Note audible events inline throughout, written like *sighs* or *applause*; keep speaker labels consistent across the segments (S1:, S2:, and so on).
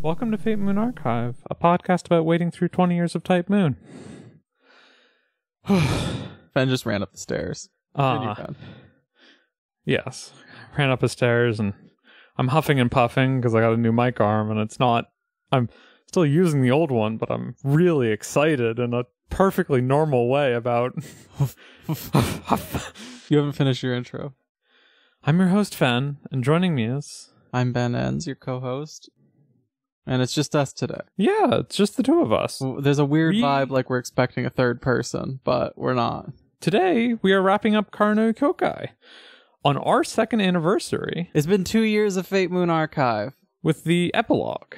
S1: Welcome to Fate Moon Archive, a podcast about wading through 20 years of Type Moon.
S2: Fen just ran up the stairs. Good you,
S1: Ah,
S2: Fen.
S1: yes. Ran up the stairs and I'm huffing and puffing because I got a new mic arm and it's not. I'm still using the old one, but I'm really excited in a perfectly normal way about. *laughs*
S2: you haven't finished your intro.
S1: I'm your host, Fen, and joining me is.
S2: I'm Ben Enns, your co-host, and it's just us today.
S1: Yeah, it's just the two of us.
S2: W- There's a weird
S1: We-
S2: vibe like we're expecting a third person, but we're not.
S1: Today, we are wrapping up Karno Kokai on our second anniversary
S2: It's been two years of Fate Moon Archive.
S1: with the epilogue.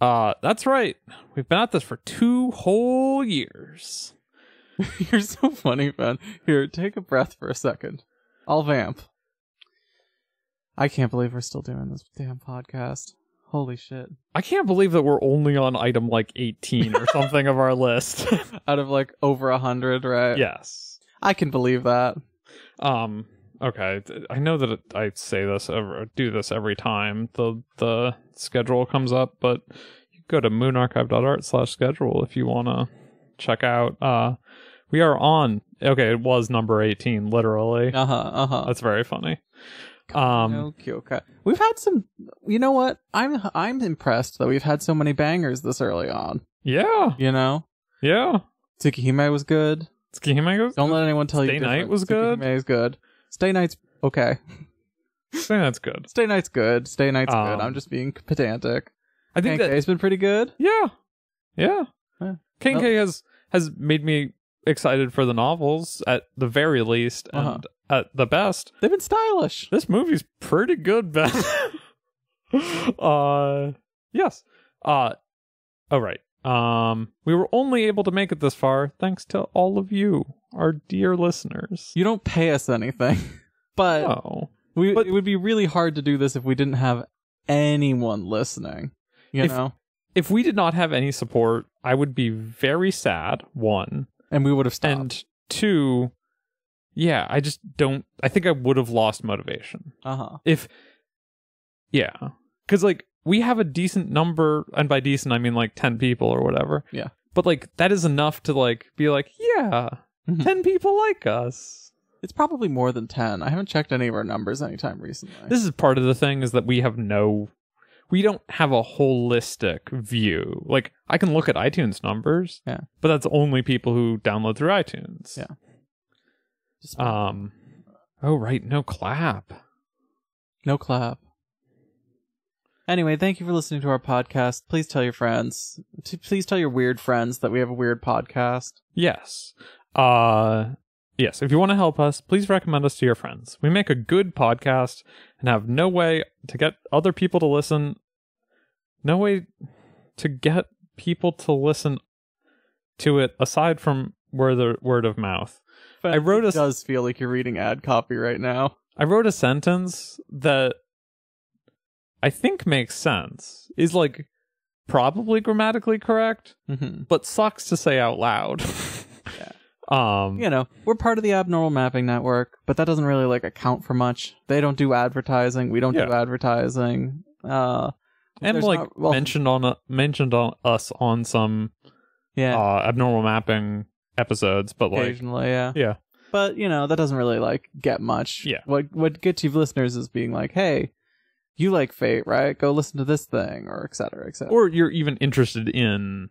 S1: Uh, that's right. We've been at this for two whole years.
S2: *laughs* You're so funny, Ben. Here, take a breath for a second. I'll vamp. I can't believe we're still doing this damn podcast. Holy shit.
S1: I can't believe that we're only on item like 18 or something of our list.
S2: Out of like over a hundred, right?
S1: yes.
S2: I can believe that.
S1: Um okay, th- I know that it- I say this ever do this every time the the schedule comes up, but you go to moonarchive.art/schedule if you want to check out uh we are on okay, it was number 18 literally.
S2: Uh huh. Uh huh.
S1: That's very funny. Um
S2: No Kyokai. We've had some. You know what? I'm I'm impressed that we've had so many bangers this early on.
S1: yeah.
S2: You know,
S1: Yeah.
S2: Tsukihime was good.
S1: Tsukihime goes
S2: Don't let anyone tell
S1: Stay
S2: you.
S1: Night
S2: different.
S1: was good.
S2: Tsukihime is good. Stay night's okay.
S1: saying that's good.
S2: Stay night's good. Stay night's
S1: Um,
S2: good. I'm just being pedantic.
S1: I think that
S2: Pancake has been pretty good.
S1: Yeah. Yeah.
S2: Yeah. Oh.
S1: King
S2: Well-
S1: K has has made me excited for the novels at the very least and
S2: Uh-huh.
S1: at the best.
S2: They've been stylish.
S1: This movie's pretty good,
S2: *laughs*
S1: Ben. *laughs* uh yes. Uh all right. Um we were only able to make it this far thanks to all of you, our dear listeners.
S2: You don't pay us anything, *laughs* but
S1: Oh.
S2: we
S1: but-
S2: it would be really hard to do this if we didn't have anyone listening. You
S1: If-
S2: know,
S1: If we did not have any support, I would be very sad, one.
S2: and we would have stopped.
S1: and two yeah i just don't i think i would have lost motivation
S2: uh huh.
S1: if yeah because like we have a decent number and by decent i mean like 10 people or whatever
S2: Yeah.
S1: but like that is enough to like be like yeah
S2: Mhm.
S1: 10 people like us
S2: It's probably more than 10. I haven't checked any of our numbers anytime recently.
S1: this is part of the thing is that we have no we don't have a holistic view like i can look at itunes numbers
S2: Yeah.
S1: but that's only people who download through itunes
S2: Yeah. Just-
S1: um oh right no clap
S2: no clap. Anyway, thank you for listening to our podcast. Please tell your friends. T- please tell your weird friends that we have a weird podcast.
S1: Yes. Uh yes, if you want to help us, please recommend us to your friends. We make a good podcast and have no way to get other people to listen. No way to get people to listen to it aside from word of, word of mouth. I wrote a
S2: It does feel like you're reading ad copy right now.
S1: I wrote a sentence that I think makes sense. Is like probably grammatically correct,
S2: hmm
S1: but sucks to say out loud. *laughs* Um
S2: You know, we're part of the Abnormal Mapping Network, but that doesn't really like account for much. They don't do advertising. We don't do
S1: Yeah.
S2: advertising. Uh,
S1: and
S2: there's
S1: like
S2: not- well-
S1: mentioned on mentioned on us on some
S2: yeah,
S1: uh, abnormal mapping episodes, but like
S2: occasionally, yeah.
S1: yeah,
S2: but you know that doesn't really like get much
S1: Yeah.
S2: what what gets you listeners is being like hey you like fate right go listen to this thing or et cetera et cetera
S1: or you're even interested in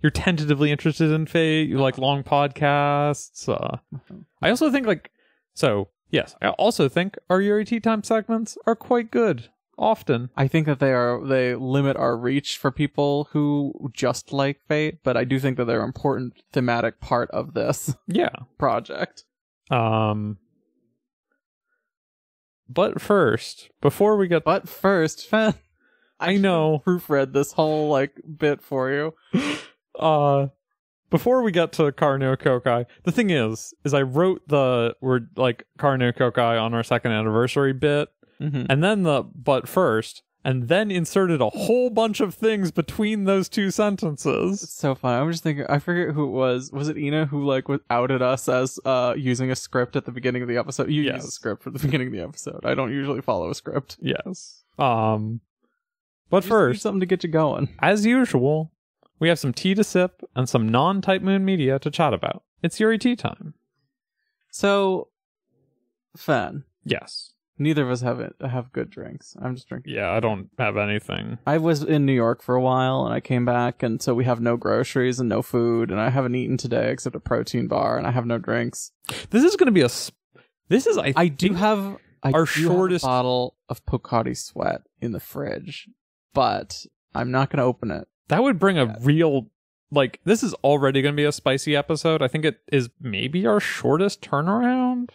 S1: you're tentatively interested in fate. You like long podcasts. Uh,
S2: Mhm.
S1: I also think like so yes, I also think our Yuri Tea Time segments are quite good often.
S2: i think that they are they limit our reach for people who just like fate but i do think that they're an important thematic part of this *laughs*
S1: Yeah.
S2: project
S1: Um. But first, before we get,
S2: but first *laughs* Fen,
S1: I know
S2: proofread this whole like bit for you
S1: uh before we get to Karno Kokai, the thing is, is I wrote the word like Karno Kokai on our second anniversary bit,
S2: mm-hmm.
S1: and then the but first, and then inserted a whole bunch of things between those two
S2: It's
S1: sentences.
S2: so fun. I'm just thinking. I forget who it was. Was it Ina who like was outed us as uh using a script at the beginning of the episode? You use a
S1: Yes.
S2: script at the beginning of the episode. I don't usually follow a script.
S1: Yes. Um But
S2: Just need
S1: first,
S2: something to get you going.
S1: as usual, we have some tea to sip and some non Type Moon media to chat about. It's Yuri tea time.
S2: So, Fen,
S1: Yes.
S2: neither of us have it, have good drinks. I'm just drinking.
S1: Yeah, I don't have anything.
S2: I was in New York for a while, and I came back, and so we have no groceries and no food, and I haven't eaten today except a protein bar, and I have no drinks.
S1: This is going to be a. Sp- this is I.
S2: I do
S1: think-
S2: have I
S1: our
S2: do have a
S1: shortest-
S2: bottle of Pocari Sweat in the fridge, but I'm not going to open it.
S1: that would bring a real like. This is already going to be a spicy episode. I think it is maybe our shortest turnaround.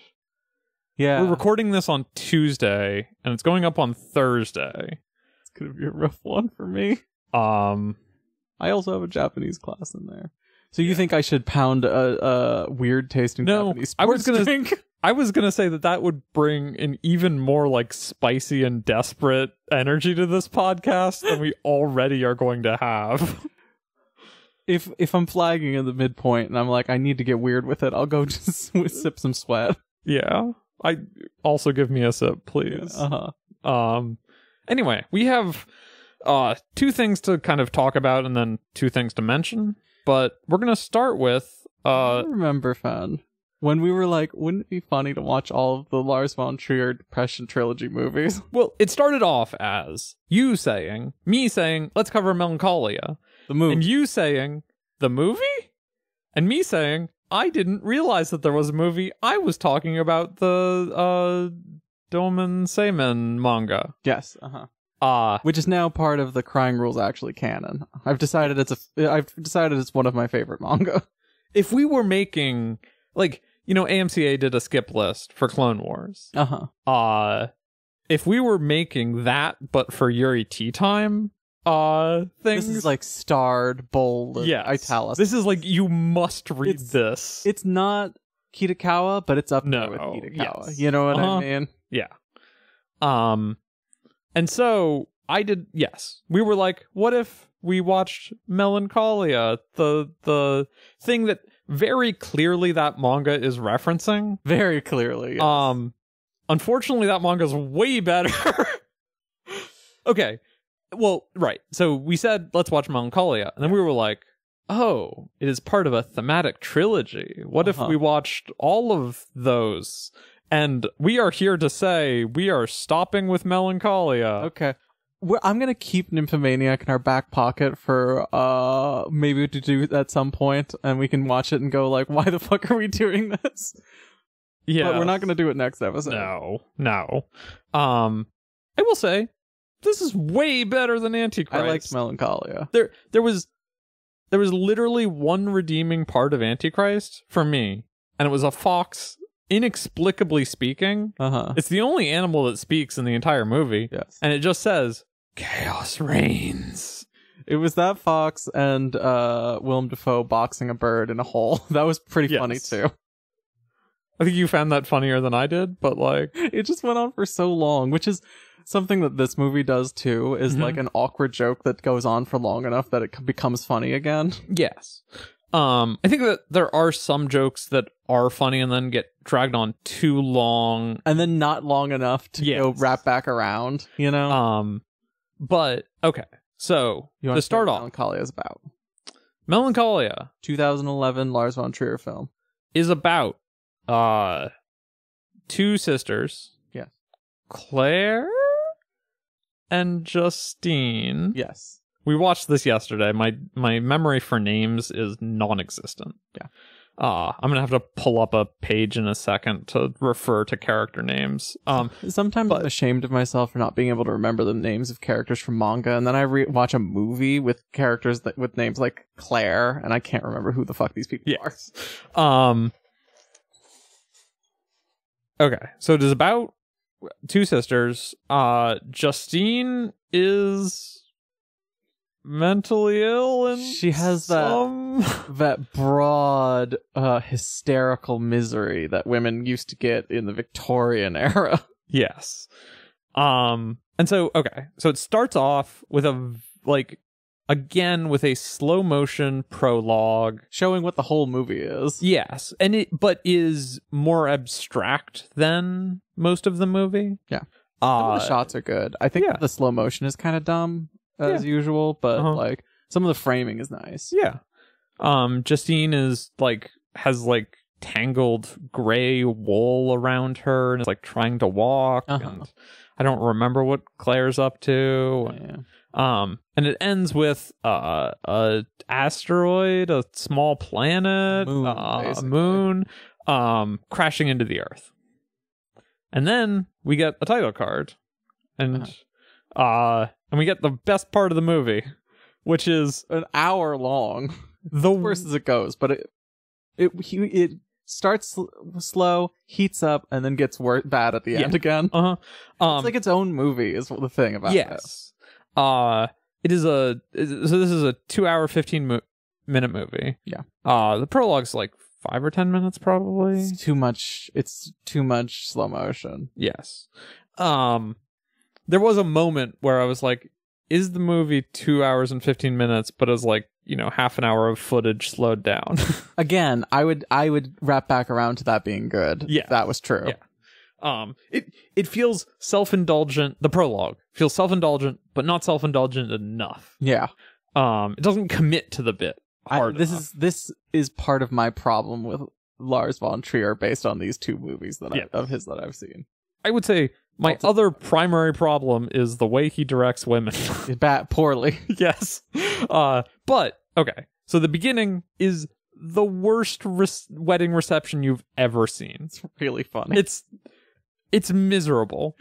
S2: Yeah,
S1: We're recording this on Tuesday, and it's going up on Thursday.
S2: it's going to be a rough *laughs* one for me.
S1: Um,
S2: I also have a Japanese class in there. So you think I should pound a, a weird tasting
S1: No,
S2: Japanese
S1: I
S2: sports
S1: was gonna-
S2: drink?
S1: *laughs* I was gonna say that that would bring an even more like spicy and desperate energy to this podcast than we already are going to have. *laughs*
S2: if if I'm flagging in the midpoint and I'm like I need to get weird with it, I'll go *laughs* just sip some sweat.
S1: yeah. I also give me a sip, please.
S2: Uh huh.
S1: Um anyway, we have uh two things to kind of talk about and then two things to mention, but we're going to start with uh
S2: remember, fan when we were like, wouldn't it be funny to watch all of the Lars von Trier Depression trilogy movies? *laughs*
S1: well, it started off as you saying, me saying, let's cover Melancholia.
S2: The movie.
S1: and you saying the movie and me saying i didn't realize that there was a movie i was talking about the uh domen semen manga
S2: yes. Uh huh.
S1: ah
S2: Which is now part of the Crying Rules actually canon. I've decided it's a. I've decided it's one of my favorite
S1: *laughs*
S2: manga.
S1: if we were making like you know amca did a skip list for clone wars
S2: Uh huh.
S1: uh if we were making that but for yuri tea time uh things
S2: This is like starred, bold,
S1: yeah
S2: italic.
S1: this is like you must read
S2: It's-
S1: this
S2: it's not Kitakawa, but it's up
S1: No,
S2: there with Kitakawa.
S1: yes.
S2: You know what
S1: Uh-huh.
S2: I mean?
S1: Yeah. Um and so I did yes. We were like, what if we watched Melancholia, the the thing that very clearly that manga is referencing?
S2: Very clearly. yes.
S1: Um unfortunately that manga's way better. *laughs* okay. Well, right. So we said let's watch Melancholia and then we were like, "Oh, it is part of a thematic trilogy. What
S2: Uh-huh.
S1: if we watched all of those?" And we are here to say we are stopping with Melancholia.
S2: Okay. We're, I'm gonna keep Nymphomaniac in our back pocket for uh maybe to do at some point, and we can watch it and go like, why the fuck are we doing this?
S1: Yeah.
S2: But we're not gonna do it next episode.
S1: No. No. Um I will say this is way better than
S2: I
S1: Antichrist.
S2: liked Melancholia.
S1: there there was there was literally one redeeming part of antichrist for me and it was a fox inexplicably speaking
S2: Uh huh.
S1: it's the only animal that speaks in the entire movie
S2: Yes.
S1: and it just says chaos reigns
S2: It was that fox and uh Willem Dafoe boxing a bird in a hole. *laughs* That was pretty
S1: Yes.
S2: funny too.
S1: i think you found that funnier than i did but like
S2: It just went on for so long, which is something that this movie does too. Is
S1: Mhm.
S2: like an awkward joke that goes on for long enough that it c- becomes funny again. *laughs*
S1: yes um i think that there are some jokes that are funny and then get dragged on too long
S2: and then not long enough to go
S1: Yes.
S2: wrap back around. You know,
S1: um but okay so
S2: you
S1: to
S2: wanna
S1: start
S2: hear what
S1: off
S2: Melancholia is about
S1: melancholia
S2: 2011 Lars von Trier film.
S1: is about uh two sisters.
S2: Yes.
S1: Claire and Justine.
S2: Yes,
S1: We watched this yesterday. My my memory for names is non-existent.
S2: Yeah.
S1: Uh, I'm going to have to pull up a page in a second to refer to character names. Um
S2: sometimes I'm ashamed of myself for not being able to remember the names of characters from manga, and then I re- watch a movie with characters that with names like Claire, and I can't remember who the fuck these people are. *laughs*
S1: Yes. Um. Okay, so it is about two sisters. Uh, Justine is mentally ill, and
S2: She has that-
S1: some- *laughs*
S2: That broad, uh, hysterical misery that women used to get in the Victorian *laughs* era.
S1: yes. Um, and so okay, so it starts off with a v- like again with a slow motion prologue
S2: Showing what the whole movie is.
S1: Yes, and it but is more abstract than most of the movie.
S2: Yeah. Some
S1: uh,
S2: of the shots are good. I think
S1: yeah.
S2: the slow motion is kind of dumb. as usual, but
S1: Uh-huh.
S2: like some of the framing is nice.
S1: Yeah. Um, Justine is like has like tangled gray wool around her and is like trying to walk
S2: Uh-huh.
S1: and I don't remember what Claire's up to.
S2: Yeah.
S1: Um, and it ends with uh, a asteroid, a small planet,
S2: Moon,
S1: uh, a
S2: basically.
S1: moon, um, crashing into the Earth. And then we get a title card, and uh
S2: Uh-huh.
S1: and we get the best part of the movie, which is
S2: An hour long,
S1: the
S2: As worse as it goes, but it it he, it starts sl- slow, heats up, and then gets wor- bad at the
S1: Yeah.
S2: end again.
S1: uh huh. Um,
S2: it's like its own movie is the thing about it.
S1: yes. Uh it is a it is- so this is a 2 hour 15 mo- minute movie.
S2: Yeah.
S1: Uh the prologue's like 5 or 10 minutes probably.
S2: It's too much. It's too much slow motion.
S1: Yes. Um there was a moment where I was like is the movie 2 hours and 15 minutes but is like, you know, half an hour of footage slowed down. *laughs*
S2: Again, I would I would wrap back around to that being good.
S1: Yeah.
S2: if that was true.
S1: Yeah. um it it feels self-indulgent. The prologue feels self-indulgent but not self-indulgent enough.
S2: Yeah.
S1: Um it doesn't commit to the bit.
S2: I,
S1: hard
S2: this
S1: enough.
S2: is this is part of my problem with Lars von Trier based on these two movies that
S1: Yes.
S2: I, of his that I've seen.
S1: I would say my
S2: Also-
S1: other primary problem is the way he directs women. *laughs*
S2: It bat poorly. *laughs*
S1: yes. Uh, but okay. So the beginning is the worst re- wedding reception you've ever seen.
S2: It's really funny. It,
S1: It's it's miserable.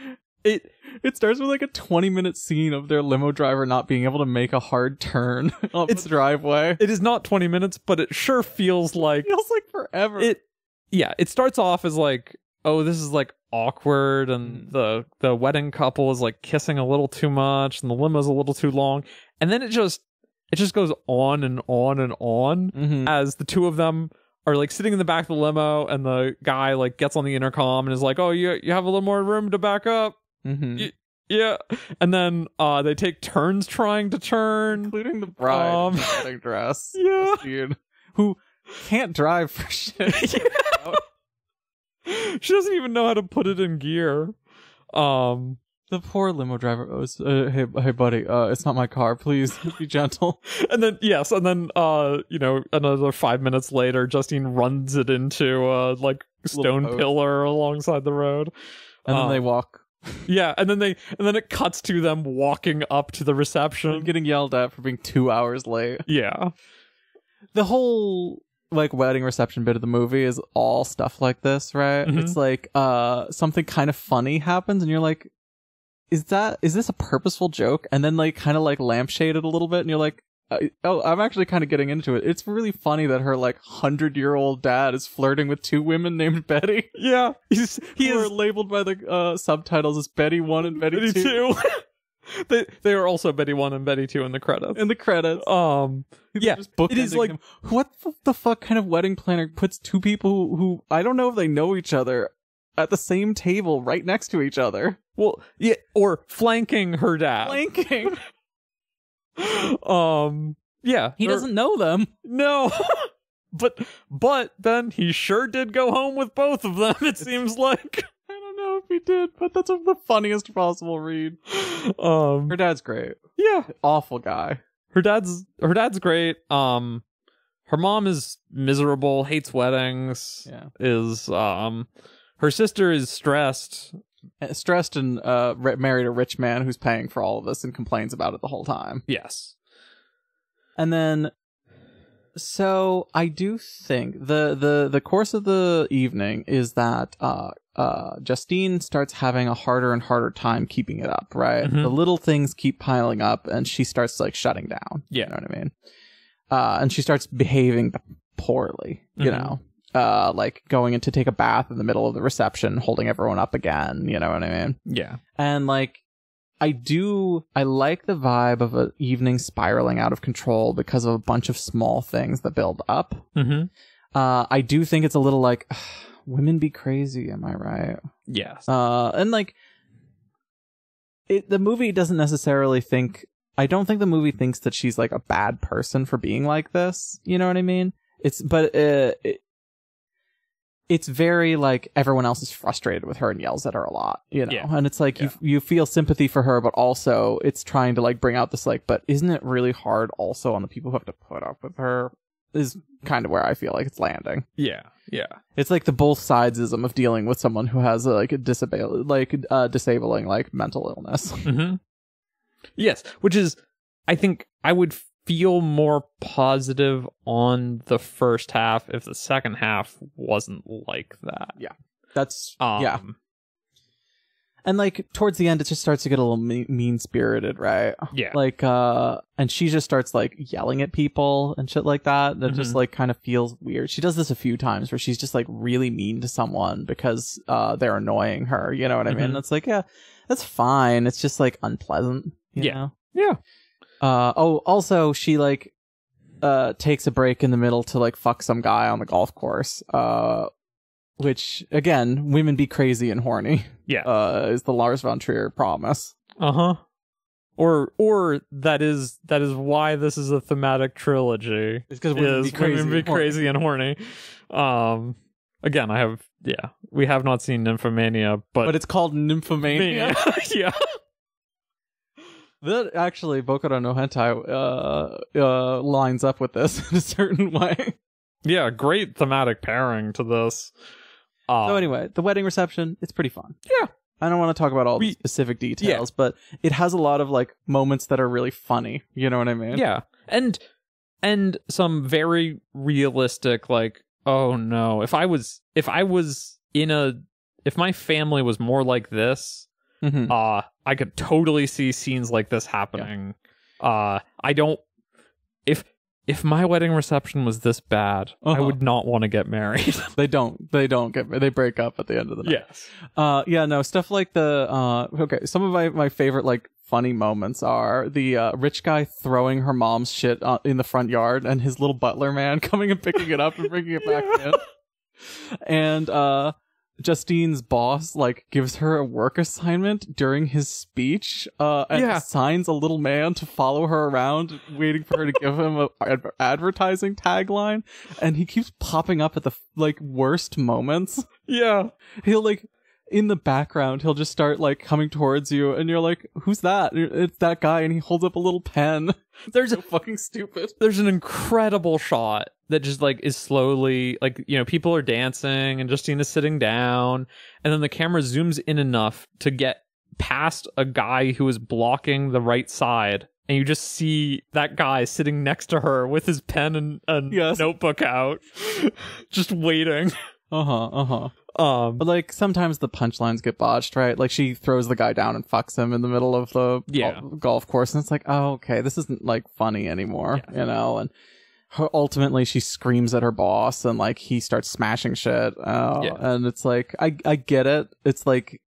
S1: It
S2: starts with like a 20 minute scene of their limo driver not being able to make a hard turn *laughs* up
S1: It's-
S2: the driveway.
S1: it is not 20 minutes, but it sure feels like
S2: It *laughs* feels like forever.
S1: it yeah, it starts off as like oh, this is like awkward and the the wedding couple is like kissing a little too much and the limo's a little too long. And then it just it just goes on and on and on.
S2: Mhm.
S1: as the two of them are like sitting in the back of the limo and the guy like gets on the intercom and is like oh you you have a little more room to back up
S2: Mhm.
S1: y- yeah and then uh they take turns trying to turn
S2: *laughs* including the bride in
S1: Um,
S2: the wedding dress.
S1: yeah
S2: *laughs* dude who can't drive for *laughs* shit.
S1: *laughs* she doesn't even know how to put it in gear um
S2: The poor limo driver. Oh, it's- uh, hey, hey, buddy. Uh, it's not my car. Please be gentle. *laughs*
S1: and then yes and then uh you know another 5 minutes later Justine runs it into a like stone
S2: post.
S1: pillar alongside the road
S2: And then
S1: Um,
S2: they walk,
S1: yeah and then they and then it cuts to them walking up to the reception
S2: getting yelled at for being two hours late.
S1: yeah
S2: The whole like wedding reception bit of the movie is all stuff like this, right?
S1: Mhm.
S2: It's like uh something kind of funny happens, and you're like, is that is this a purposeful joke? And then like kind of like lampshade it a little bit, and you're like. uh, Oh, I'm actually kind of getting into it. It's really funny that her like hundred year old dad is flirting with two women named Betty. *laughs*
S1: Yeah, he's
S2: He
S1: he
S2: were
S1: is
S2: labeled by the uh, subtitles as Betty One and Betty,
S1: Betty
S2: Two,
S1: two. *laughs* they they are also Betty one and Betty two in the credits.
S2: in the credits.
S1: um, yeah,
S2: Just bookending
S1: it is like-
S2: them. what the, the fuck kind of wedding planner puts two people who, who I don't know if they know each other at the same table right next to each other,
S1: well, yeah, or flanking her
S2: Uh,
S1: dad.
S2: *laughs* blinking.
S1: *gasps* Um, yeah,
S2: He
S1: or-
S2: doesn't know them.
S1: No, *laughs* but but then he sure did go home with both of them. It seems like. *laughs*
S2: I don't know if he did, but that's the funniest possible read.
S1: Um,
S2: Her dad's great,
S1: yeah,
S2: awful guy.
S1: her dad's her dad's great. Um, her mom is miserable, hates weddings.
S2: Yeah,
S1: Is um, her sister is stressed.
S2: And stressed and uh, ri- married a rich man who's paying for all of this and complains about it the whole time.
S1: Yes.
S2: And then so I do think the the the course of the evening is that uh uh Justine starts having a harder and harder time keeping it up, right?
S1: Mhm.
S2: The little things keep piling up and she starts like shutting down.
S1: Yeah.
S2: You know what I mean? Uh and she starts behaving poorly, you
S1: Mhm.
S2: know. Uh like going in to take a bath in the middle of the reception, holding everyone up again, you know what I mean?
S1: Yeah.
S2: and like i do i like the vibe of an evening spiraling out of control because of a bunch of small things that build up
S1: Mm-hmm.
S2: uh i do think it's a little like *sighs* women be crazy am i right
S1: Yes.
S2: uh and like it the movie doesn't necessarily think i don't think the movie thinks that she's like a bad person for being like this you know what i mean it's but uh it, it's very like everyone else is frustrated with her and yells at her a lot, you know.
S1: Yeah.
S2: And it's like you you feel sympathy for her, but also it's trying to like bring out this like, but isn't it really hard also on the people who have to put up with her? Is kind of where I feel like it's landing.
S1: Yeah, yeah,
S2: It's like the both sidesism of dealing with someone who has uh, like a disabil- like uh, disabling like mental illness.
S1: hmm Yes, which is, I think I would feel more positive on the first half if the second half wasn't like that.
S2: That's
S1: Um,
S2: yeah. And like towards the end, it just starts to get a little mean spirited, right?
S1: yeah,
S2: like uh and she just starts like yelling at people and shit like that that
S1: Mm-hmm.
S2: just like kind of feels weird she does this a few times where she's just like really mean to someone because uh they're annoying her you know what i mean
S1: Mhm.
S2: it's like yeah that's fine it's just like unpleasant you
S1: Yeah.
S2: know?
S1: yeah,
S2: uh oh also she like uh takes a break in the middle to like fuck some guy on the golf course uh which again women be crazy and horny
S1: yeah.
S2: uh is the lars von trier promise
S1: Uh huh. Or or that is that is why this is a thematic trilogy.
S2: it's because
S1: is women be crazy and horny. Um, again, I have yeah, we have not seen Nymphomania, but,
S2: but it's called nymphomania.
S1: Mania. *laughs* yeah,
S2: *laughs* That actually, Boku no Hentai uh, uh, lines up with this *laughs* in a certain way.
S1: yeah, great thematic pairing to this. Um,
S2: so anyway, the wedding reception, it's pretty fun.
S1: Yeah.
S2: I don't want to talk about all
S1: We-
S2: the specific details, but it has a lot of like moments that are really funny. You know what I mean?
S1: yeah and and some very realistic like oh no if i was if i was in a if my family was more like this
S2: hmm
S1: uh i could totally see scenes like this happening uh i don't if if my wedding reception was this bad i
S2: Uh-huh.
S1: would not want to get married *laughs*
S2: They don't. They don't get. They break up at the end of the night.
S1: yes
S2: Uh, yeah, no, stuff like the, uh, okay, some of my, my favorite, like, funny moments are the, uh, rich guy throwing her mom's shit uh, in the front yard and his little butler man *laughs* coming and picking it up and bringing it back
S1: *laughs* Yeah.
S2: in. And, uh, Justine's boss, like, gives her a work assignment during his speech, uh, and
S1: Yeah.
S2: assigns a little man to follow her around, waiting for her to give him a *laughs* ad- advertising tagline, and he keeps popping up at the, like, worst moments
S1: yeah
S2: he'll like in the background he'll just start like coming towards you and you're like who's that And it's that guy and he holds up a little pen *laughs*
S1: there's
S2: so fucking stupid
S1: there's an incredible shot that just like is slowly like you know people are dancing and Justina's sitting down and then the camera zooms in enough to get past a guy who is blocking the right side and you just see that guy sitting next to her with his pen and, and
S2: Yes.
S1: notebook out *laughs* just waiting
S2: uh-huh uh-huh
S1: um
S2: but like sometimes the punchlines get botched right like she throws the guy down and fucks him in the middle of the
S1: Yeah.
S2: gol- golf course and it's like oh okay this isn't like funny anymore you know and her, ultimately she screams at her boss and like he starts smashing shit uh,
S1: Yeah.
S2: and it's like I, I get it it's like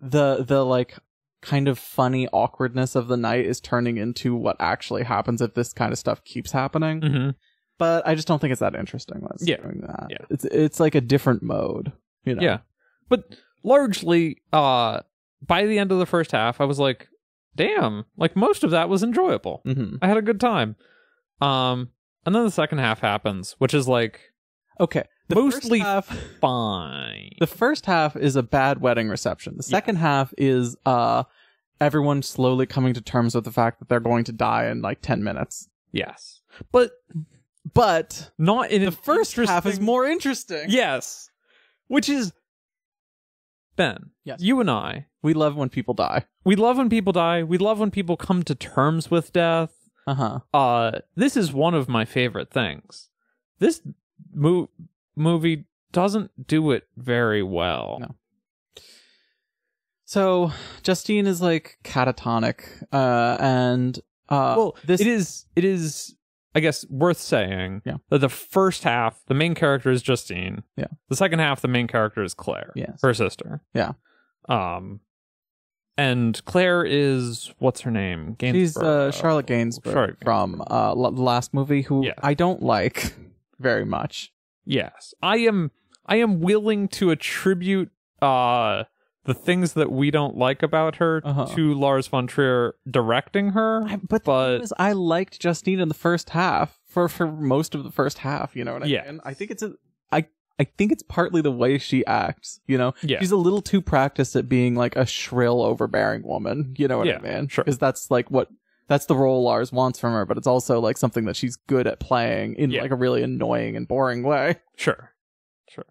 S2: the the like kind of funny awkwardness of the night is turning into what actually happens if this kind of stuff keeps happening
S1: mhm.
S2: but i just don't think it's that interesting when it's
S1: Yeah.
S2: doing that
S1: Yeah.
S2: it's it's like a different mode you know
S1: Yeah. but largely uh by the end of the first half I was like damn like most of that was enjoyable
S2: hmm
S1: I had a good time. Um, and then the second half happens, which is like
S2: Okay.
S1: Mostly-
S2: first half,
S1: fine.
S2: the first half is a bad wedding reception. The second half is uh everyone slowly coming to terms with the fact that they're going to die in like 10 minutes.
S1: yes, but
S2: But
S1: not in
S2: the first half is more interesting.
S1: Yes, which is Ben.
S2: Yes.
S1: you and I.
S2: We love when people die.
S1: We love when people die. We love when people come to terms with death.
S2: Uh-huh.
S1: Uh, this is one of my favorite things. This mo- movie doesn't do it very well.
S2: No. So Justine is like catatonic uh and uh
S1: well
S2: this
S1: it is it is i guess worth saying
S2: Yeah.
S1: that the first half the main character is justine
S2: Yeah.
S1: the second half the main character is claire
S2: Yes.
S1: her sister
S2: Yeah.
S1: um and claire is what's her name
S2: She's uh,
S1: Gainsborough.
S2: Charlotte Gainsbourg
S1: Charlotte
S2: from
S1: Gainsbourg.
S2: uh, l- the last movie, who
S1: Yeah.
S2: I don't like very much.
S1: yes i am i am willing to attribute uh the things that we don't like about her
S2: Uh-huh.
S1: to lars von trier directing her
S2: I, but the
S1: But-
S2: thing is, I liked Justine in the first half for for most of the first half. You know what I
S1: Yeah.
S2: mean? I think it's a I I think it's partly the way she acts, you know?
S1: Yeah.
S2: She's a little too practiced at being like a shrill, overbearing woman. You know what
S1: Yeah,
S2: I mean?
S1: sure.
S2: Because that's like what that's the role Lars wants from her, but it's also like something that she's good at playing in
S1: Yeah.
S2: like a really annoying and boring way.
S1: Sure. Sure.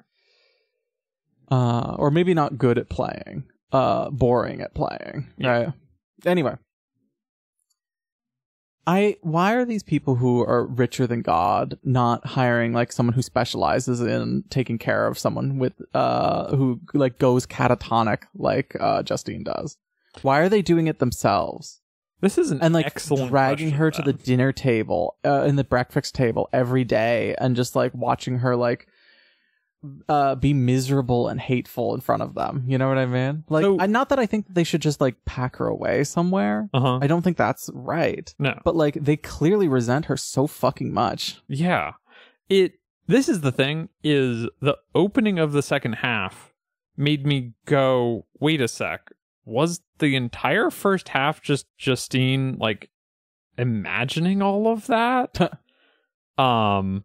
S2: Uh or maybe not good at playing. Uh boring at playing.
S1: Yeah.
S2: Right. Anyway. I why are these people who are richer than God not hiring like someone who specializes in taking care of someone with uh who like goes catatonic like uh Justine does? Why are they doing it themselves?
S1: This is an
S2: and like
S1: excellent
S2: dragging
S1: question,
S2: her to the
S1: Ben.
S2: dinner table uh, and the breakfast table every day and just like watching her like uh be miserable and hateful in front of them you know what i mean like
S1: So-
S2: I, not that i think they should just like pack her away somewhere
S1: uh-huh.
S2: i don't think that's right
S1: no.
S2: but like they clearly resent her so fucking much
S1: Yeah. It this is the thing is the opening of the second half made me go, "Wait a sec. Was the entire first half just Justine like imagining all of that?" um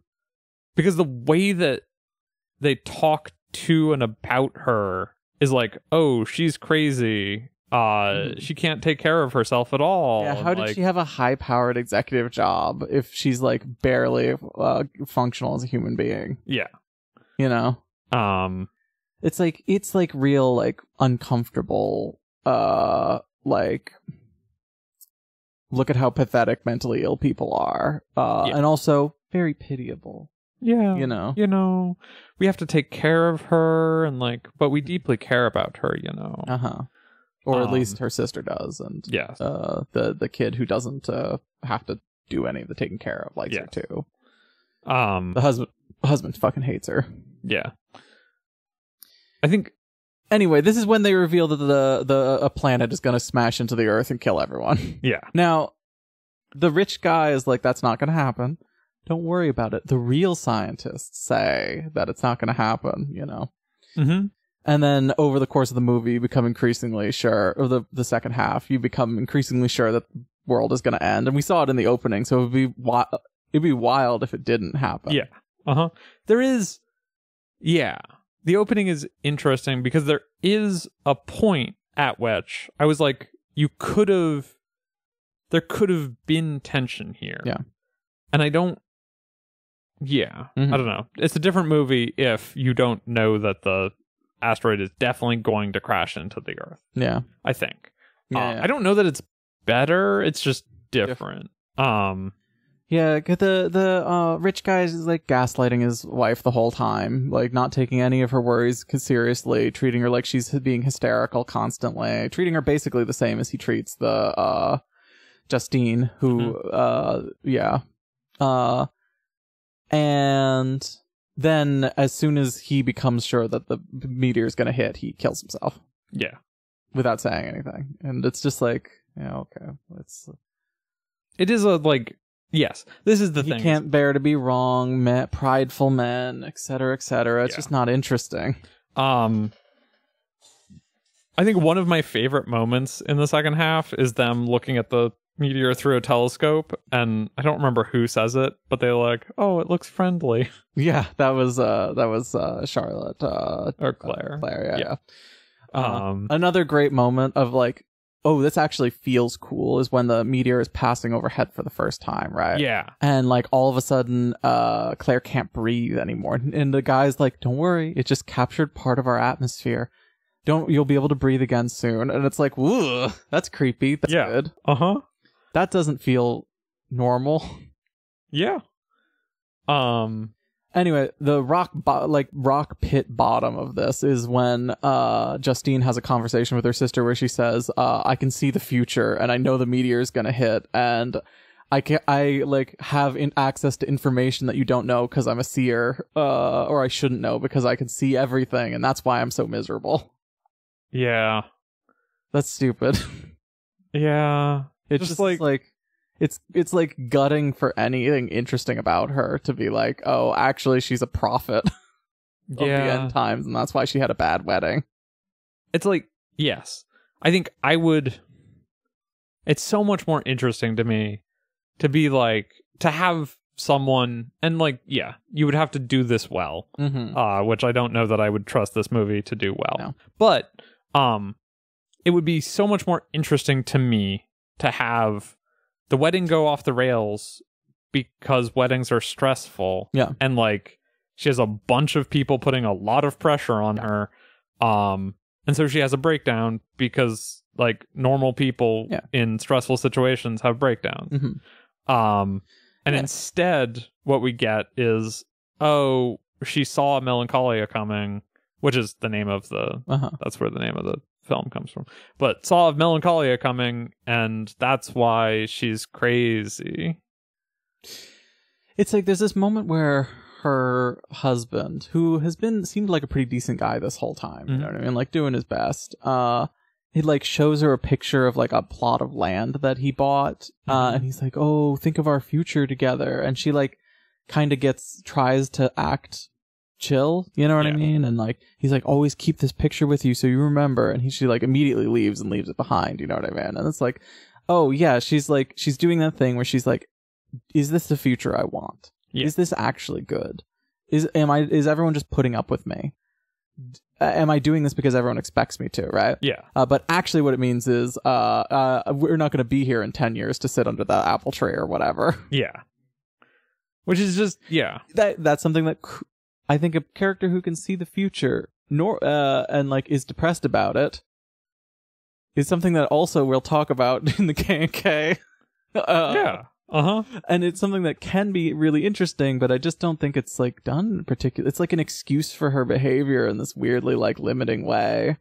S1: because the way that they talk to and about her is like, "Oh, she's crazy. Uh
S2: Mhm.
S1: she can't take care of herself at all."
S2: yeah
S1: and,
S2: how did
S1: Oh, like-
S2: she have a high powered executive job if she's like barely uh, functional as a human being
S1: Yeah.
S2: you know
S1: Um
S2: it's like it's like real like uncomfortable uh like look at how pathetic mentally ill people are uh
S1: Yeah.
S2: and also very pitiable
S1: yeah.
S2: you know
S1: you know, we have to take care of her and like, but we deeply care about her, you know.
S2: uh-huh or at
S1: Um,
S2: least her sister does and
S1: yeah.
S2: uh the the kid who doesn't uh have to do any of the taking care of likes her too
S1: Um.
S2: the husband husband fucking hates her
S1: Yeah. I think.
S2: anyway this is when they reveal that the the a planet is going to smash into the earth and kill everyone
S1: Yeah.
S2: Now, the rich guy is like, that's not going to happen. Don't worry about it. The real scientists say that it's not going to happen, you know.
S1: Mm-hmm.
S2: And then over the course of the movie, you become increasingly sure, or the, the second half, you become increasingly sure that the world is going to end. And we saw it in the opening, so it would be, wi- it'd be wild if it didn't happen.
S1: Yeah. Uh huh. There is. Yeah. The opening is interesting because there is a point at which I was like, you could have. There could have been tension here.
S2: Yeah.
S1: And I don't. Yeah.
S2: Mhm.
S1: I don't know. It's a different movie if you don't know that the asteroid is definitely going to crash into the Earth.
S2: Yeah.
S1: I think.
S2: Yeah.
S1: Uh, I don't know that it's better. It's just different. Um.
S2: Yeah, 'cause the the uh, rich guy is like gaslighting his wife the whole time, like not taking any of her worries c- seriously, treating her like she's being hysterical constantly, treating her basically the same as he treats the uh, Justine, who uh, yeah, uh, and then as soon as he becomes sure that the meteor is going to hit, he kills himself
S1: Yeah.
S2: without saying anything, and it's just like, yeah, okay, let's
S1: It is a like. Yes. This is the
S2: he
S1: thing.
S2: can't bear to be wrong, men, prideful men, etc., cetera, etc. Cetera. It's
S1: Yeah.
S2: just not interesting. *laughs*
S1: Um, I think one of my favorite moments in the second half is them looking at the meteor through a telescope, and I don't remember who says it, but they're like, "Oh, it looks friendly," *laughs*
S2: Yeah, that was uh, that was uh, Charlotte uh,
S1: or Claire.
S2: Claire. Yeah,
S1: Uh-huh. Yeah.
S2: yeah. Uh,
S1: Um,
S2: another great moment of like, oh, this actually feels cool is when the meteor is passing overhead for the first time, right?
S1: yeah,
S2: And like all of a sudden, uh, Claire can't breathe anymore, and the guy's like, "Don't worry, it just captured part of our atmosphere. Don't you'll be able to breathe again soon." And it's like, "Whoa, that's creepy. That's
S1: Yeah.
S2: good."
S1: uh huh,
S2: that doesn't feel normal. *laughs*
S1: yeah. Um,
S2: Anyway, the rock bo- like rock pit bottom of this is when uh Justine has a conversation with her sister where she says, uh, "I can see the future and I know the meteor is going to hit and I can I like have in- access to information that you don't know cuz I'm a seer uh or I shouldn't know because I can see everything and that's why I'm so miserable."
S1: yeah,
S2: That's stupid. *laughs*
S1: yeah.
S2: It's
S1: Just
S2: just,
S1: like-
S2: like, it's it's like gutting for anything interesting about her to be like, oh, actually, she's a prophet of the
S1: yeah.
S2: end times, and that's why she had a bad wedding.
S1: it's like yes i think i would it's so much more interesting to me to be like to have someone and like yeah, you would have to do this well.
S2: Mm-hmm.
S1: uh, which I don't know that I would trust this movie to do well.
S2: No.
S1: But um, it would be so much more interesting to me to have the wedding go off the rails because weddings are stressful.
S2: Yeah.
S1: and like she has a bunch of people putting a lot of pressure on
S2: Yeah.
S1: her, um, and so she has a breakdown because like normal people
S2: Yeah.
S1: in stressful situations have breakdowns.
S2: Mhm.
S1: Um, and
S2: Yeah.
S1: instead, what we get is, oh, she saw Melancholia coming, which is the name of the.
S2: Uh-huh.
S1: That's where the name of the film comes from. But saw Melancholia coming, and that's why she's crazy.
S2: It's like there's this moment where her husband, who has been seemed like a pretty decent guy this whole time, you know what I mean, like doing his best. Uh, he like shows her a picture of like a plot of land that he bought, uh,
S1: Mhm.
S2: and he's like, "Oh, think of our future together," and she like kind of gets tries to act chill, you know what I
S1: Yeah.
S2: mean, and like he's like, "Always keep this picture with you so you remember," and he she like immediately leaves and leaves it behind, you know what I mean, and it's like. Oh yeah, she's like she's doing that thing where she's like is this the future I want?
S1: Yeah.
S2: Is this actually good? Is am I is everyone just putting up with me? D- uh, am I doing this because everyone expects me to, right?
S1: Yeah,
S2: Uh, but actually what it means is uh, uh, we're not going to be here in 10 years to sit under that apple tree or whatever. *laughs*
S1: yeah. Which is just yeah,
S2: That that's something that c- I think a character who can see the future nor uh, and like is depressed about it is something that also we'll talk about *laughs* in the K&K. Uh,
S1: yeah. Uh huh.
S2: and it's something that can be really interesting but i just don't think it's like done in particular it's like an excuse for her behavior in this weirdly like limiting way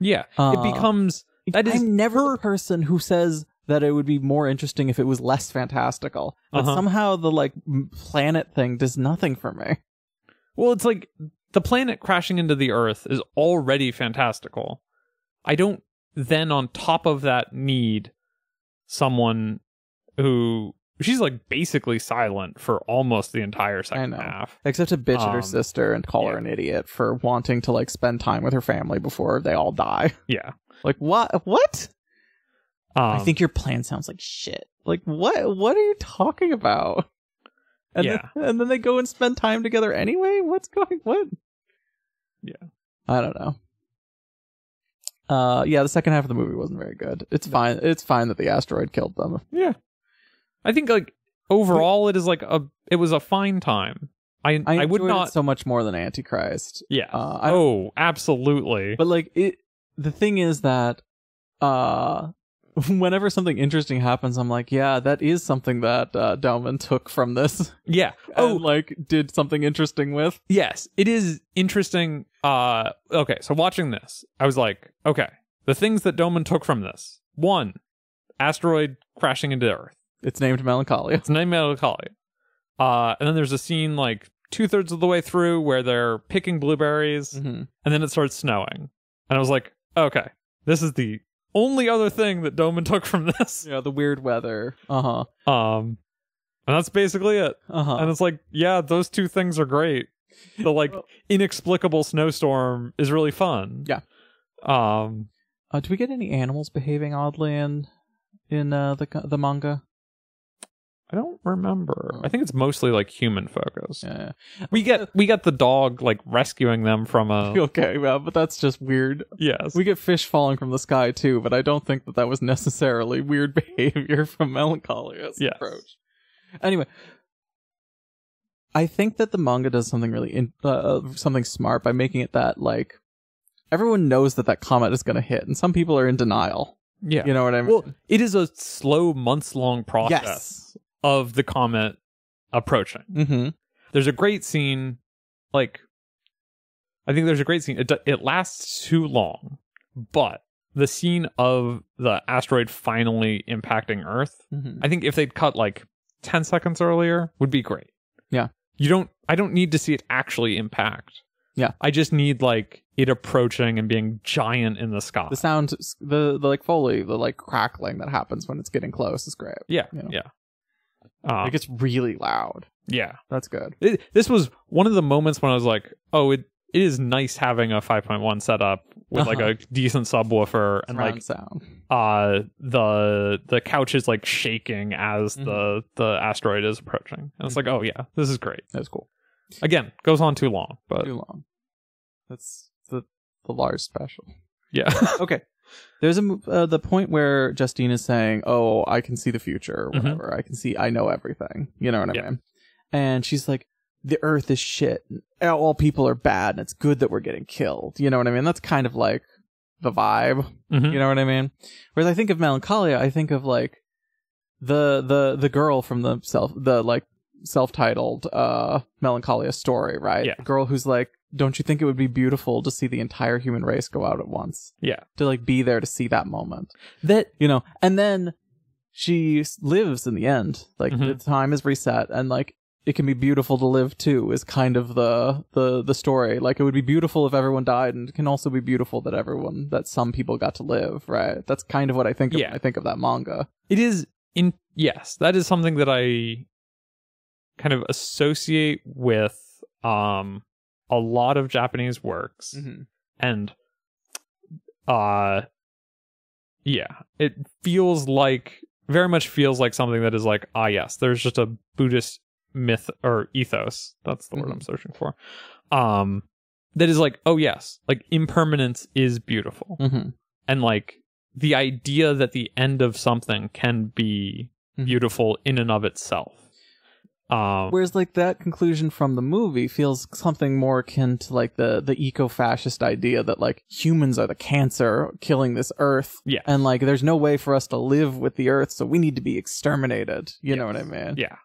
S1: Yeah.
S2: Uh,
S1: it becomes that is
S2: i'm never
S1: her-
S2: the person who says that it would be more interesting if it was less fantastical but
S1: Uh-huh.
S2: somehow the like m- planet thing does nothing for me
S1: Well, it's like the planet crashing into the Earth is already fantastical. I don't then, on top of that, need someone who she's like basically silent for almost the entire second
S2: know.
S1: half.
S2: except to bitch at her
S1: Um,
S2: sister and call her
S1: yeah.
S2: an idiot for wanting to like spend time with her family before they all die *laughs*
S1: Yeah.
S2: like what what
S1: Um,
S2: I think your plan sounds like shit. Like what? What are you talking about? And
S1: Yeah.
S2: Then, and then they go and spend time together anyway. What's going? What?
S1: Yeah.
S2: I don't know. Uh, yeah. The second half of the movie wasn't very good. It's fine. It's fine that the asteroid killed them.
S1: yeah. I think like overall, it is like a it was a fine time. I I,
S2: I,
S1: would
S2: enjoyed it
S1: not.
S2: so much more than Antichrist.
S1: yeah.
S2: Uh, I,
S1: oh, absolutely.
S2: But like it, the thing is that, uh, *laughs* whenever something interesting happens, I'm like, yeah, that is something that uh, Delman took from this. *laughs*
S1: yeah.
S2: oh, like did something interesting with.
S1: yes it is interesting uh okay so watching this i was like okay the things that doman took from this one asteroid crashing into earth
S2: It's named Melancholia.
S1: it's named melancholia uh and then there's a scene like two-thirds of the way through where they're picking blueberries
S2: Mm-hmm.
S1: and then it starts snowing and i was like okay this is the only other thing that doman *laughs* took from this
S2: Yeah, the weird weather. Uh huh.
S1: um and that's basically it
S2: Uh huh.
S1: and it's like yeah those two things are great the like
S2: Well-
S1: inexplicable snowstorm is really fun
S2: Yeah.
S1: um
S2: Uh, do we get any animals behaving oddly in in uh, the co- the manga?
S1: i don't remember i think it's mostly like human focused
S2: Yeah.
S1: we get we get the dog like rescuing them from
S2: *laughs*
S1: a
S2: Okay, well, but that's just weird.
S1: yes
S2: We get fish falling from the sky too, but I don't think that that was necessarily weird *laughs* behavior from Melancholia's
S1: Yes.
S2: approach. Anyway, I think that the manga does something really in- uh, something smart by making it that like everyone knows that that comet is going to hit, and some people are in denial.
S1: yeah
S2: You know what I mean?
S1: well it is a slow months long process
S2: yes.
S1: of the comet approaching
S2: Mm-hmm.
S1: there's a great scene like i think there's a great scene it, do- it lasts too long but the scene of the asteroid finally impacting earth
S2: Mm-hmm.
S1: i think if they'd cut like 10 seconds earlier would be great
S2: Yeah.
S1: you don't i don't need to see it actually impact
S2: Yeah.
S1: i just need like it approaching and being giant in the sky
S2: The sound, the, the like foley, the like crackling that happens when it's getting close is great.
S1: yeah
S2: you know.
S1: yeah uh,
S2: Like it's really loud.
S1: yeah
S2: That's good.
S1: It- this was one of the moments when I was like, "Oh, it it is nice having a 5.1 setup with like
S2: Uh-huh.
S1: a decent subwoofer and
S2: Surround
S1: like
S2: sound.
S1: uh the the couch is like shaking as the the asteroid is approaching and it's like oh yeah this is great
S2: That's cool.
S1: again goes on too long but
S2: Too long. That's the the
S1: *laughs*
S2: Lars special.
S1: yeah
S2: okay. There's a mo- uh, the point where Justine is saying, "Oh, I can see the future, or
S1: Mhm.
S2: whatever. I can see. I know everything. You know what I
S1: Yeah.
S2: mean?" And she's like, "The Earth is shit. and All people are bad, and it's good that we're getting killed. You know what I mean? That's kind of like the vibe.
S1: Mhm.
S2: You know what I mean? Whereas I think of Melancholia, I think of like the the the girl from the self the like self-titled uh Melancholia story, right?
S1: Yeah.
S2: The girl who's like, "Don't you think it would be beautiful to see the entire human race go out at once?"
S1: yeah
S2: to like be there to see that moment
S1: that
S2: you know and then she s- lives in the end like
S1: Mhm.
S2: the time is reset and like it can be beautiful to live too is kind of the the the story like it would be beautiful if everyone died and it can also be beautiful that everyone that some people got to live right that's kind of what i think of
S1: Yeah.
S2: when i think of that manga
S1: it is in yes that is something that i kind of associate with um a lot of japanese works
S2: Mm-hmm.
S1: and uh yeah it feels like very much feels like something that is like ah yes there's just a buddhist myth or ethos that's the word
S2: Mhm.
S1: i'm searching for um that is like oh yes like impermanence is beautiful
S2: mm-hmm.
S1: and like the idea that the end of something can be
S2: Mhm.
S1: beautiful in and of itself um
S2: Whereas like that conclusion from the movie feels something more akin to like the the eco-fascist idea that like humans are the cancer killing this earth.
S1: Yeah.
S2: And like there's no way for us to live with the earth, so we need to be exterminated. You know what I
S1: Yes.
S2: mean?
S1: yeah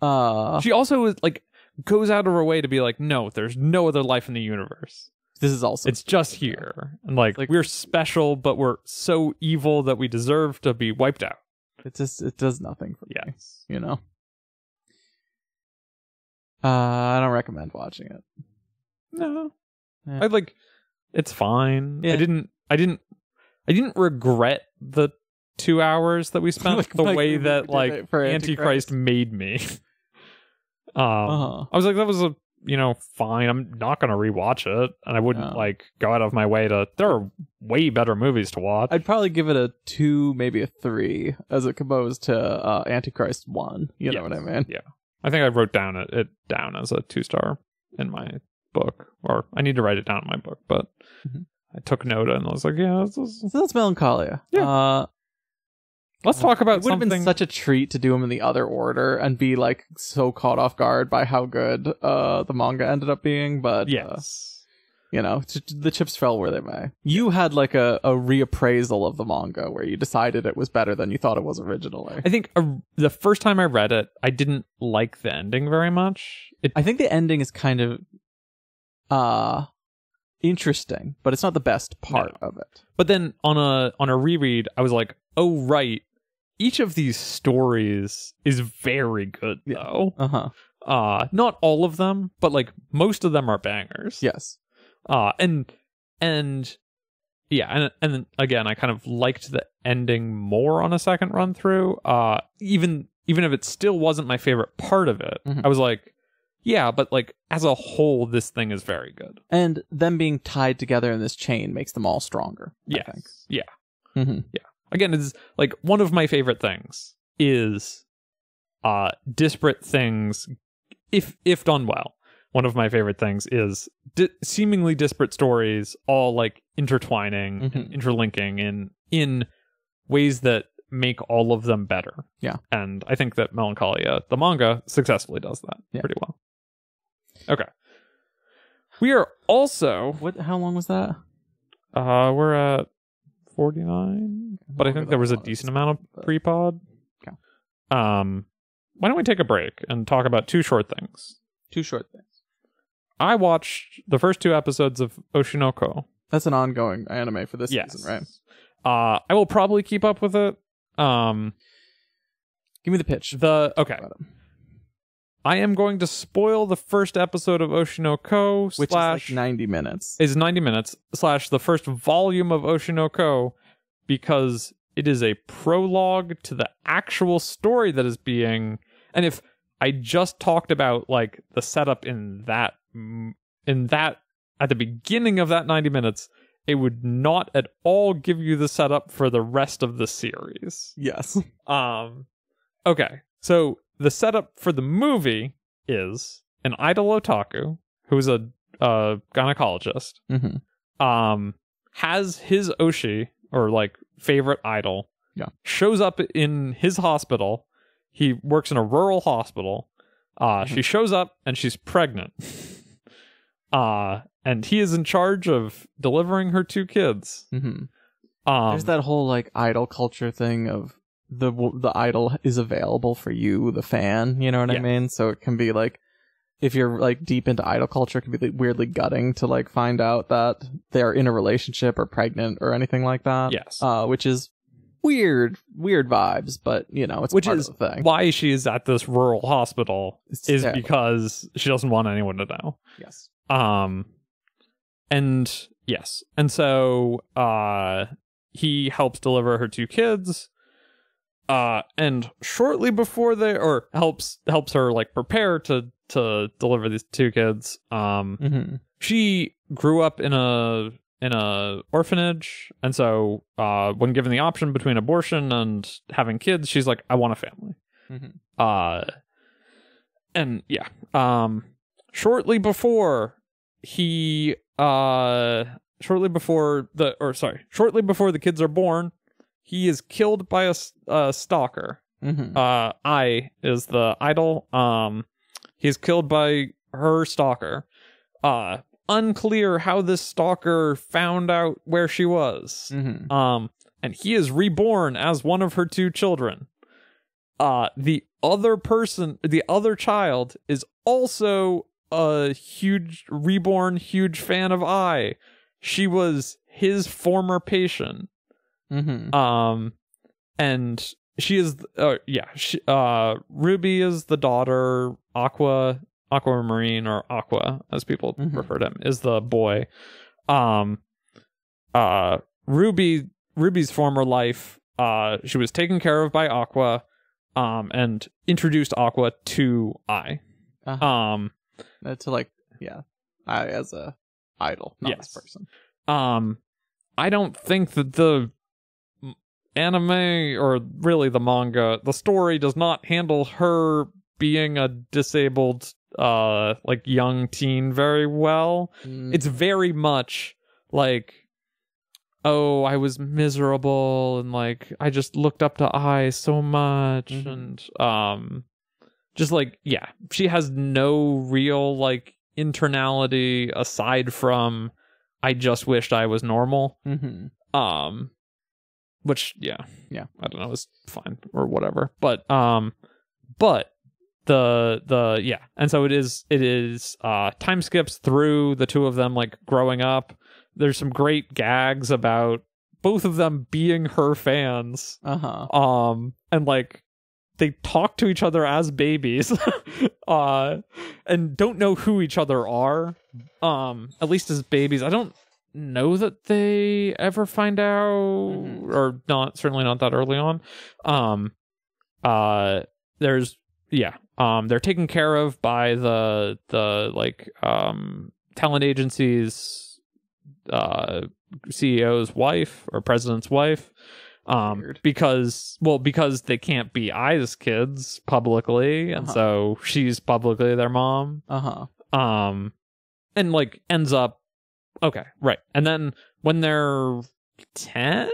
S2: Uh
S1: she also is like goes out of her way to be like no there's no other life in the universe
S2: this is also
S1: it's just here and like,
S2: Like-
S1: we're special but we're so evil that we deserve to be wiped out
S2: it just it does nothing for me,
S1: yes
S2: you know. Uh I don't recommend watching it. *laughs*
S1: no
S2: Yeah.
S1: i like it's fine i
S2: Yeah.
S1: didn't i didn't i didn't regret the two hours
S2: *laughs*
S1: that we spent
S2: Like-
S1: the
S2: like
S1: way
S2: we
S1: that
S2: did
S1: like
S2: it for
S1: antichrist,
S2: Antichrist.
S1: made me *laughs* um
S2: Uh-huh.
S1: i was like that was a you know fine i'm not gonna rewatch it and i wouldn't
S2: No.
S1: like go out of my way to there are way better movies to watch
S2: I'd probably give it a two, maybe a three, as it composed to uh, Antichrist one. You know what I
S1: Yes.
S2: mean?
S1: Yeah. I think I wrote down it, it down as a two star in my book, or I need to write it down in my book, but
S2: Mhm.
S1: I took note and I was like, yeah, this is,
S2: So that's Melancholia.
S1: Yeah.
S2: Uh,
S1: let's talk about
S2: it would have
S1: something.
S2: been such a treat to do them in the other order and be like so caught off guard by how good uh the manga ended up being but uh,
S1: yes.
S2: you know t- t- the chips fell where they may you had like a, a reappraisal of the manga where you decided it was better than you thought it was originally
S1: I think uh the first time I read it, I didn't like the ending very much. It,
S2: i think the ending is kind of uh interesting but it's not the best part of it
S1: but then on a on a reread, I was like, oh right, each of these stories is very good
S2: Yeah.
S1: though.
S2: uh-huh
S1: Uh, not all of them, but like most of them are bangers.
S2: yes
S1: uh and and yeah and and then, again i kind of liked the ending more on a second run through uh even even if it still wasn't my favorite part of it
S2: Mhm.
S1: i was like yeah but like as a whole this thing is very good
S2: and them being tied together in this chain makes them all stronger
S1: yeah
S2: i think
S1: yeah
S2: Mhm.
S1: yeah again it's like one of my favorite things is uh disparate things if if done well one of my favorite things is di- seemingly disparate stories all like intertwining
S2: Mhm.
S1: interlinking in in ways that make all of them better.
S2: Yeah.
S1: And I think that Melancholia, the manga, successfully does that
S2: Yeah.
S1: pretty well. Okay. We are also
S2: what how long was that
S1: uh we're at 49, but I think there was a decent amount of pre-pod.
S2: Okay.
S1: Um why don't we take a break and talk about two short things?
S2: two short things
S1: I watched the first two episodes of Oshinoko.
S2: That's an ongoing anime for this
S1: yes.
S2: season, right?
S1: Uh I will probably keep up with it. Um
S2: Give me the pitch.
S1: the okay.
S2: about it.
S1: I am going to spoil the first episode of Oshinoko
S2: Which
S1: slash
S2: is like 90 minutes.
S1: is 90 minutes slash the first volume of Oshinoko because it is a prologue to the actual story that is being and if I just talked about like the setup in that m- in that at the beginning of that 90 minutes, it would not at all give you the setup for the rest of the series.
S2: Yes.
S1: Um, okay. So the setup for the movie is an idol otaku who's a, a gynecologist.
S2: *laughs* Mm-hmm.
S1: Um, has his oshi or like favorite idol.
S2: Yeah.
S1: Shows up in his hospital. He works in a rural hospital. Uh,
S2: Mm-hmm.
S1: she shows up and she's
S2: *laughs*
S1: pregnant. uh, and he is in charge of delivering her two kids.
S2: Mm-hmm.
S1: Um,
S2: There's that whole like idol culture thing of the w- the idol is available for you, the fan. You know what I
S1: Yeah.
S2: mean? So it can be like if you're like deep into idol culture, it can be like, weirdly gutting to like find out that they're in a relationship or pregnant or anything like that.
S1: yes.
S2: Uh, which is weird, weird vibes, but you know it's
S1: Which
S2: part
S1: is
S2: of the thing.
S1: Why she is at this rural hospital
S2: It's
S1: is
S2: terrible.
S1: because she doesn't want anyone to know.
S2: yes.
S1: um and yes and so uh he helps deliver her two kids uh and shortly before they or helps helps her like prepare to to deliver these two kids um
S2: Mm-hmm.
S1: she grew up in a in a orphanage and so uh when given the option between abortion and having kids she's like i want a family
S2: Mhm.
S1: uh and yeah um shortly before he uh shortly before the or sorry shortly before the kids are born he is killed by a, s- a stalker
S2: Mm-hmm.
S1: uh i is the idol um he's killed by her stalker uh unclear how this stalker found out where she was
S2: Mm-hmm.
S1: um and he is reborn as one of her two children uh the other person the other child is also a huge reborn huge fan of i she was his former patient
S2: Mm-hmm.
S1: um and she is uh, yeah she, uh ruby is the daughter aqua aquamarine or aqua as people
S2: Mhm.
S1: refer to him is the boy um uh ruby ruby's former life uh she was taken care of by aqua um and introduced aqua to i
S2: Uh-huh.
S1: um
S2: Uh, to like yeah i as a idol not
S1: Yes.
S2: this person
S1: um i don't think that the m- anime or really the manga the story does not handle her being a disabled uh like young teen very well
S2: Mm,
S1: it's very much like oh i was miserable and like i just looked up to i so much
S2: Mhm.
S1: and um just like yeah she has no real like internality aside from i just wished i was normal
S2: mhm.
S1: um which yeah
S2: Yeah.
S1: i don't know is fine or whatever but um but the the yeah and so it is it is uh time skips through the two of them like growing up there's some great gags about both of them being her fans
S2: uh-huh
S1: um and like they talk to each other as babies *laughs* uh and don't know who each other are um at least as babies i don't know that they ever find out
S2: Mhm.
S1: or not certainly not that early on um uh there's yeah um they're taken care of by the the like um talent agencies uh CEO's wife or president's wife. Um,
S2: Weird.
S1: because well, because they can't be I's kids publicly, and
S2: Uh-huh.
S1: so she's publicly their mom.
S2: uh-huh
S1: Um, and like ends up okay, right, and then when they're ten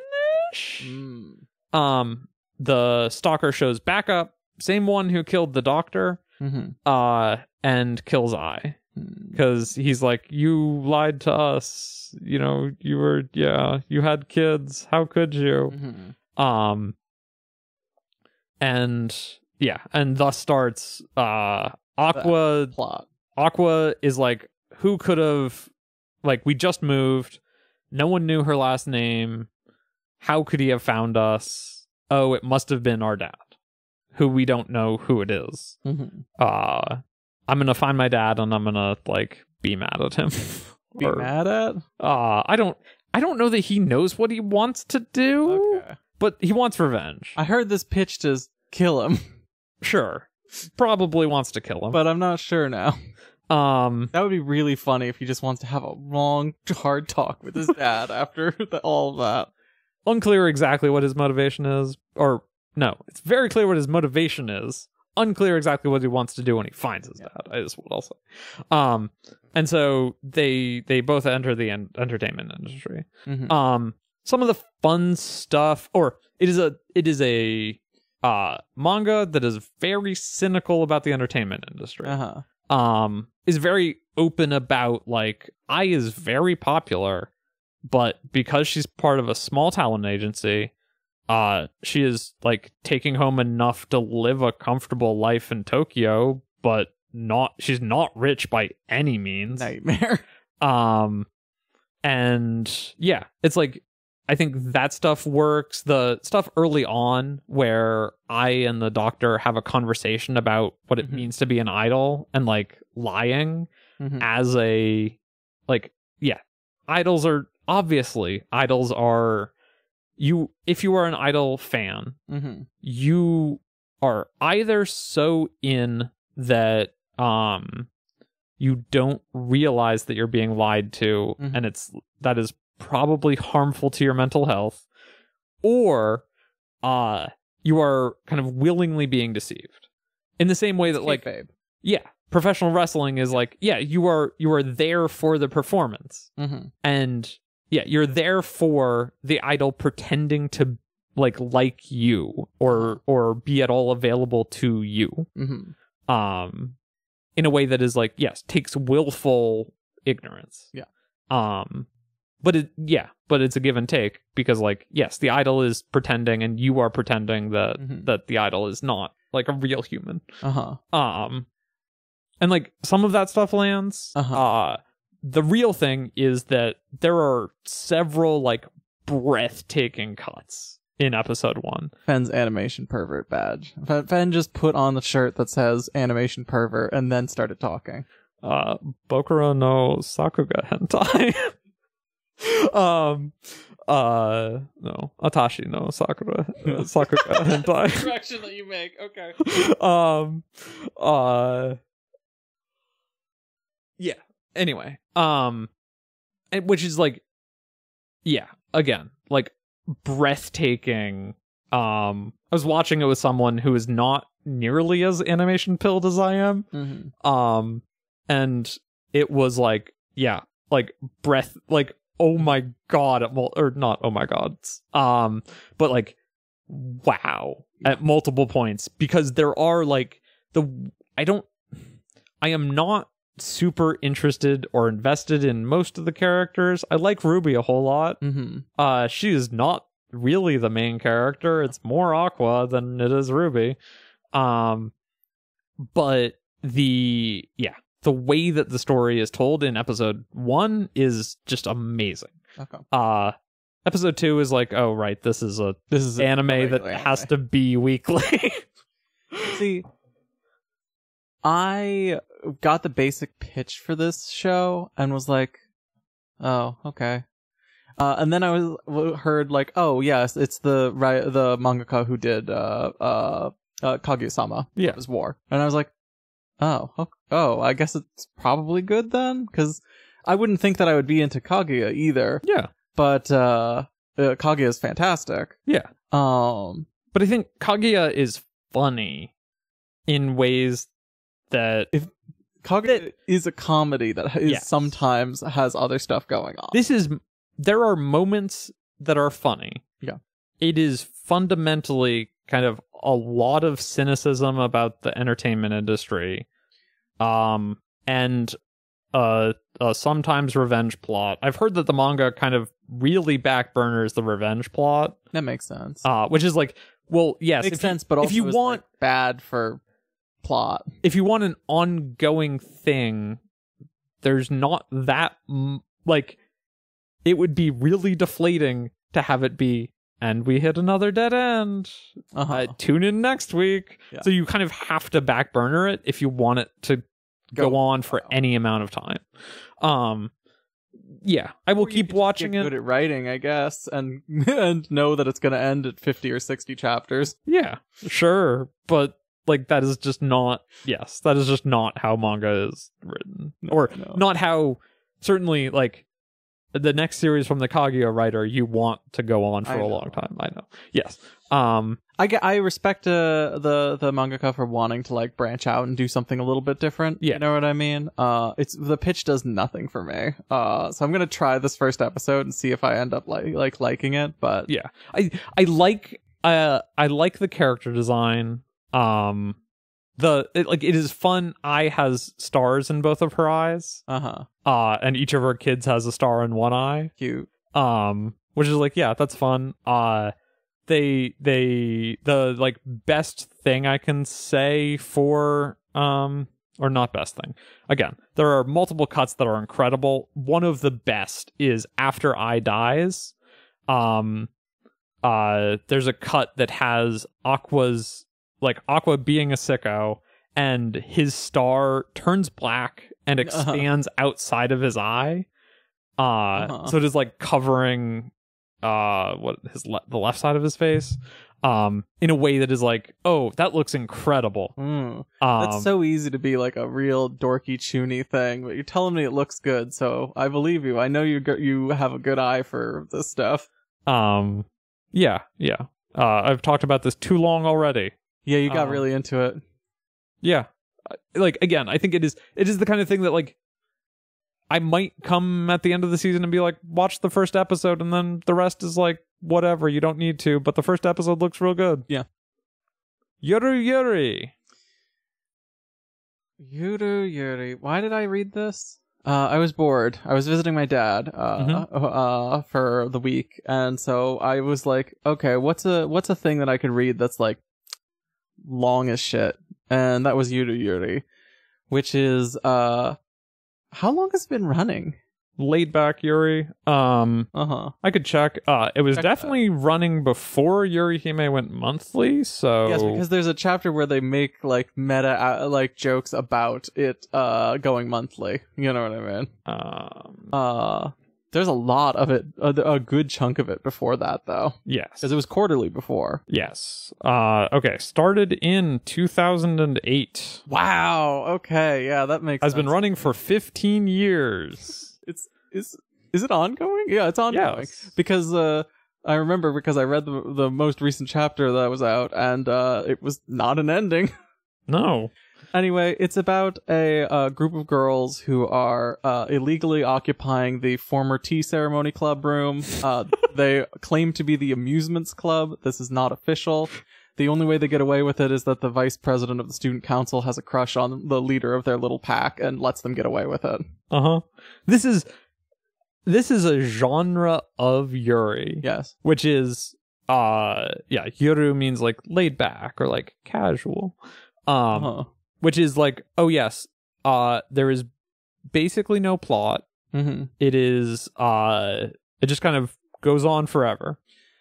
S1: ish,
S2: mm.
S1: um, the stalker shows back up, same one who killed the doctor,
S2: Mhm.
S1: uh, and kills I
S2: Mm.
S1: because he's like, you lied to us. You know, you were, yeah, you had kids. How could you?
S2: Mhm.
S1: Um, and yeah, and thus starts, uh, Aqua,
S2: plot
S1: Aqua is like, who could have, like, we just moved. No one knew her last name. How could he have found us? Oh, it must have been our dad, who we don't know who it is
S2: Mhm.
S1: uh i'm gonna find my dad and i'm gonna like be mad at him *laughs*
S2: be
S1: Or,
S2: mad at
S1: uh i don't i don't know that he knows what he wants to do
S2: okay
S1: but he wants revenge
S2: i heard this pitched *laughs* as kill him
S1: sure probably wants to kill him
S2: but i'm not sure now
S1: Um,
S2: That would be really funny if he just wants to have a long, hard talk with his *laughs* dad after the, all that.
S1: unclear exactly what his motivation is, or no, it's very clear what his motivation is. Unclear exactly what he wants to do when he finds his
S2: Yeah.
S1: dad. I just what I'll say. Um, and so they they both enter the en- entertainment industry.
S2: Mhm.
S1: Um, some of the fun stuff, or it is a it is a uh manga that is very cynical about the entertainment industry
S2: Uh-huh.
S1: um is very open about like I is very popular, but because she's part of a small talent agency, uh she is like taking home enough to live a comfortable life in Tokyo, but not she's not rich by any means.
S2: Nightmare. *laughs*
S1: Um and yeah, it's like I think that stuff works. The stuff early on where I and the doctor have a conversation about what it
S2: Mhm.
S1: means to be an idol and like lying
S2: Mhm.
S1: as a like yeah, idols are obviously idols are you if you are an idol fan,
S2: Mhm.
S1: you are either so in that um you don't realize that you're being lied to
S2: Mhm.
S1: and it's that is probably harmful to your mental health or uh you are kind of willingly being deceived in the same way that like
S2: babe.
S1: yeah professional wrestling is like yeah you are you are there for the performance
S2: Mm-hmm.
S1: and yeah you're there for the idol pretending to like like you or or be at all available to you
S2: Mm-hmm.
S1: um in a way that is like yes takes willful ignorance
S2: Yeah.
S1: um but it yeah but it's a give and take because like yes the idol is pretending and you are pretending that
S2: Mhm.
S1: that the idol is not like a real human
S2: Uh-huh.
S1: um and like some of that stuff lands
S2: Uh-huh.
S1: uh the real thing is that there are several like breathtaking cuts in episode one
S2: Fenn's animation pervert badge. F- Fenn just put on the shirt that says animation pervert and then started *laughs* talking.
S1: uh Bokuro no Sakuga hentai. *laughs* um uh no, Atashi no Sakura Sakuga
S2: *laughs*
S1: hentai.
S2: Correction that you make. Okay.
S1: *laughs* um uh Yeah. Anyway, um and- which is like yeah, again, like breathtaking. Um I was watching it with someone who is not nearly as animation pilled as I am
S2: Mm-hmm.
S1: um and it was like yeah like breath like oh my god at mul- or not oh my god um but like wow at multiple points because there are like the i don't i am not super interested or invested in most of the characters i like ruby a whole lot
S2: Mm-hmm.
S1: uh she is not really the main character it's more aqua than it is ruby um but the yeah the way that the story is told in episode 1 is just amazing
S2: Okay.
S1: uh episode 2 is like oh right this is a
S2: This is
S1: anime that
S2: regular
S1: has
S2: anime.
S1: to be weekly *laughs*
S2: See, I got the basic pitch for this show and was like, "Oh, okay." Uh, and then I was w- heard like, "Oh, yes, it's the ri- the mangaka who did uh uh, uh Kaguya-sama,
S1: Yeah.
S2: it was War." And I was like, "Oh, o- oh, I guess it's probably good then, because I wouldn't think that I would be into Kaguya either,
S1: yeah
S2: but uh, uh Kaguya is fantastic."
S1: Yeah.
S2: Um.
S1: but i think kaguya is funny in ways that
S2: Cognitive is a comedy that is
S1: Yes.
S2: sometimes has other stuff going on.
S1: this is there are moments that are funny
S2: Yeah.
S1: it is fundamentally kind of a lot of cynicism about the entertainment industry um and uh, uh sometimes revenge plot i've heard that the manga kind of really backburners the revenge plot
S2: that makes sense.
S1: uh which is like well yes
S2: makes
S1: if you-
S2: sense, but also
S1: if you
S2: is,
S1: want
S2: like, bad for plot.
S1: if you want an ongoing thing, there's not that m- like it would be really deflating to have it be and we hit another dead end.
S2: Uh-huh.
S1: Uh, tune in next week.
S2: Yeah.
S1: So you kind of have to back burner it if you want it to go,
S2: Go
S1: on for
S2: on.
S1: any amount of time. Um yeah, I will
S2: Or you could
S1: keep
S2: just
S1: watching
S2: get
S1: it.
S2: Good at writing, I guess, and *laughs* and know that it's going to end at fifty or sixty chapters.
S1: Yeah, sure, but like that is just not yes, that is just not how manga is written. Or
S2: no.
S1: not how certainly like the next series from the Kaguya writer you want to go on for
S2: I
S1: a
S2: know.
S1: long time. I know. Yes. Um
S2: I get, I respect uh, the the mangaka for wanting to like branch out and do something a little bit different.
S1: Yeah.
S2: you know what I mean. Uh, it's the pitch does nothing for me. Uh, so I'm gonna try this first episode and see if I end up like like liking it. But
S1: Yeah. I I like uh I like the character design. Um the it, like it is fun. I has stars in both of her eyes.
S2: uh huh,
S1: Uh and each of her kids has a star in one eye.
S2: cute.
S1: um which is like yeah that's fun uh they they the like best thing i can say for um or not best thing again there are multiple cuts that are incredible one of the best is after i dies um uh there's a cut that has aqua's like aqua being a sicko and his star turns black and
S2: Uh-huh.
S1: expands outside of his eye uh
S2: Uh-huh.
S1: so it is like covering uh what his le- the left side of his face um in a way that is like oh that looks incredible
S2: Mm.
S1: um
S2: That's so easy to be like a real dorky chuny thing, but you're telling me it looks good, so I believe you. I know you go- you have a good eye for this stuff.
S1: um yeah yeah uh i've talked about this too long already
S2: Yeah, you got
S1: Um,
S2: really into it.
S1: yeah Uh, like again i think it is it is the kind of thing that like i might come at the end of the season and be like watch the first episode and then the rest is like whatever you don't need to but the first episode looks real good
S2: Yeah.
S1: yuri yuri
S2: Yuru Yuri. Why did I read this? Uh, I was bored. I was visiting my dad uh,
S1: Mhm.
S2: uh, for the week, and so I was like, "Okay, what's a what's a thing that I could read that's like long as shit?" And that was Yuru Yuri, which is uh, how long has it been running?
S1: laid back yuri um
S2: Uh huh.
S1: I could check. Uh, it was
S2: Check that.
S1: definitely running before Yurihime went monthly, so
S2: Yes, because there's a chapter where they make like meta uh, like jokes about it uh going monthly. You know what I mean?
S1: um,
S2: Uh, there's a lot of it, a, a good chunk of it before that though,
S1: yes,
S2: because it was quarterly before.
S1: yes. Uh, okay, started in 2008.
S2: Wow. Okay. Yeah, that makes.
S1: Has been
S2: sense.
S1: running for 15 years.
S2: It's is is it ongoing? Yeah, it's ongoing.
S1: Yes.
S2: Because uh, I remember because I read the the most recent chapter that was out, and uh, it was not an ending.
S1: No.
S2: Anyway, it's about a uh, group of girls who are uh, illegally occupying the former tea ceremony club room. Uh, they claim to be the amusements club. This is not official. The only way they get away with it is that the vice president of the student council has a crush on the leader of their little pack and lets them get away with it.
S1: Uh huh. This is this is a genre of Yuri,
S2: Yes.
S1: which is uh yeah, Yuru means like laid back or like casual. Um,
S2: uh-huh.
S1: which is like oh yes uh there is basically no plot
S2: hmm
S1: it is uh it just kind of goes on forever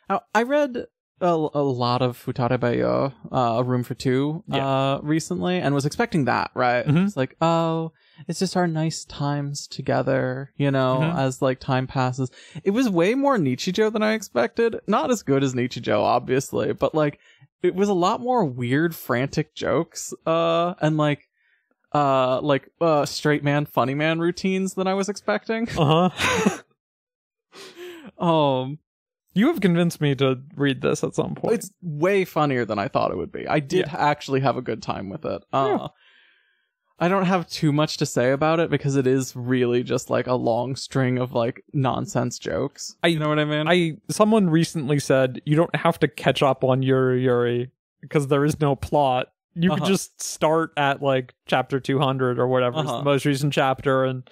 S2: Now, Oh, I read a, a lot of Futare Bayo, uh, A Room for Two, uh, recently, and was expecting that, right?
S1: Mhm.
S2: It's like, oh, it's just our nice times together, you know,
S1: Mhm.
S2: as like time passes. It was way more Nichijou than I expected. Not as good as Nichijou, obviously, but like, it was a lot more weird, frantic jokes, uh, and like, uh, like, uh, straight man, funny man routines than I was expecting. *laughs*
S1: uh-huh
S2: Um,
S1: *laughs* you have convinced me to read this at some point
S2: It's way funnier than I thought it would be. I did actually have a good time with it. Uh,
S1: Yeah.
S2: I don't have too much to say about it because it is really just like a long string of like nonsense jokes.
S1: I-
S2: you know what I mean?
S1: i someone recently said you don't have to catch up on yuri yuri because there is no plot you could
S2: Uh-huh.
S1: just start at like chapter 200 or whatever is
S2: Uh-huh.
S1: the most recent chapter and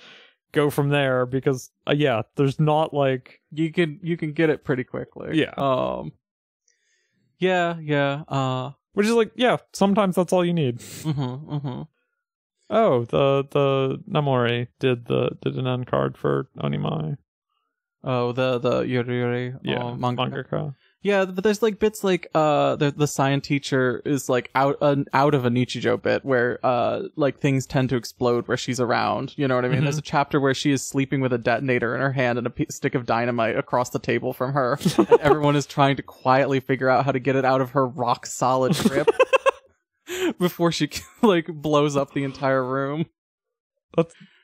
S1: go from there because uh, yeah there's not like
S2: you can you can get it pretty quickly.
S1: Yeah.
S2: Um. Yeah. Yeah. Uh.
S1: which is like yeah sometimes that's all you need
S2: Mm-hmm, mm-hmm.
S1: Oh, the the Namori did the did an end card for Onimai.
S2: Oh, the the Yuri Yuri
S1: Yeah,
S2: uh, manga.
S1: mangaka.
S2: Yeah, but there's like bits like uh the the science teacher is like out an out of a Nichijou bit where uh like things tend to explode where she's around. You know what I mean?
S1: Mhm.
S2: There's a chapter where she is sleeping with a detonator in her hand and a p- stick of dynamite across the table from her. and everyone is trying to quietly figure out how to get it out of her rock solid grip. before she *laughs* like blows up the entire room.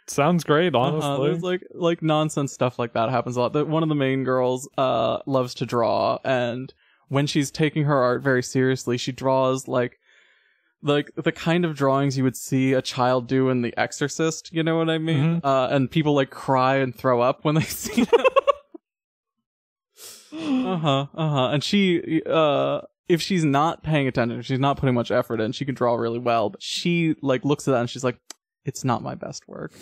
S1: Sounds great,
S2: Uh-huh,
S1: honestly.
S2: there's like like nonsense stuff like that happens a lot. That one of the main girls uh loves to draw, and when she's taking her art very seriously, she draws like like the kind of drawings you would see a child do in The Exorcist. You know what I mean? Uh, and people like cry and throw up when they *laughs* see it.
S1: *gasps*
S2: uh huh. Uh huh. And she uh. If she's not paying attention, if she's not putting much effort in, she can draw really well. But she like looks at that and she's like, "It's not my best work."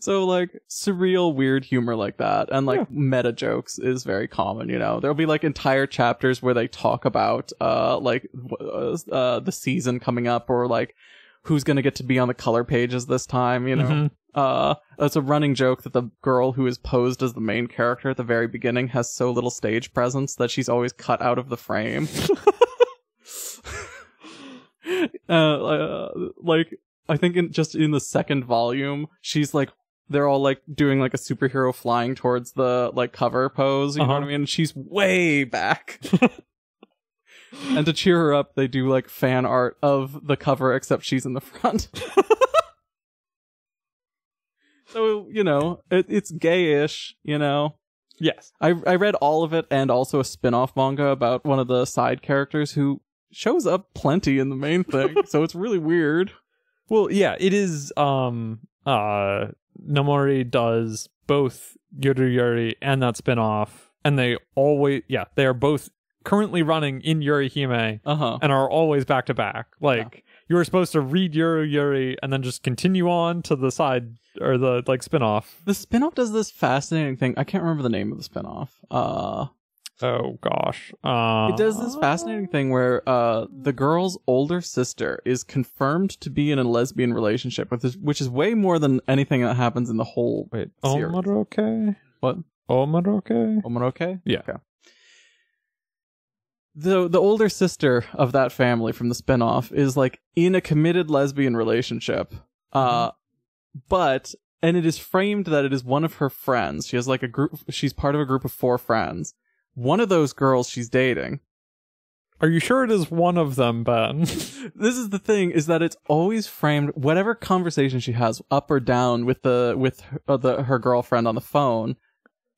S2: So like surreal, weird humor like that, and like
S1: Yeah.
S2: meta jokes is very common. You know, there'll be like entire chapters where they talk about uh like w- uh the season coming up or like who's gonna get to be on the color pages this time. You know,
S1: Mhm.
S2: uh, it's a running joke that the girl who is posed as the main character at the very beginning has so little stage presence that she's always cut out of the frame. uh, uh, like, I think in, just in the second volume, she's like, they're all like doing like a superhero flying towards the like cover pose. You know what I
S1: Uh-huh.
S2: mean? And she's way back. and to cheer her up, they do like fan art of the cover, except she's in the front. So you know, it, it's gayish. You know,
S1: Yes.
S2: I I read all of it and also a spin-off manga about one of the side characters who shows up plenty in the main thing. so it's really weird.
S1: Well, yeah, it is. Um, uh, Namori does both Yoru Yuri and that spinoff, and they always, yeah, they are both currently running in Yuri Hime
S2: Uh huh.
S1: and are always back to back. Like you were supposed to read Yoru Yuri and then just continue on to the side or the like spinoff.
S2: The spin-off does this fascinating thing. I can't remember the name of the spin-off. Uh,
S1: Oh gosh, uh,
S2: it does this fascinating thing where uh the girl's older sister is confirmed to be in a lesbian relationship with this, which is way more than anything that happens in the whole
S1: Wait,
S2: series.
S1: Omaroke?
S2: What?
S1: Omaroke?
S2: Omaroke?
S1: Yeah.
S2: Okay. The the older sister of that family from the spinoff is like in a committed lesbian relationship. Uh but and it is framed that it is one of her friends. She has like a group she's part of a group of four friends. One of those girls she's dating.
S1: Are you sure it is one of them, Ben? *laughs*
S2: This is the thing is that it's always framed whatever conversation she has up or down with the with her, uh, the her girlfriend on the phone,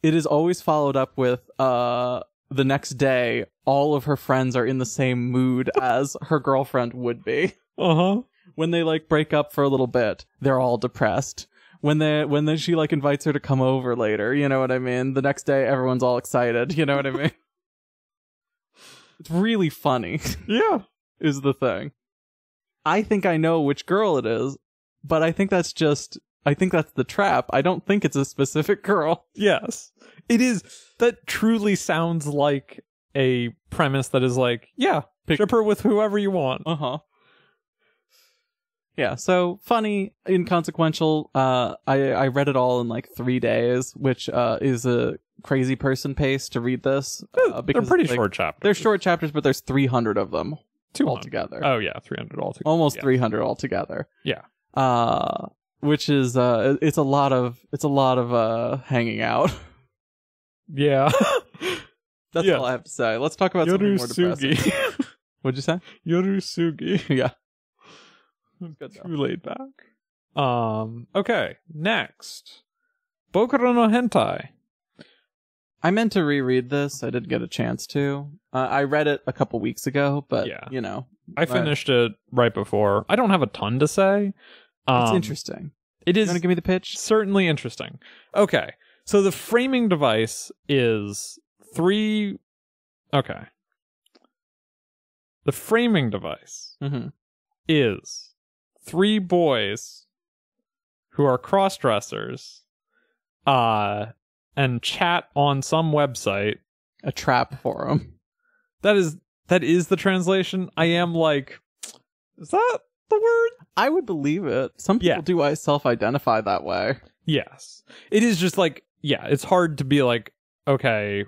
S2: it is always followed up with uh the next day all of her friends are in the same mood as her girlfriend would be
S1: uh huh.
S2: when they like break up for a little bit they're all depressed when they when then she like invites her to come over later you know what i mean the next day everyone's all excited you know what i mean it's really funny
S1: Yeah.
S2: is the thing i think i know which girl it is but i think that's just i think that's the trap i don't think it's a specific *laughs* girl
S1: Yes. It is that truly sounds like a premise that is like, yeah,
S2: Pick-
S1: ship her with whoever you want.
S2: Uh huh. Yeah, so funny, inconsequential. Uh, I I read it all in like three days, which uh is a crazy person pace to read this. Uh,
S1: they're
S2: because,
S1: pretty
S2: like,
S1: short chapters.
S2: They're short chapters, but there's 300 of them
S1: 200.
S2: altogether.
S1: Oh yeah, 300 altogether.
S2: Almost
S1: yeah.
S2: 300 altogether.
S1: Yeah.
S2: Uh, which is uh, it's a lot of it's a lot of uh hanging out. *laughs*
S1: Yeah.
S2: That's
S1: Yeah.
S2: all I have to say. Let's talk about something more depressing.
S1: Yorusugi.
S2: What'd you say?
S1: *laughs* Yorusugi.
S2: yeah.
S1: Too
S2: good though.
S1: laid back. Um. Okay. Next, Bokuro no Hentai.
S2: I meant to reread this. I didn't get a chance to. Uh, I read it a couple weeks ago, but
S1: Yeah.
S2: you know,
S1: I
S2: Right.
S1: finished it right before. I don't have a ton to say. Um,
S2: it's interesting.
S1: It
S2: You
S1: is
S2: want to give me the pitch?
S1: certainly interesting. Okay. So the framing device is three. Okay. The framing device
S2: Mm-hmm.
S1: is three boys who are cross dressers uh, and chat on some website.
S2: A trap for him.
S1: That is that is the translation. I am like, is that the word?
S2: I would believe it. Some people
S1: Yeah.
S2: do. I self-identify that way.
S1: Yes. It is just like, yeah, it's hard to be like, okay,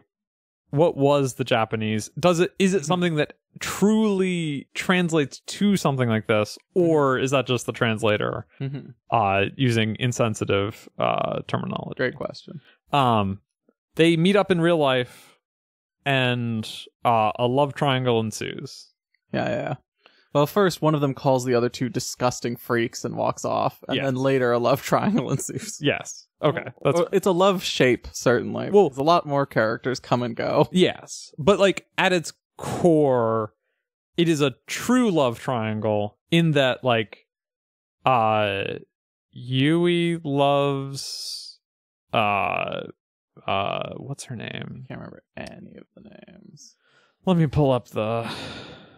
S1: what was the Japanese? Does it is it something that truly translates to something like this or is that just the translator
S2: Mm-hmm.
S1: uh using insensitive uh terminology?
S2: Great question.
S1: Um they meet up in real life and uh a love triangle ensues.
S2: Yeah, yeah. yeah. Well, first one of them calls the other two disgusting freaks and walks off, and
S1: Yes.
S2: then later a love *laughs* triangle ensues.
S1: Yes. Okay. That's
S2: Or it's a love shape, certainly.
S1: Well-
S2: Well, a lot more characters come and go.
S1: yes. But like at its core, it is a true love triangle in that like uh Yui loves uh uh what's her name?
S2: Can't remember any of the names.
S1: Let me pull up the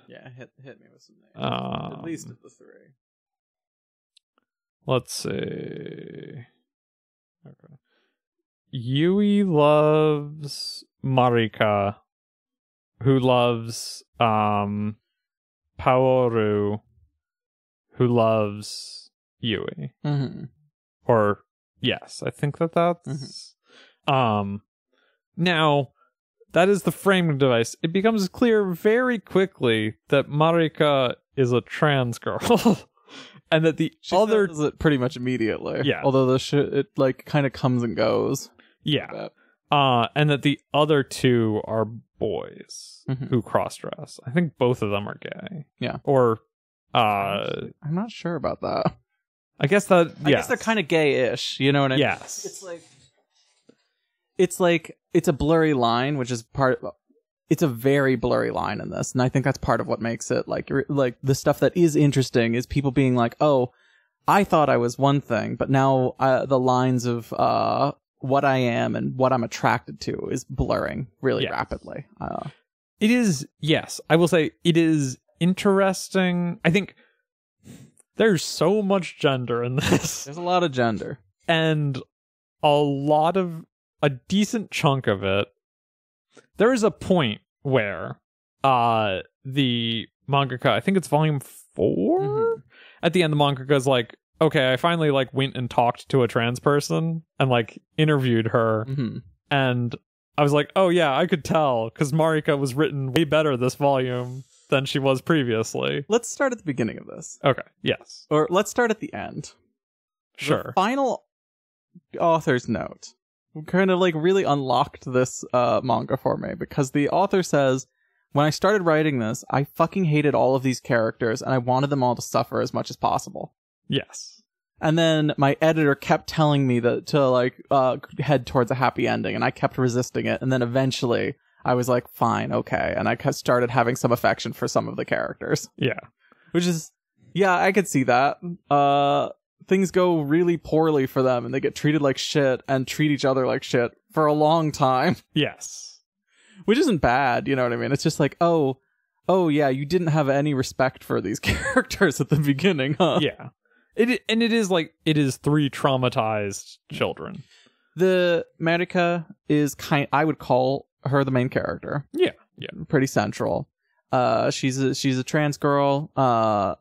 S2: Yeah, hit hit me with some names.
S1: um,
S2: At least of the three.
S1: Let's see. Okay. Yui loves Marika, who loves um Paoru, who loves Yui.
S2: Mm-hmm.
S1: Or yes, I think that that's um now that is the framing device. It becomes clear very quickly that Marika is a trans girl. *laughs* and that the
S2: She
S1: other
S2: does it pretty much immediately.
S1: Yeah.
S2: Although the sh- it like kind of comes and goes.
S1: yeah uh and that the other two are boys
S2: Mhm.
S1: who cross dress i think both of them are gay
S2: Yeah.
S1: or uh
S2: Actually, I'm not sure about that.
S1: i guess that
S2: I guess they're kind of gay-ish. You know what I mean?
S1: yes
S2: It's like it's like it's a blurry line, which is part. It's a very blurry line in this, and I think that's part of what makes it like re- like the stuff that is interesting is people being like, "Oh, I thought I was one thing, but now uh, the lines of uh, what I am and what I'm attracted to is blurring really
S1: Yes.
S2: rapidly." Uh,
S1: It is, yes. I will say it is interesting. I think there's so much gender in this,
S2: there's a lot of gender.
S1: and a lot of, a decent chunk of it. There is a point where uh the mangaka, I think it's volume 4
S2: Mhm.
S1: at the end the mangaka's like, okay, I finally like went and talked to a trans person and like interviewed her
S2: hmm
S1: and I was like, oh yeah, I could tell because Marika was written way better this volume than she was previously.
S2: Let's start at the beginning of this,
S1: Okay, yes,
S2: or let's start at the end. The
S1: sure.
S2: final author's note kind of like really unlocked this uh, manga for me because the author says, when I started writing this, I fucking hated all of these characters and I wanted them all to suffer as much as possible.
S1: Yes,
S2: And then my editor kept telling me that to like uh, head towards a happy ending, and I kept resisting it. And then eventually, I was like, "Fine, okay," and I ca- started having some affection for some of the characters.
S1: Yeah.
S2: which is, yeah, I could see that. Uh, things go really poorly for them, and they get treated like shit and treat each other like shit for a long time *laughs*
S1: yes,
S2: which isn't bad you know what i mean it's just like oh oh yeah you didn't have any respect for these *laughs* characters at the beginning huh *laughs*
S1: yeah. It i- and it is like it is three traumatized children.
S2: the Marika is kind I would call her the main character.
S1: Yeah, yeah.
S2: Pretty central. Uh she's a she's a trans girl. Uh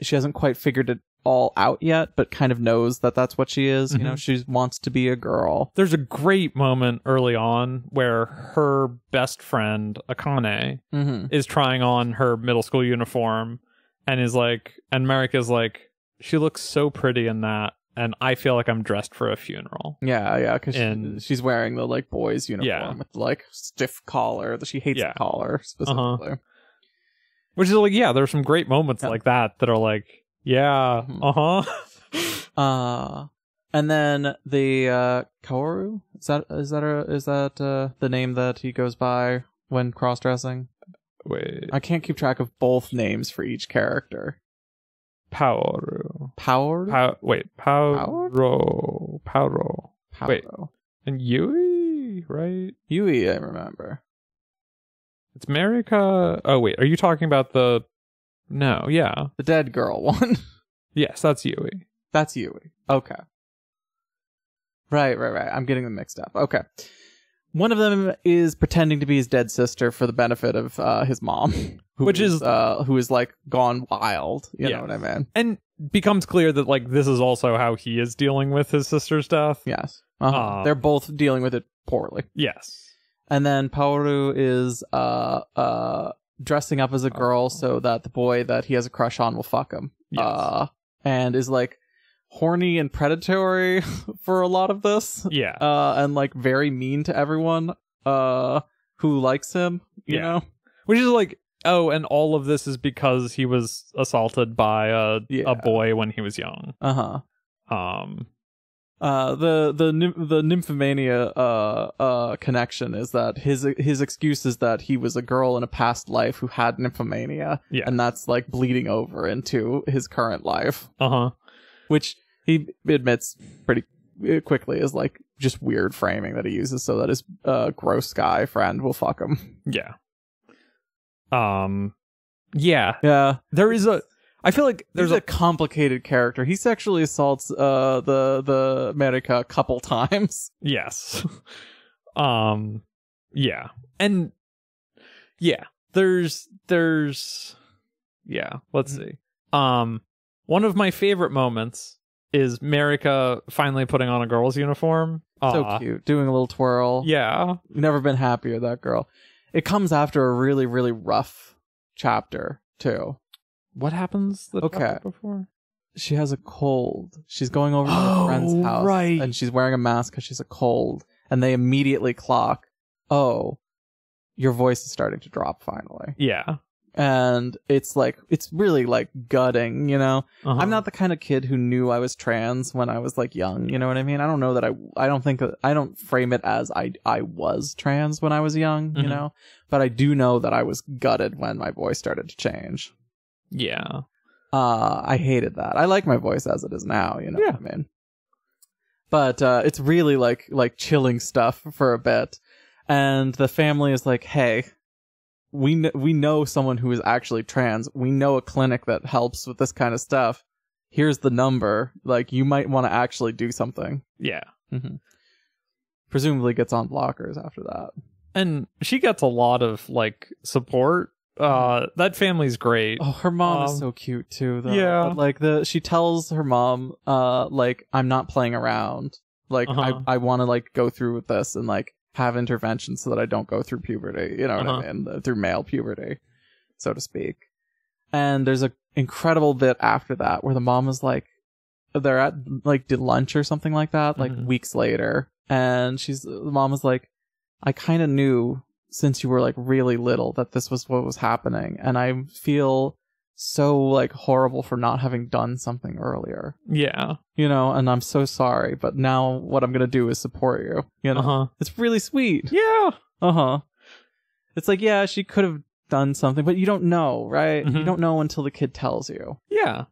S2: she hasn't quite figured it all out yet, but kind of knows that that's what she is.
S1: Mm-hmm.
S2: You know, she wants to be a girl.
S1: There's a great moment early on where her best friend Akane
S2: Mhm.
S1: is trying on her middle school uniform and is like and Marika's like she looks so pretty in that and I feel like I'm dressed for a funeral.
S2: Yeah, yeah, cuz
S1: And-
S2: she's wearing the like boys uniform
S1: Yeah.
S2: with like stiff collar. She hates
S1: Yeah. Uh-huh.
S2: the collar specifically.
S1: Which is like, yeah, there's some great moments
S2: Yeah.
S1: like that that are like, yeah,
S2: Mhm.
S1: uh huh.
S2: Uh and then the uh Kaoru? Is that is that a, is that uh the name that he goes by when cross dressing?
S1: *laughs* Wait,
S2: I can't keep track of both names for each character.
S1: Paoru.
S2: Power
S1: Pa- wait, Paoro. Paoro. wait. And Yui, right?
S2: Yui, I remember.
S1: It's Marika. Oh, wait, are you talking about the. No, yeah.
S2: The dead girl *laughs* one.
S1: Yes, that's Yui.
S2: That's Yui. Okay. Right, right, right. I'm getting them mixed up. Okay. One of them is pretending to be his dead sister for the benefit of uh, his mom, *laughs* who
S1: Which is-
S2: uh, who is like gone wild. You
S1: Yeah.
S2: know what I mean?
S1: And becomes clear that, like, this is also how he is dealing with his sister's death.
S2: Yes. Uh-huh.
S1: Uh,
S2: They're both dealing with it poorly.
S1: Yes.
S2: And then Paoru is uh uh dressing up as a girl
S1: Oh.
S2: so that the boy that he has a crush on will fuck him.
S1: Yes.
S2: Uh and is like horny and predatory *laughs* for a lot of this.
S1: yeah.
S2: Uh and like very mean to everyone uh who likes him, you
S1: Yeah.
S2: know?
S1: Which is like oh, and all of this is because he was assaulted by a
S2: Yeah.
S1: a boy when he was young.
S2: Uh huh.
S1: Um,
S2: Uh, the the ny- the nymphomania uh uh connection is that his his excuse is that he was a girl in a past life who had nymphomania,
S1: Yeah.
S2: and that's like bleeding over into his current life,
S1: uh huh.
S2: which he admits pretty uh, quickly is like just weird framing that he uses so that his uh gross guy friend will fuck him.
S1: Yeah. Um, *laughs* yeah.
S2: Yeah,
S1: There is a. I feel like
S2: there's
S1: there's
S2: a, complicated character. He sexually assaults uh the the America a couple *laughs* times.
S1: Yes. *laughs* um yeah. And yeah, there's there's yeah,
S2: Mm.
S1: let's see. Um one of my favorite moments is Marika finally putting on a girl's uniform.
S2: so
S1: Aw,
S2: cute, doing a little twirl.
S1: Yeah.
S2: never been happier that girl it comes after a really really rough chapter too
S1: What happens the
S2: Okay.
S1: chapter before?
S2: she has a cold she's going over to
S1: Oh,
S2: her friend's house
S1: right.
S2: and she's wearing a mask because she's a cold and they immediately clock oh your voice is starting to drop finally
S1: Yeah.
S2: and it's like it's really like gutting you know
S1: Uh-huh.
S2: i'm not the kind of kid who knew i was trans when i was like young you know what i mean i don't know that i i don't think that i don't frame it as i i was trans when i was young
S1: Mhm.
S2: you know but i do know that i was gutted when my voice started to change
S1: Yeah.
S2: uh i hated that i like my voice as it is now you know
S1: Yeah.
S2: what i mean but uh it's really like like chilling stuff for a bit and the family is like hey we kn- we know someone who is actually trans we know a clinic that helps with this kind of stuff here's the number like you might want to actually do something
S1: Yeah.
S2: presumably gets on blockers after that
S1: And she gets a lot of like support. Uh that family's great.
S2: Mm. Oh, her mom
S1: Um,
S2: is so cute too. Though.
S1: yeah.
S2: But, like the she tells her mom, uh, like I'm not playing around. Like
S1: Uh-huh.
S2: I I want to like go through with this and like have intervention so that I don't go through puberty. You know what
S1: Uh-huh.
S2: I mean? The- Through male puberty, so to speak. And there's a incredible bit after that where the mom is like, they're at like did lunch or something like that, like
S1: Mhm.
S2: weeks later, and she's the mom is like, I kind of knew since you were like really little that this was what was happening, and I feel so like horrible for not having done something earlier,
S1: yeah.
S2: you know, and I'm so sorry, but now what I'm gonna do is support you, you know.
S1: Uh-huh.
S2: It's really sweet.
S1: Yeah.
S2: Uh huh. It's like yeah, she could have done something, but you don't know, right?
S1: Mhm.
S2: You don't know until the kid tells you.
S1: Yeah.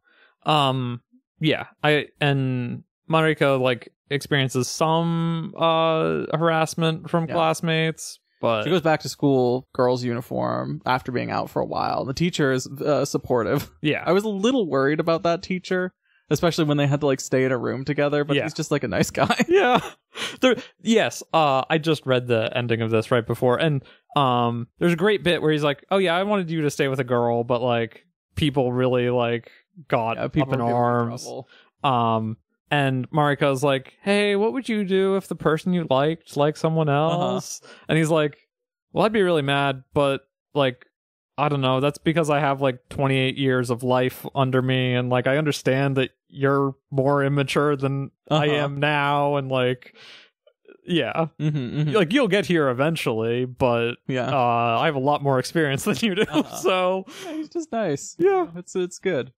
S1: Um yeah, I and Marika like experiences some uh harassment from
S2: Yeah.
S1: classmates, but
S2: She goes back to school, girls' uniform, after being out for a while. The teacher is uh, supportive. *laughs* I
S1: yeah.
S2: was a little worried about that teacher, especially when they had to like stay in a room together, but
S1: Yeah.
S2: he's just like a nice *laughs* guy.
S1: *laughs* Yeah. There yes, uh I just read the ending of this right before and um there's a great bit where he's like, "Oh yeah, I wanted you to stay with a girl, but like people really like got
S2: Yeah,
S1: up
S2: people
S1: in
S2: were giving him
S1: arms."
S2: trouble.
S1: Um and Marika's like, "Hey, what would you do if the person you liked liked someone
S2: Uh-huh.
S1: else?" And he's like, "Well, I'd be really mad, but like I don't know, that's because I have like 28 years of life under me and like I understand that you're more immature than I
S2: Uh-huh.
S1: am now and like yeah,
S2: Mhm, mhm.
S1: like you'll get here eventually, but
S2: yeah.
S1: uh I have a lot more experience *laughs* than you do."
S2: Uh-huh.
S1: So,
S2: Yeah, he's just nice.
S1: yeah.
S2: It's it's good.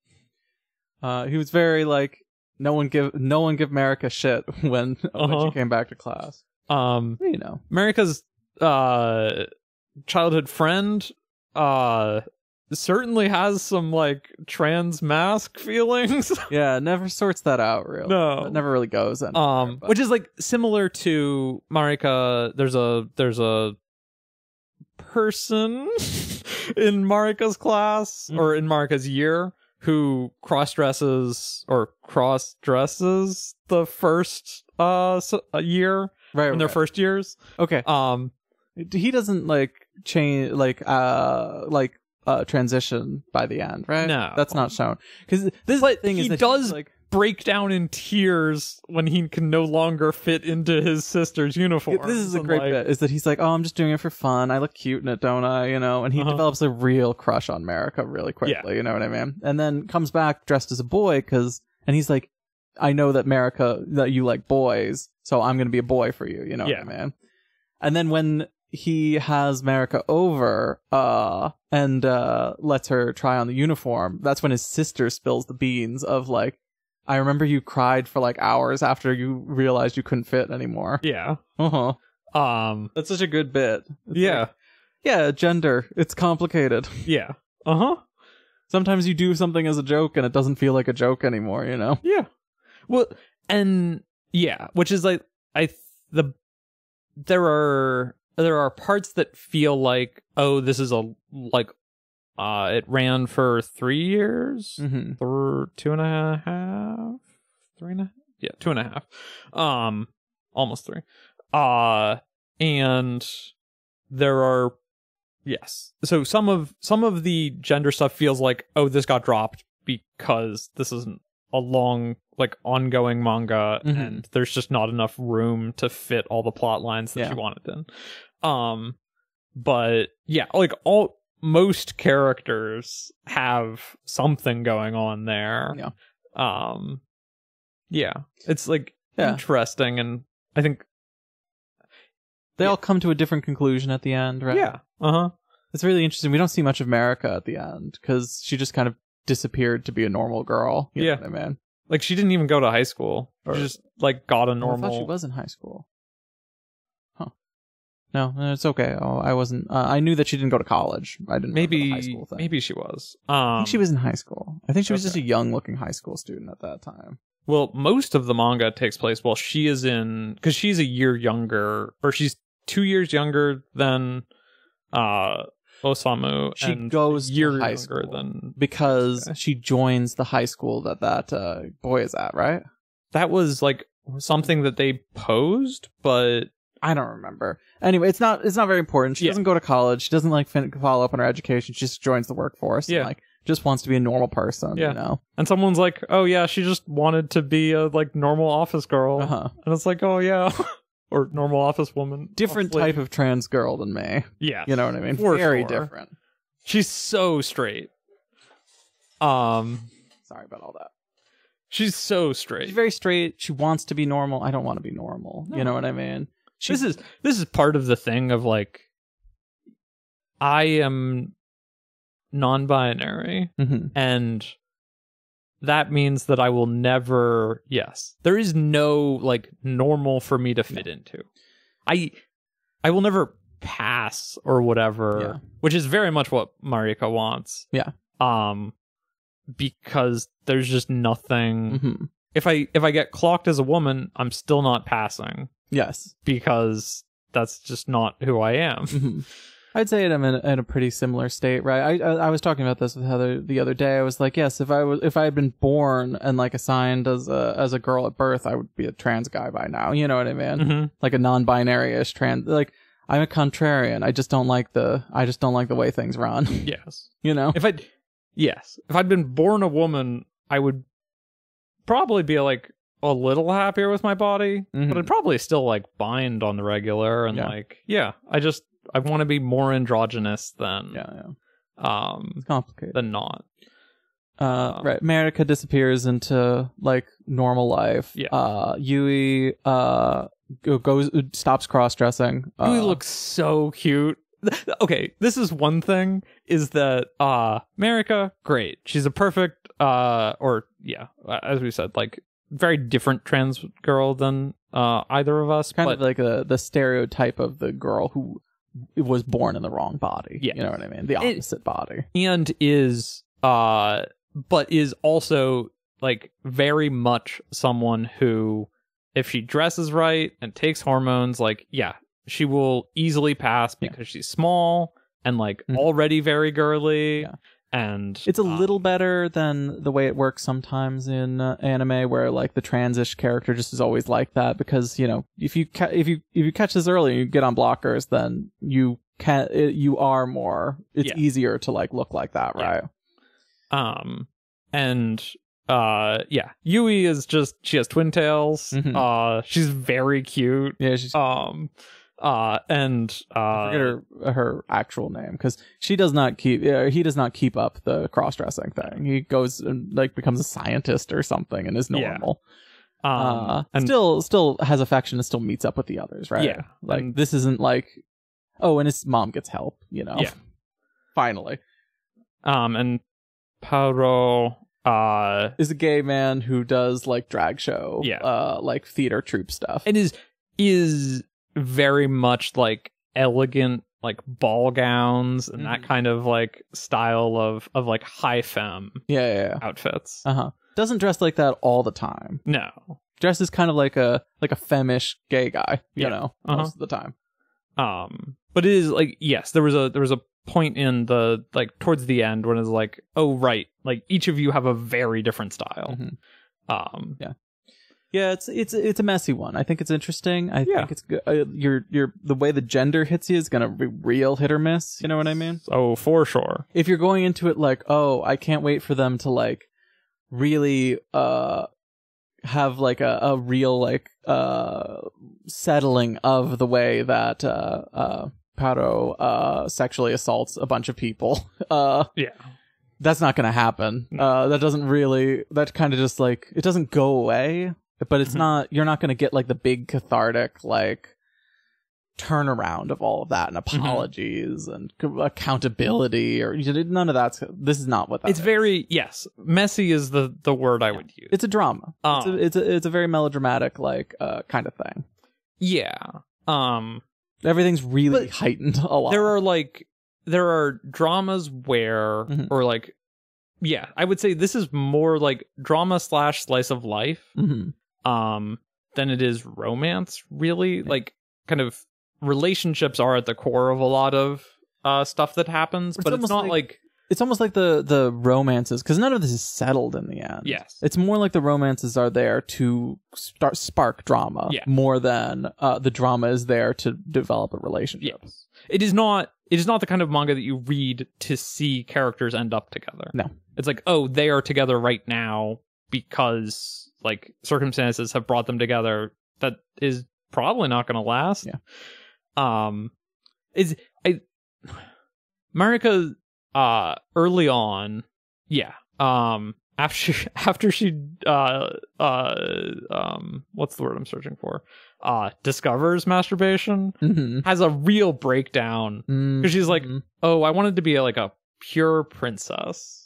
S2: Uh, he was very like no one give no one give Merrick a shit *laughs* when, when
S1: Uh-huh.
S2: she came back to class.
S1: Um
S2: You know.
S1: America's uh childhood friend uh certainly has some like trans mask *laughs* feelings.
S2: Yeah, never sorts that out really.
S1: No.
S2: It never really goes anywhere,
S1: um
S2: but-
S1: which is like similar to Marika there's a there's a person *laughs* in Marika's class
S2: Mm-hmm.
S1: or in Marika's year who cross dresses or cross dresses the first uh s- uh, year
S2: right,
S1: in their
S2: right.
S1: first years
S2: Okay.
S1: um
S2: he doesn't like change like uh like uh transition by the end right
S1: No.
S2: that's not shown because this
S1: But
S2: thing
S1: he
S2: is that
S1: does-
S2: he's, like
S1: break down in tears when he can no longer fit into his sister's uniform.
S2: this is a
S1: And,
S2: great
S1: like,
S2: bit is that he's like oh i'm just doing it for fun i look cute in it don't i you know and he
S1: Uh-huh.
S2: develops a real crush on america really quickly you know what i mean and then comes back dressed as a boy because and he's like i know that america that you like boys so i'm gonna be a boy for you you know
S1: Yeah.
S2: what i mean and then when he has Marika over uh and uh lets her try on the uniform, that's when his sister spills the beans of like I remember you cried for like hours after you realized you couldn't fit anymore.
S1: Yeah.
S2: Uh-huh.
S1: Um.
S2: That's such a good bit. It's
S1: Yeah.
S2: like, yeah, gender. It's complicated.
S1: Yeah. Uh huh.
S2: Sometimes you do something as a joke and it doesn't feel like a joke anymore, you know?
S1: Yeah. Well, and yeah, which is like I th- the there are there are parts that feel like oh this is a like uh it ran for three years
S2: Mm-hmm.
S1: thr- two and a half, three and a yeah, two and a half, um, almost three. Uh, and there are yes, so some of some of the gender stuff feels like oh this got dropped because this isn't a long like ongoing manga
S2: Mhm.
S1: and there's just not enough room to fit all the plot lines that
S2: Yeah.
S1: you wanted in. Um, but yeah, like all most characters have something going on there.
S2: Yeah.
S1: Um yeah. It's like
S2: Yeah.
S1: interesting and I think
S2: They all come to a different conclusion at the end, right?
S1: yeah. Uh-huh.
S2: It's really interesting. We don't see much of Marika at the end because she just kind of disappeared to be a normal girl. You
S1: Yeah.
S2: know what I mean?
S1: Like she didn't even go to high school.
S2: Or-
S1: she just like got a
S2: Well, I thought she
S1: normal
S2: was in high school. Huh. No, no, it's okay. Oh, I wasn't. Uh, I knew that she didn't go to college. I didn't. remember the high
S1: maybe
S2: school thing.
S1: maybe she was. Um
S2: I think she was in high school. I think she was just a
S1: okay.
S2: young-looking high school student at that time.
S1: Well, most of the manga takes place while she is in because she's a year younger, or she's two years younger than uh Osamu.
S2: She
S1: and
S2: goes
S1: a year
S2: to high
S1: younger
S2: school
S1: than
S2: because
S1: Okay.
S2: she joins the high school that that uh, boy is at, right?
S1: that was like something that they posed, but
S2: I don't remember. Anyway, it's not it's not very important. She
S1: Yeah.
S2: doesn't go to college. She doesn't like fin- follow up on her education. She just joins the workforce.
S1: Yeah.
S2: And, like just wants to be a normal person.
S1: Yeah.
S2: You know.
S1: and someone's like, oh yeah, she just wanted to be a like normal office girl,
S2: Uh-huh.
S1: and it's like, oh yeah, *laughs* or normal office woman,
S2: Different
S1: Office lady.
S2: type of trans girl than me.
S1: yeah.
S2: You know what I mean?
S1: For
S2: very
S1: sure.
S2: different.
S1: She's so straight. Um,
S2: Sorry about all that.
S1: she's so
S2: She's
S1: straight.
S2: very straight. She wants to be normal. I don't want to be normal.
S1: No.
S2: You know what I mean? She-
S1: this is this is part of the thing of like i am non-binary
S2: hmm
S1: and that means that i will never yes there is no like normal for me to fit into i i will never pass or whatever
S2: Yeah.
S1: which is very much what marika wants
S2: Yeah.
S1: um because there's just nothing
S2: hmm
S1: if i if i get clocked as a woman i'm still not passing
S2: Yes.
S1: because that's just not who I am.
S2: hmm *laughs* I'd say I'm in, in a pretty similar state, right? I, I I was talking about this with Heather the other day. I was like, yes, if I was if I had been born and like assigned as a as a girl at birth, I would be a trans guy by now. You know what I mean?
S1: Mhm.
S2: Like a non-binary-ish trans. Like I'm a contrarian. I just don't like the I just don't like the way things run.
S1: Yes.
S2: *laughs* you know?
S1: If I yes, if I'd been born a woman, I would probably be like a little happier with my body,
S2: Mhm.
S1: but I'd probably still like bind on the regular and
S2: Yeah.
S1: like Mm-hmm. yeah, I just I want to be more androgynous than
S2: Yeah, yeah.
S1: um
S2: It's complicated.
S1: than not.
S2: Uh,
S1: Um,
S2: right. Marika disappears into like normal life.
S1: Yeah.
S2: Uh, Yui uh go- goes stops cross dressing. Uh,
S1: Yui looks so cute. *laughs* Okay, this is one thing is that uh Marika, great. She's a perfect uh or yeah, as we said, like very different trans girl than uh either of us,
S2: kind
S1: but
S2: of like the the stereotype of the girl who was born in the wrong body.
S1: Yes.
S2: You know what I mean? The
S1: It-
S2: opposite body.
S1: and is uh but is also like very much someone who if she dresses right and takes hormones like yeah she will easily pass
S2: Yeah.
S1: because she's small and like
S2: Mhm.
S1: already very girly
S2: Yeah.
S1: and
S2: It's a
S1: uh,
S2: little better than the way it works sometimes in uh, anime, where like the transish character just is always like that. Because you know, if you ca- if you if you catch this early and you get on blockers, then you can it, you are more. It's
S1: Yeah.
S2: easier to like look like that,
S1: Yeah.
S2: right?
S1: um and uh yeah yui is just she has twin tails
S2: Mhm.
S1: uh she's very cute
S2: Yeah, she's.
S1: um uh and
S2: I
S1: uh
S2: forget her her actual name because she does not keep uh, he does not keep up the cross dressing thing. He goes and like becomes a scientist or something and is
S1: Yeah.
S2: normal.
S1: um
S2: uh,
S1: and
S2: still still has affection and still meets up with the others, right?
S1: Yeah.
S2: like
S1: And-
S2: this isn't like Oh, and his mom gets help, you know.
S1: Yeah.
S2: Finally.
S1: Um, and Paro, uh,
S2: Is a gay man who does like drag show,
S1: Yeah.
S2: uh like theater troupe stuff.
S1: it is is very much like elegant, like ball gowns and that
S2: Mhm.
S1: kind of like style of of like high femme
S2: yeah, yeah, yeah.
S1: outfits.
S2: Uh-huh. Doesn't dress like that all the time.
S1: No,
S2: Dresses kind of like a like a femish gay guy, you
S1: Yeah.
S2: know,
S1: Uh-huh.
S2: most of the time.
S1: um but it is like yes there was a there was a point in the like towards the end when it's like oh right like each of you have a very different style
S2: Mhm.
S1: um
S2: Yeah, it's it's it's a messy one. I think it's interesting. I
S1: Yeah.
S2: think it's good. Uh, your your the way the gender hits you is gonna be real hit or miss. You know what I mean?
S1: so for sure
S2: if you're going into it like, oh, I can't wait for them to like really uh have like a, a real like uh settling of the way that uh uh Paro uh sexually assaults a bunch of people. *laughs* Uh
S1: yeah Mm.
S2: that's not gonna happen.
S1: No.
S2: Uh that doesn't really that kind of just like it doesn't go away, but it's
S1: Mhm.
S2: not you're not gonna get like the big cathartic like turnaround of all of that and
S1: Mm-hmm.
S2: apologies and c- accountability or you know, none of that's this is not what that
S1: it's
S2: is.
S1: very yes messy is the the word i would use
S2: it's a drama it's,
S1: Um.
S2: a, it's a it's a very melodramatic like uh kind of thing
S1: yeah um
S2: everything's really
S1: But
S2: heightened a lot
S1: there are like there are dramas where
S2: Mhm.
S1: or like yeah i would say this is more like drama slash slice of life
S2: Mhm.
S1: um than it is romance really
S2: Yeah.
S1: like kind of relationships are at the core of a lot of uh stuff that happens
S2: It's
S1: but it's
S2: almost
S1: not like,
S2: like- it's almost like the the romances because none of this is settled in the end
S1: yes
S2: it's more like the romances are there to start spark drama
S1: Yeah.
S2: more than uh the drama is there to develop a relationship
S1: yes it is not it is not the kind of manga that you read to see characters end up together
S2: No.
S1: it's like oh they are together right now because like circumstances have brought them together that is probably not going to last
S2: Yeah.
S1: um is i marika uh early on yeah um after *laughs* after she uh uh um what's the word i'm searching for uh discovers masturbation
S2: mm-hmm.
S1: has a real breakdown because she's like oh i wanted to be like a pure princess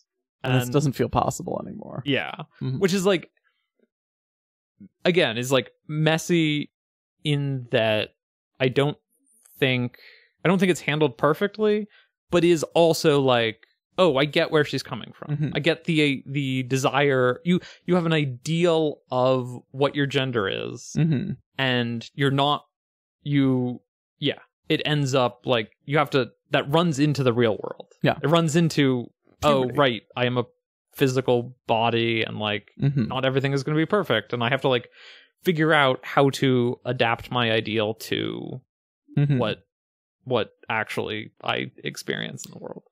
S2: and, this doesn't feel possible anymore
S1: yeah
S2: Mhm.
S1: which is like again is like messy in that i don't think i don't think it's handled perfectly but is also like oh i get where she's coming from
S2: Mhm.
S1: i get the the desire you you have an ideal of what your gender is
S2: mm-hmm.
S1: and you're not you yeah it ends up like you have to that runs into the real world
S2: Yeah.
S1: it runs into oh
S2: Puberty.
S1: right i am a physical body and like
S2: Mm-hmm.
S1: not everything is going to be perfect and i have to like figure out how to adapt my ideal to
S2: Mhm.
S1: what what actually i experience in the world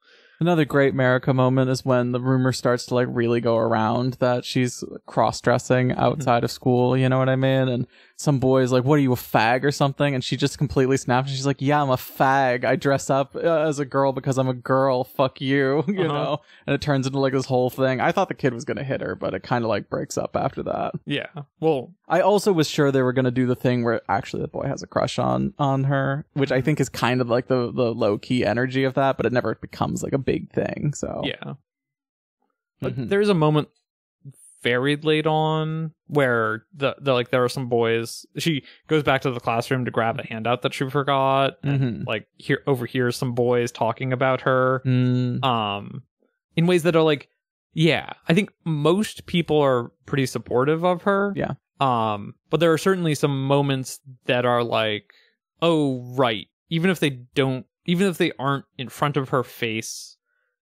S2: Another great Marika moment is when the rumor starts to like really go around that she's cross dressing outside of school, you know what I mean? And some boy's like, What are you, a fag or something? And she just completely snaps. She's like, Yeah, I'm a fag. I dress up uh, as a girl because I'm a girl. Fuck you, *laughs* you
S1: Uh-huh.
S2: know? And it turns into like this whole thing. I thought the kid was going to hit her, but it kind of like breaks up after that.
S1: yeah well
S2: I also was sure they were going to do the thing where actually the boy has a crush on on her, which I think is kind of like the the low key energy of that, but it never becomes like a big thing. So
S1: yeah Mm-hmm. But
S2: Mhm.
S1: there is a moment very late on where the, the like there are some boys. She goes back to the classroom to grab a handout that she forgot.
S2: Mhm.
S1: Like here overhears some boys talking about her.
S2: Mm,
S1: Um, in ways that are like, yeah, I think most people are pretty supportive of her.
S2: Yeah.
S1: Um, but there are certainly some moments that are like, oh right, even if they don't, even if they aren't in front of her face,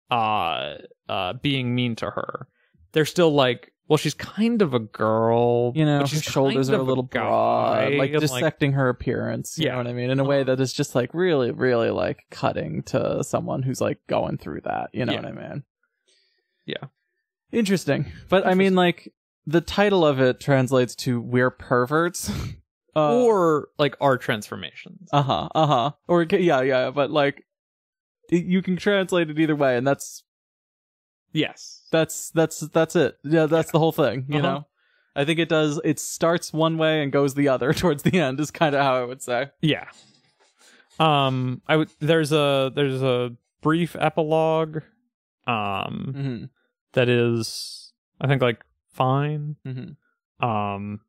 S1: uh, uh, being mean to her, they're still like, well, she's kind of a girl,
S2: you know,
S1: but
S2: her
S1: she's
S2: shoulders
S1: kind
S2: are a
S1: of
S2: little
S1: guy,
S2: broad, like
S1: and,
S2: dissecting her appearance. You
S1: Yeah. Uh-huh.
S2: know what I mean? In a way that is just like really, really like cutting to someone who's like going through that. You know
S1: Yeah.
S2: what I mean?
S1: Yeah.
S2: Interesting, but I mean, like the title of it translates to "We're Perverts." *laughs* Uh,
S1: or like our transformations.
S2: Uh huh. Uh huh. Or ca- yeah, yeah. But like, it, you can translate it either way, and that's
S1: yes.
S2: that's that's that's it. Yeah, that's the whole thing. You
S1: Uh-huh.
S2: know, I think it does. *laughs* It starts one way and goes the other towards the end. Is kind of how I would say.
S1: Yeah. Um, I would there's a there's a brief epilogue, um,
S2: hmm
S1: that is I think like fine,
S2: hmm
S1: um,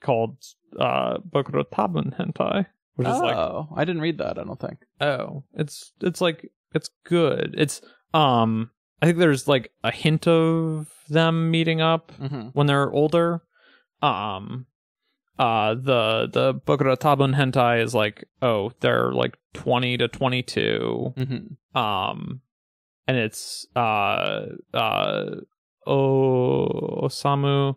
S1: called uh Bokuro Taben Hentai, which is like
S2: oh, I didn't read that. I don't think.
S1: oh, it's it's like it's good. It's um, I think there's like a hint of them meeting up
S2: hmm
S1: when they're older. Um uh the the Bokura Tabun hentai is like, oh, they're like twenty to twenty two.
S2: hmm
S1: Um and it's uh uh O Osamu,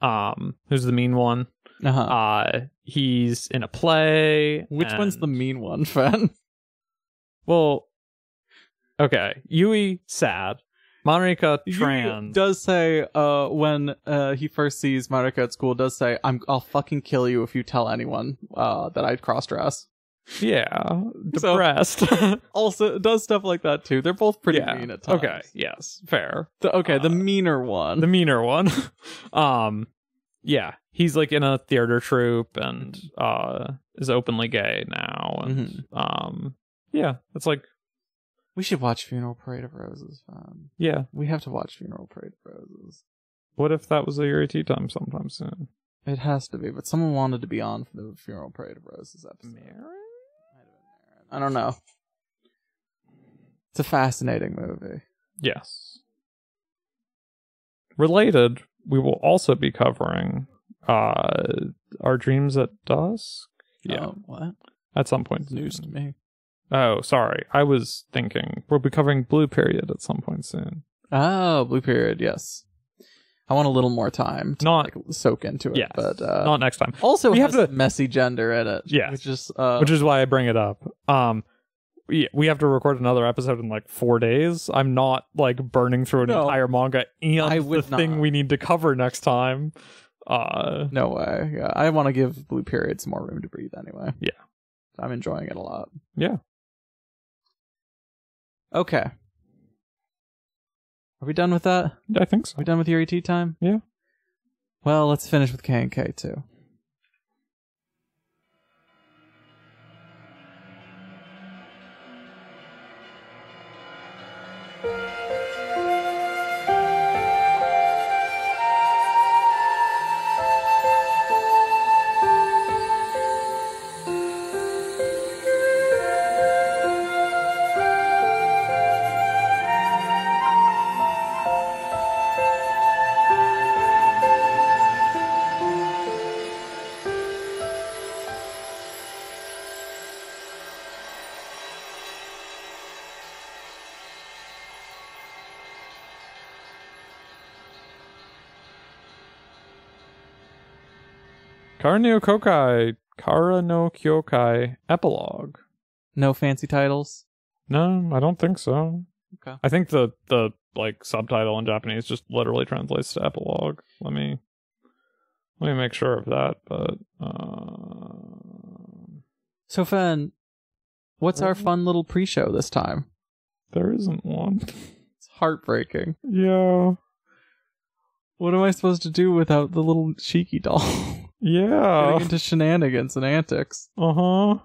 S1: um, who's the mean one.
S2: Uh-huh.
S1: Uh he's in a play.
S2: Which one's the
S1: and-
S2: mean one, *laughs* fan?
S1: Well Okay. Yui sad. Monica trans.
S2: does say uh when uh he first sees Marika at school does say I'm I'll fucking kill you if you tell anyone uh that I'd cross dress.
S1: yeah.
S2: So-
S1: Depressed.
S2: *laughs*
S1: *laughs*
S2: Also does stuff like that too. They're both pretty
S1: Yeah,
S2: mean at times.
S1: okay. Yes. Fair.
S2: The, okay, the
S1: Uh,
S2: meaner one.
S1: *laughs* the meaner one. um yeah, he's like in a theater troupe and uh is openly gay now and
S2: Mhm.
S1: um yeah, it's like
S2: We should watch Funeral Parade of Roses, fan.
S1: yeah,
S2: We have to watch Funeral Parade of Roses.
S1: what if that was a your AT time sometime soon?
S2: It has to be, but someone wanted to be on for the Funeral Parade of Roses episode. I don't know. It's a fascinating movie.
S1: Yes. Related, we will also be covering uh our dreams at dusk. Yeah,
S2: Um, what?
S1: at some point.
S2: It's news to me.
S1: Oh, sorry. I was thinking we'll be covering Blue Period at some point soon.
S2: Oh, Blue Period, yes. I want a little more time to
S1: Not-
S2: like, soak into it.
S1: Yes,
S2: But uh,
S1: not next time.
S2: also
S1: we
S2: we
S1: have
S2: have a messy gender in it.
S1: Yes.
S2: Which is uh
S1: which is why I bring it up. Um, we, we have to record another episode in like four days. I'm not like burning through an
S2: No.
S1: entire manga and
S2: I
S1: the
S2: would
S1: thing
S2: not.
S1: we need to cover next time. Uh,
S2: no way. Yeah. I want to give Blue Period some more room to breathe anyway.
S1: Yeah.
S2: I'm enjoying it a lot.
S1: Yeah.
S2: Okay. Are we done with that? Are
S1: I think so.
S2: we done with your ET time?
S1: Yeah.
S2: Well, let's finish with K and K too.
S1: Kara no Kokai, Kara no Kyokai epilogue.
S2: No fancy titles.
S1: No, I don't think so.
S2: Okay.
S1: I think the the like subtitle in Japanese just literally translates to epilogue. Let me let me make sure of that. But uh,
S2: So Fen, what's our
S1: Mhm.
S2: fun little pre-show this time?
S1: there isn't one. *laughs*
S2: It's heartbreaking.
S1: yeah.
S2: What am I supposed to do without the little cheeky doll? *laughs*
S1: Yeah. Oh.
S2: Getting into shenanigans and
S1: *laughs*
S2: antics.
S1: Uh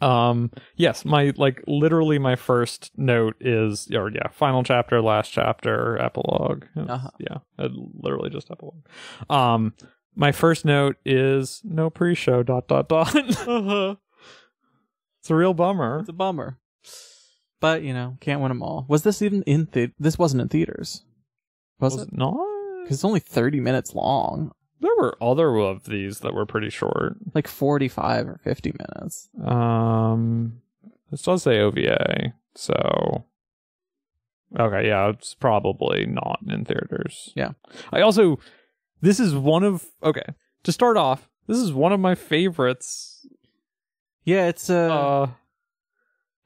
S1: huh. Um. Yes. My like literally my first note is or yeah final chapter last chapter epilogue It's-
S2: Uh-huh.
S1: yeah it literally just epilogue. Um. My first note is no pre-show dot dot dot. *laughs* uh-huh. It's a real bummer.
S2: It's a bummer. But you know, can't win them all. Was this even in the? This wasn't in theaters, was,
S1: Was
S2: it?
S1: it not.
S2: Because it's only thirty minutes long,
S1: There were other of these that were pretty short.
S2: like forty-five or fifty minutes.
S1: Um, this does say OVA, so okay, yeah, it's probably not in theaters.
S2: Yeah.
S1: I also this is one of okay to start off. This is one of my favorites.
S2: Yeah, it's uh,
S1: Uh,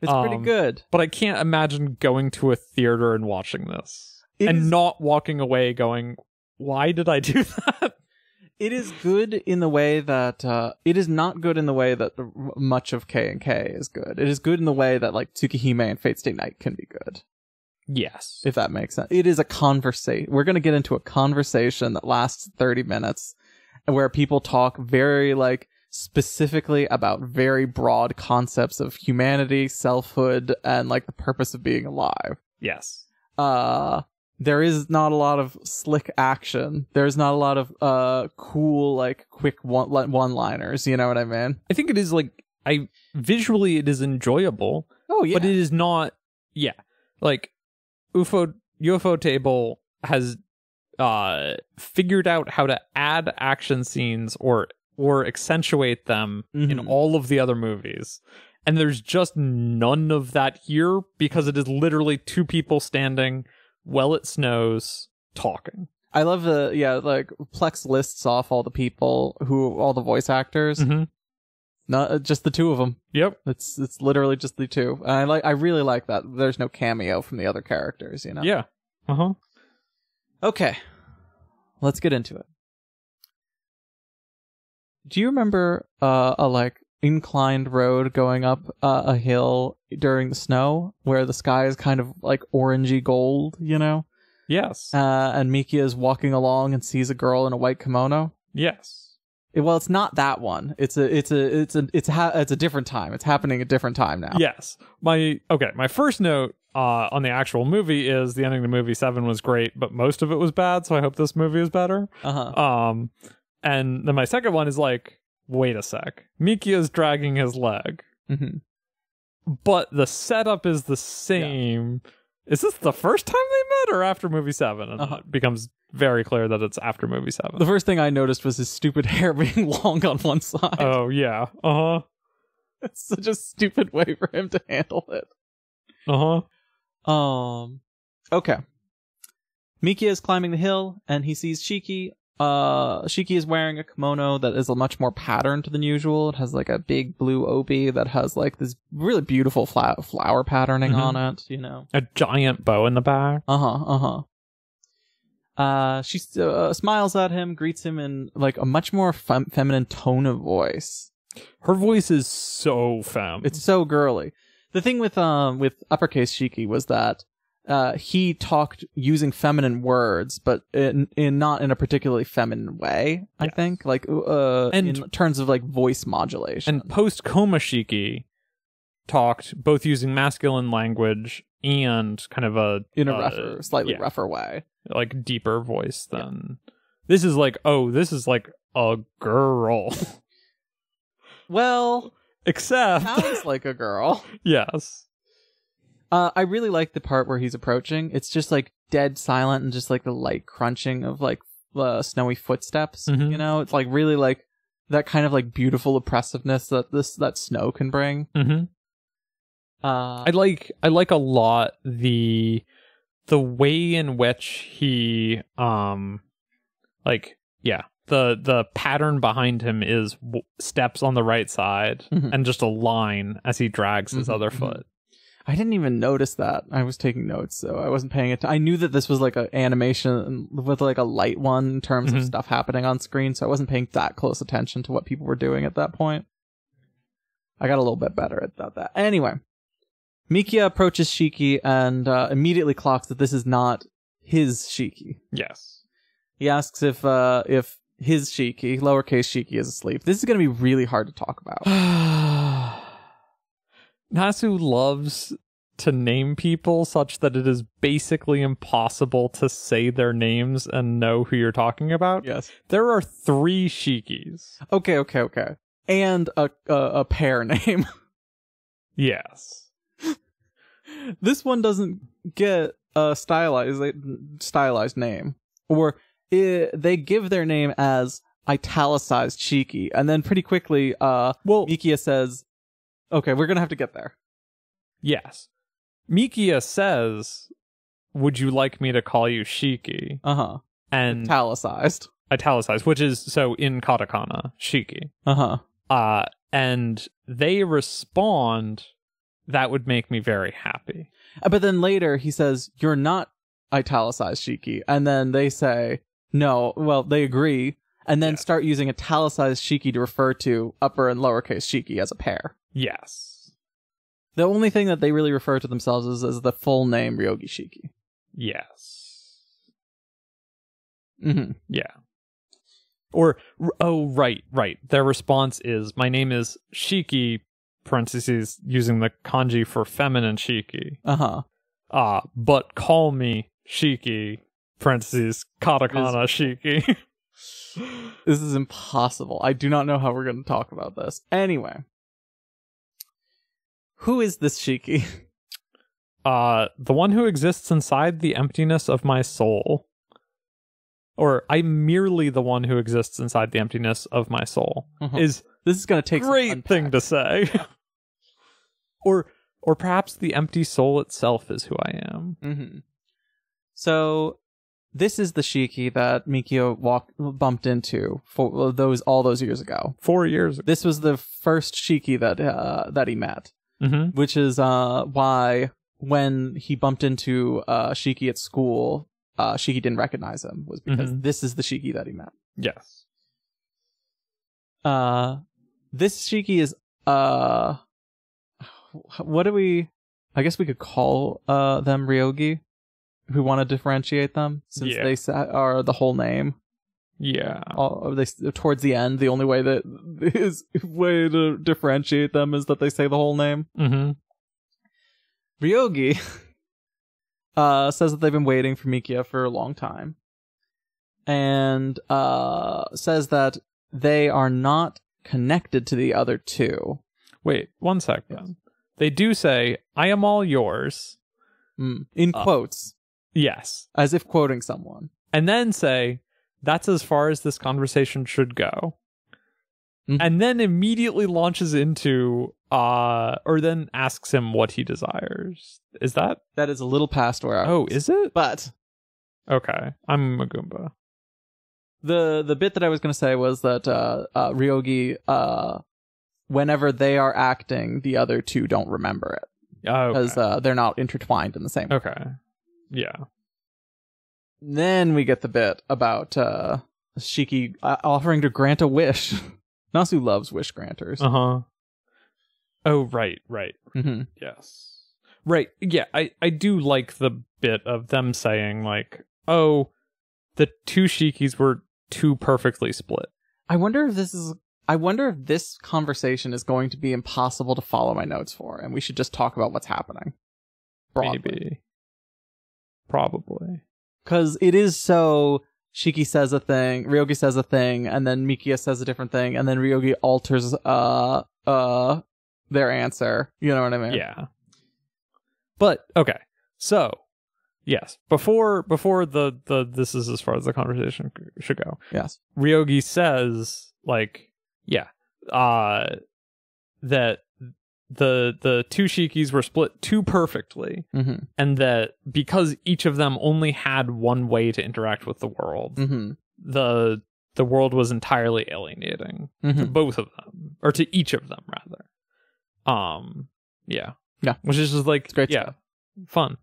S2: it's
S1: um,
S2: pretty good.
S1: but I can't imagine going to a theater and watching this
S2: It
S1: and
S2: is-
S1: not walking away going, "Why did I do *laughs* that?"
S2: It is good in the way that uh, it is not good in the way that r- much of K and K is good. It is good in the way that like Tsukihime and Fate Stay Night can be good,
S1: yes.
S2: if that makes sense. It is a conversation. We're gonna get into a conversation that lasts thirty minutes, where people talk very like specifically about very broad concepts of humanity, selfhood, and like the purpose of being alive.
S1: Yes.
S2: Uh, there is not a lot of slick action. There's not a lot of uh cool like quick one one liners. You know what I mean?
S1: I think it is like I visually it is enjoyable,
S2: Oh yeah,
S1: but it is not yeah. Like UFO UFO table has uh figured out how to add action scenes or or accentuate them in
S2: Mhm.
S1: all of the other movies. And there's just none of that here because it is literally two people standing while it snows talking.
S2: I love the yeah like Plex lists off all the people who all the voice actors.
S1: Mm-hmm.
S2: Not uh, just the two of them.
S1: Yep.
S2: It's it's literally just the two. And I like I really like that. There's no cameo from the other characters. You know.
S1: Yeah. Uh huh.
S2: Okay. Let's get into it. Do you remember uh, a like inclined road going up uh, a hill during the snow where the sky is kind of like orangey gold, you know?
S1: Yes.
S2: Uh, and Mikia is walking along and sees a girl in a white kimono.
S1: yes.
S2: It- well, it's not that one. It's a it's a it's a it's ha- it's a different time. It's happening a different time now.
S1: Yes. My okay. My first note uh, on the actual movie is the ending of the movie seven was great, but most of it was bad. So I hope this movie is better.
S2: Uh-huh.
S1: Um, and then my second one is like, wait a sec, Miki is dragging his leg,
S2: hmm
S1: but the setup is the same. Is this the first time they met, or after movie seven? And
S2: Uh-huh.
S1: it becomes very clear that it's after movie seven.
S2: The first thing I noticed was his stupid *laughs* hair being long on one side.
S1: oh yeah. Uh huh.
S2: *laughs* It's such a stupid way for him to handle it.
S1: Uh huh.
S2: Um, okay. Mikia is climbing the hill, and he sees Shiki. Uh, Shiki is wearing a kimono that is a much more patterned than usual. It has like a big blue obi that has like this really beautiful fla- flower patterning
S1: Mhm.
S2: on it. You know.
S1: A giant bow in the back.
S2: Uh huh. Uh huh. Uh, she uh, smiles at him, greets him in like a much more fem- feminine tone of voice.
S1: Her voice is so femme.
S2: It's so girly. The thing with um with uppercase Shiki was that uh he talked using feminine words, but in, in not in a particularly feminine way. I
S1: Yes.
S2: think like uh
S1: And-
S2: in terms of like voice modulation.
S1: and post Komashiki talked both using masculine language and kind of a
S2: in a
S1: uh,
S2: rougher, slightly
S1: yeah.
S2: rougher way.
S1: like deeper voice than this is like oh this is like a
S2: *laughs*
S1: girl
S2: Well,
S1: except
S2: sounds like a girl.
S1: yes
S2: Uh, I really like the part where he's approaching. It's just like dead silent and just like the light crunching of like uh, snowy footsteps.
S1: Mhm.
S2: You know, it's like really like that kind of like beautiful oppressiveness that this that snow can bring.
S1: hmm
S2: Uh,
S1: I like I like a lot the the way in which he um like yeah the the pattern behind him is w- steps on the right side
S2: Mhm.
S1: and just a line as he drags his
S2: Mhm,
S1: other
S2: mhm.
S1: foot
S2: I didn't even notice that. I was taking notes, so I wasn't paying attention. I knew that this was like an animation with like a light one in terms of
S1: Mhm.
S2: stuff happening on screen, so I wasn't paying that close attention to what people were doing at that point. I got a little bit better at that. that. Anyway, Mikia approaches Shiki and uh, immediately clocks that this is not his Shiki.
S1: *sighs* yes
S2: He asks if uh, if his Shiki, lowercase Shiki, is asleep. This is going to be really hard to talk about.
S1: Nasu loves to name people such that it is basically impossible to say their names and know who you're talking about.
S2: Yes.
S1: There are three Shikis.
S2: Okay. Okay. Okay. And a a, a pair *laughs* name.
S1: Yes.
S2: this one doesn't get a stylized stylized name or i they give their name as italicized cheeky and then pretty quickly uh
S1: Well,
S2: mikia says okay we're gonna have to get there
S1: yes. Mikia says, Would you like me to call you Shiki?
S2: uh-huh
S1: And
S2: italicized
S1: italicized, which is so in katakana, Shiki.
S2: uh-huh
S1: Uh, and they respond, That would make me very happy.
S2: Uh, but then later he says you're not italicized shiki and then they say no well they agree and then
S1: Yeah.
S2: start using italicized shiki to refer to upper and lowercase shiki as a pair
S1: Yes.
S2: The only thing that they really refer to themselves is as the full name Ryogi Shiki.
S1: Yes.
S2: Mm-hmm.
S1: Yeah. Or r- oh right, right. Their response is my name is Shiki parentheses using the kanji for feminine Shiki.
S2: Uh huh.
S1: Ah, but call me Shiki parentheses katakana Shiki. *laughs*
S2: This is impossible. I do not know how we're going to talk about this. Anyway, who is this Shiki? *laughs*
S1: uh the one who exists inside the emptiness of my soul or i'm merely the one who exists inside the emptiness of my soul
S2: Uh-huh.
S1: is
S2: This is going to take some
S1: great thing to
S2: unpack.
S1: say or or perhaps the empty soul itself is who i am
S2: Mm-hmm. So this is the Shiki that Mikio walked bumped into for those all those years ago.
S1: four years ago
S2: This was the first Shiki that uh, that he met,
S1: mm-hmm.
S2: which is uh, why when he bumped into uh, Shiki at school, uh, Shiki didn't recognize him was because
S1: Mhm.
S2: this is the Shiki that he met.
S1: yes
S2: Uh, this Shiki is uh, what do we? I guess we could call uh them Ryogi. We want to differentiate them since
S1: Yeah.
S2: they sa- are the whole name.
S1: yeah
S2: All, or they s- towards the end, the only way that *laughs* is way to differentiate them is that they say the whole name.
S1: mm-hmm.
S2: Ryogi *laughs* uh, says that they've been waiting for Mikia for a long time, and uh, says that they are not connected to the other two.
S1: wait one sec then they do say i am all yours
S2: Mm. In
S1: Uh.
S2: quotes,
S1: yes
S2: as if quoting someone.
S1: and then say, that's as far as this conversation should go.
S2: Mhm.
S1: And then immediately launches into, uh, or then asks him what he desires. Is that?
S2: That is a little past where I
S1: Oh,
S2: was.
S1: is it?
S2: but
S1: Okay. I'm Magumba.
S2: the the bit that I was going to say was that uh, uh, Ryogi, uh, whenever they are acting, the other two don't remember it
S1: Oh,
S2: because
S1: okay.
S2: uh, they're not intertwined in the same. way.
S1: okay. Yeah.
S2: Then we get the bit about uh, Shiki uh, offering to grant a wish. *laughs* Nasu loves wish granters.
S1: Uh huh. Oh, right, right.
S2: Mhm.
S1: Yes. Right. Yeah, I I do like the bit of them saying like, "Oh, the two Shikis were too perfectly split."
S2: I wonder if this is. I wonder if this conversation is going to be impossible to follow my notes for, and we should just talk about what's happening.
S1: Maybe. Probably.
S2: Because it is so. Shiki says a thing, Ryogi says a thing, and then Mikia says a different thing, and then Ryogi alters uh uh their answer. You know what I mean?
S1: Yeah. But okay. So, yes, before before the the this is as far as the conversation c- should go.
S2: Yes.
S1: Ryogi says like, yeah, uh that the the two Shikis were split too perfectly
S2: Mm-hmm.
S1: and that because each of them only had one way to interact with the world,
S2: Mm-hmm.
S1: the the world was entirely alienating. to
S2: Mm-hmm.
S1: both of them or to each of them rather um yeah
S2: Yeah.
S1: which is just like
S2: It's great
S1: yeah
S2: stuff.
S1: fun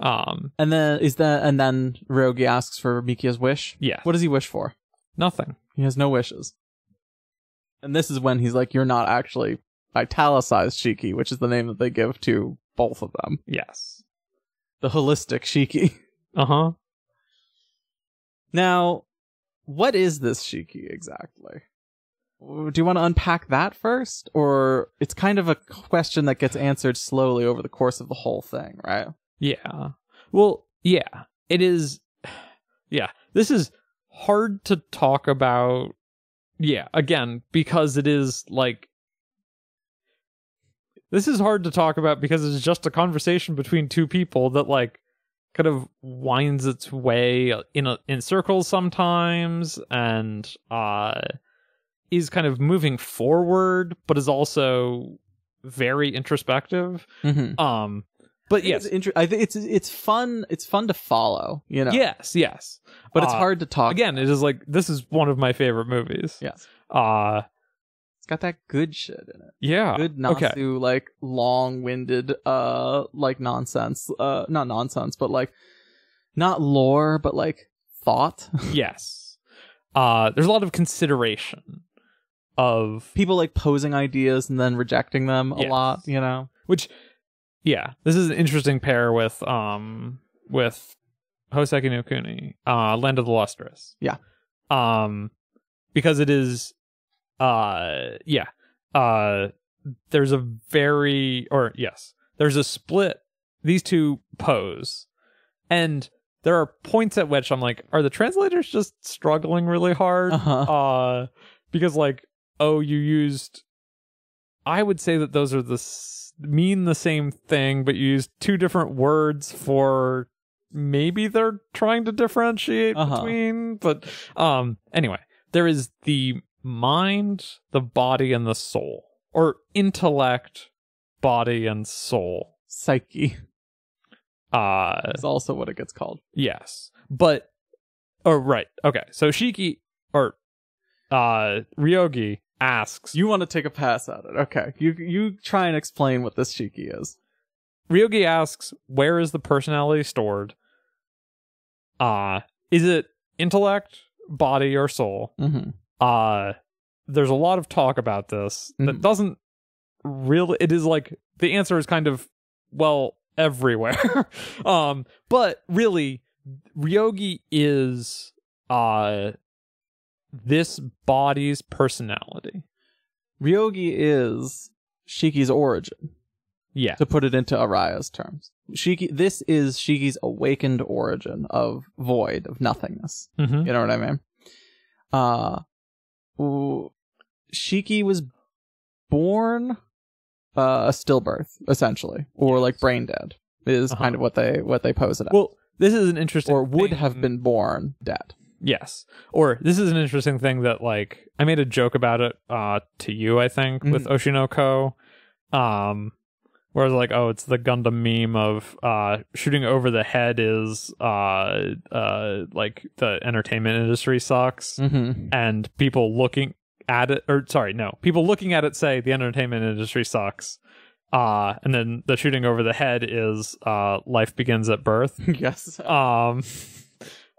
S1: um
S2: And then is that and then Ryogi asks for Mikia's wish.
S1: yeah
S2: What does he wish for?
S1: nothing
S2: He has no wishes. And this is when he's like, You're not actually italicized Shiki, which is the name that they give to both of them.
S1: yes
S2: The holistic Shiki. *laughs*
S1: uh-huh
S2: Now, what is this Shiki exactly? Do you want to unpack that first? Or it's kind of a question that gets answered slowly over the course of the whole thing, right?
S1: yeah well yeah it is *sighs* yeah this is hard to talk about yeah again because it is like this is hard to talk about because it's just a conversation between two people that like kind of winds its way in a, in circles sometimes and uh is kind of moving forward but is also very introspective
S2: Mm-hmm.
S1: um but yes
S2: It's, inter- I think it's it's fun. It's fun to follow, you know.
S1: yes yes
S2: but it's
S1: Uh,
S2: hard to talk.
S1: again it is like this is one of my favorite movies
S2: Yes.
S1: uh
S2: It's got that good shit in it.
S1: yeah
S2: Good Nasu,
S1: okay.
S2: like long-winded, uh, like nonsense. Uh, not nonsense, but like not lore, but like thought. *laughs*
S1: yes uh there's a lot of consideration of
S2: People like posing ideas and then rejecting them a
S1: Yes.
S2: lot. You know.
S1: which yeah this is an interesting pair with um with hoseki no kuni uh land of the lustrous
S2: Yeah.
S1: um because it is uh yeah uh there's a very or yes there's a split these two pose and there are points at which i'm like are the translators just struggling really hard
S2: *laughs* Uh-huh.
S1: uh because like oh you used i would say that those are the s- mean the same thing but you used two different words for maybe they're trying to differentiate
S2: Uh-huh.
S1: between but um anyway there is the mind the body and the soul or intellect body and soul
S2: Psyche
S1: uh
S2: is also what it gets called.
S1: Yes. But oh right. Okay. So Shiki or uh Ryogi asks
S2: You want to take a pass at it. Okay. You you try and explain what this Shiki is.
S1: Ryogi asks where is the personality stored? Uh is it intellect, body or soul?
S2: Mm-hmm.
S1: Uh there's a lot of talk about this that
S2: Mhm.
S1: doesn't really it is like the answer is kind of well everywhere. *laughs* um but really Ryogi is uh this body's personality.
S2: Ryogi is Shiki's origin,
S1: Yeah.
S2: to put it into Araya's terms. Shiki this is Shiki's awakened origin of void, of nothingness.
S1: Mm-hmm.
S2: You know what I mean? Uh w- Shiki was born uh, a stillbirth, essentially, or like brain dead is
S1: Uh-huh.
S2: kind of what they what they pose it as.
S1: Well, this is an interesting
S2: or would
S1: thing-
S2: have been born dead.
S1: Yes. Or this is an interesting thing that like I made a joke about it uh to you, I think, with Oshinoko. Um where I was like, oh, it's the Gundam meme of uh shooting over the head is uh uh like the entertainment industry sucks *laughs*
S2: Mm-hmm.
S1: and people looking at it or sorry, no, people looking at it say the entertainment industry sucks. Uh and then the shooting over the head is uh life begins at birth
S2: yes.
S1: um *laughs*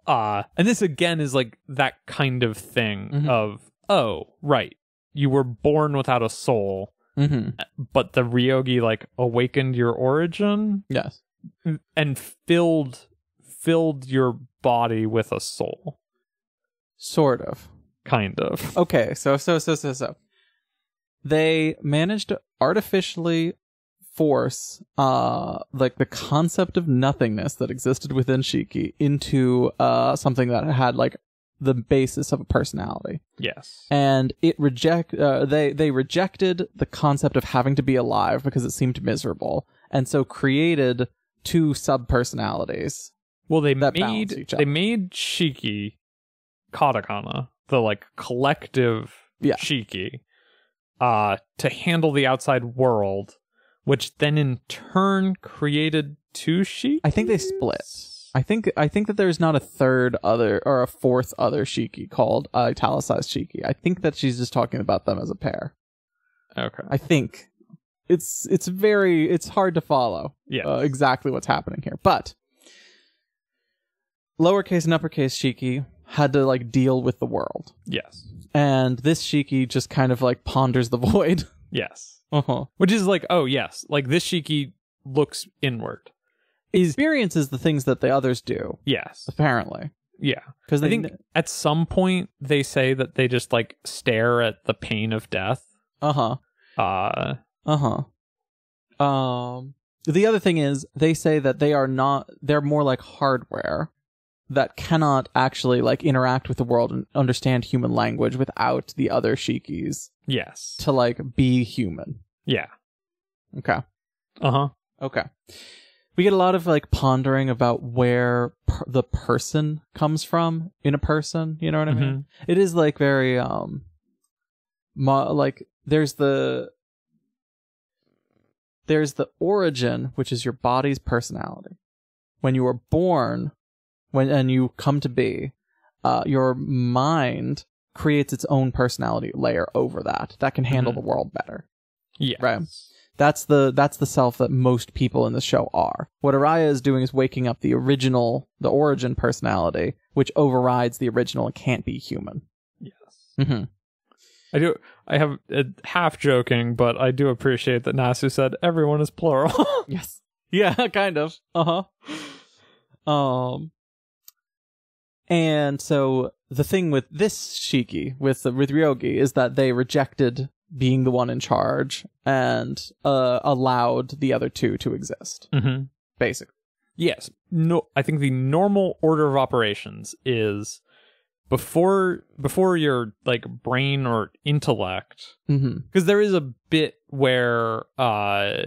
S1: uh and this again is like that kind of thing
S2: Mhm.
S1: of oh right you were born without a soul
S2: Mm-hmm.
S1: but the ryogi like awakened your origin
S2: Yes.
S1: and filled filled your body with a soul
S2: Sort of.
S1: kind of
S2: Okay. So so so so so. They managed to artificially force uh like the concept of nothingness that existed within Shiki into uh something that had like the basis of a personality.
S1: yes
S2: and it reject uh, they they rejected the concept of having to be alive because it seemed miserable and so created two sub personalities
S1: well they
S2: that balance
S1: made
S2: each
S1: they
S2: other.
S1: made shiki katakana the like collective
S2: Yeah.
S1: shiki uh to handle the outside world which then in turn created two shiki
S2: I think they split. i think i think that there's not a third other or a fourth other shiki called uh, italicized shiki i think that she's just talking about them as a pair
S1: okay
S2: i think it's it's very it's hard to follow
S1: yeah
S2: uh, exactly what's happening here. But lowercase and uppercase Shiki had to like deal with the world,
S1: yes
S2: and this Shiki just kind of like ponders the *laughs* void.
S1: yes
S2: uh-huh.
S1: which is like oh yes like this shiki looks inward
S2: Experiences the things that the others do,
S1: yes
S2: apparently,
S1: yeah
S2: because
S1: i think at some point they say that they just like stare at the pain of death
S2: uh huh,
S1: uh
S2: uh huh. Um, the other thing is they say that they are not; they're more like hardware that cannot actually like interact with the world and understand human language without the other Shikis
S1: yes
S2: to like be human.
S1: yeah
S2: Okay.
S1: uh-huh
S2: Okay. We get a lot of like pondering about where per- the person comes from in a person. You know what I
S1: Mm-hmm.
S2: mean? It is like very um, mo- like there's the there's the origin, which is your body's personality. When you are born, when and you come to be, uh, your mind creates its own personality layer over that that can handle
S1: Mhm.
S2: the world better.
S1: yeah
S2: Right. That's the that's the self that most people in the show are. What Araya is doing is waking up the original, the origin personality, which overrides the original and can't be human.
S1: yes
S2: Mm-hmm.
S1: I do. I have uh, half joking, but I do appreciate that Nasu said everyone is plural. *laughs*
S2: *laughs* Uh-huh. Yes. Yeah, kind of. Uh huh. Um. And so the thing with this Shiki, with the, with Ryogi, is that they rejected being the one in charge and uh, allowed the other two to exist,
S1: Mm-hmm.
S2: basically.
S1: Yes. No, I think the normal order of operations is before before your like brain or intellect
S2: Mm-hmm.
S1: because there is a bit where uh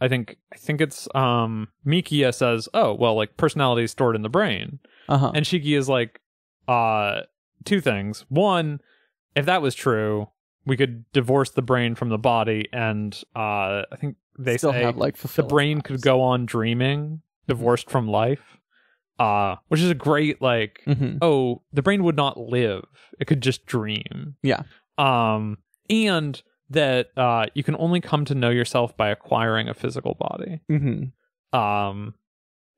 S1: I think I think it's um Mikia says, "Oh, well, like personality is stored in the brain."
S2: Uh huh.
S1: And Shiki is like uh two things. One, if that was true, we could divorce the brain from the body and uh I think they
S2: still
S1: say
S2: have like
S1: the
S2: fulfilling
S1: brain could
S2: lives. Mm-hmm.
S1: go on dreaming divorced from life uh which is a great like
S2: Mhm.
S1: oh the brain would not live it could just dream
S2: Yeah.
S1: um and that uh you can only come to know yourself by acquiring a physical body
S2: Mhm.
S1: um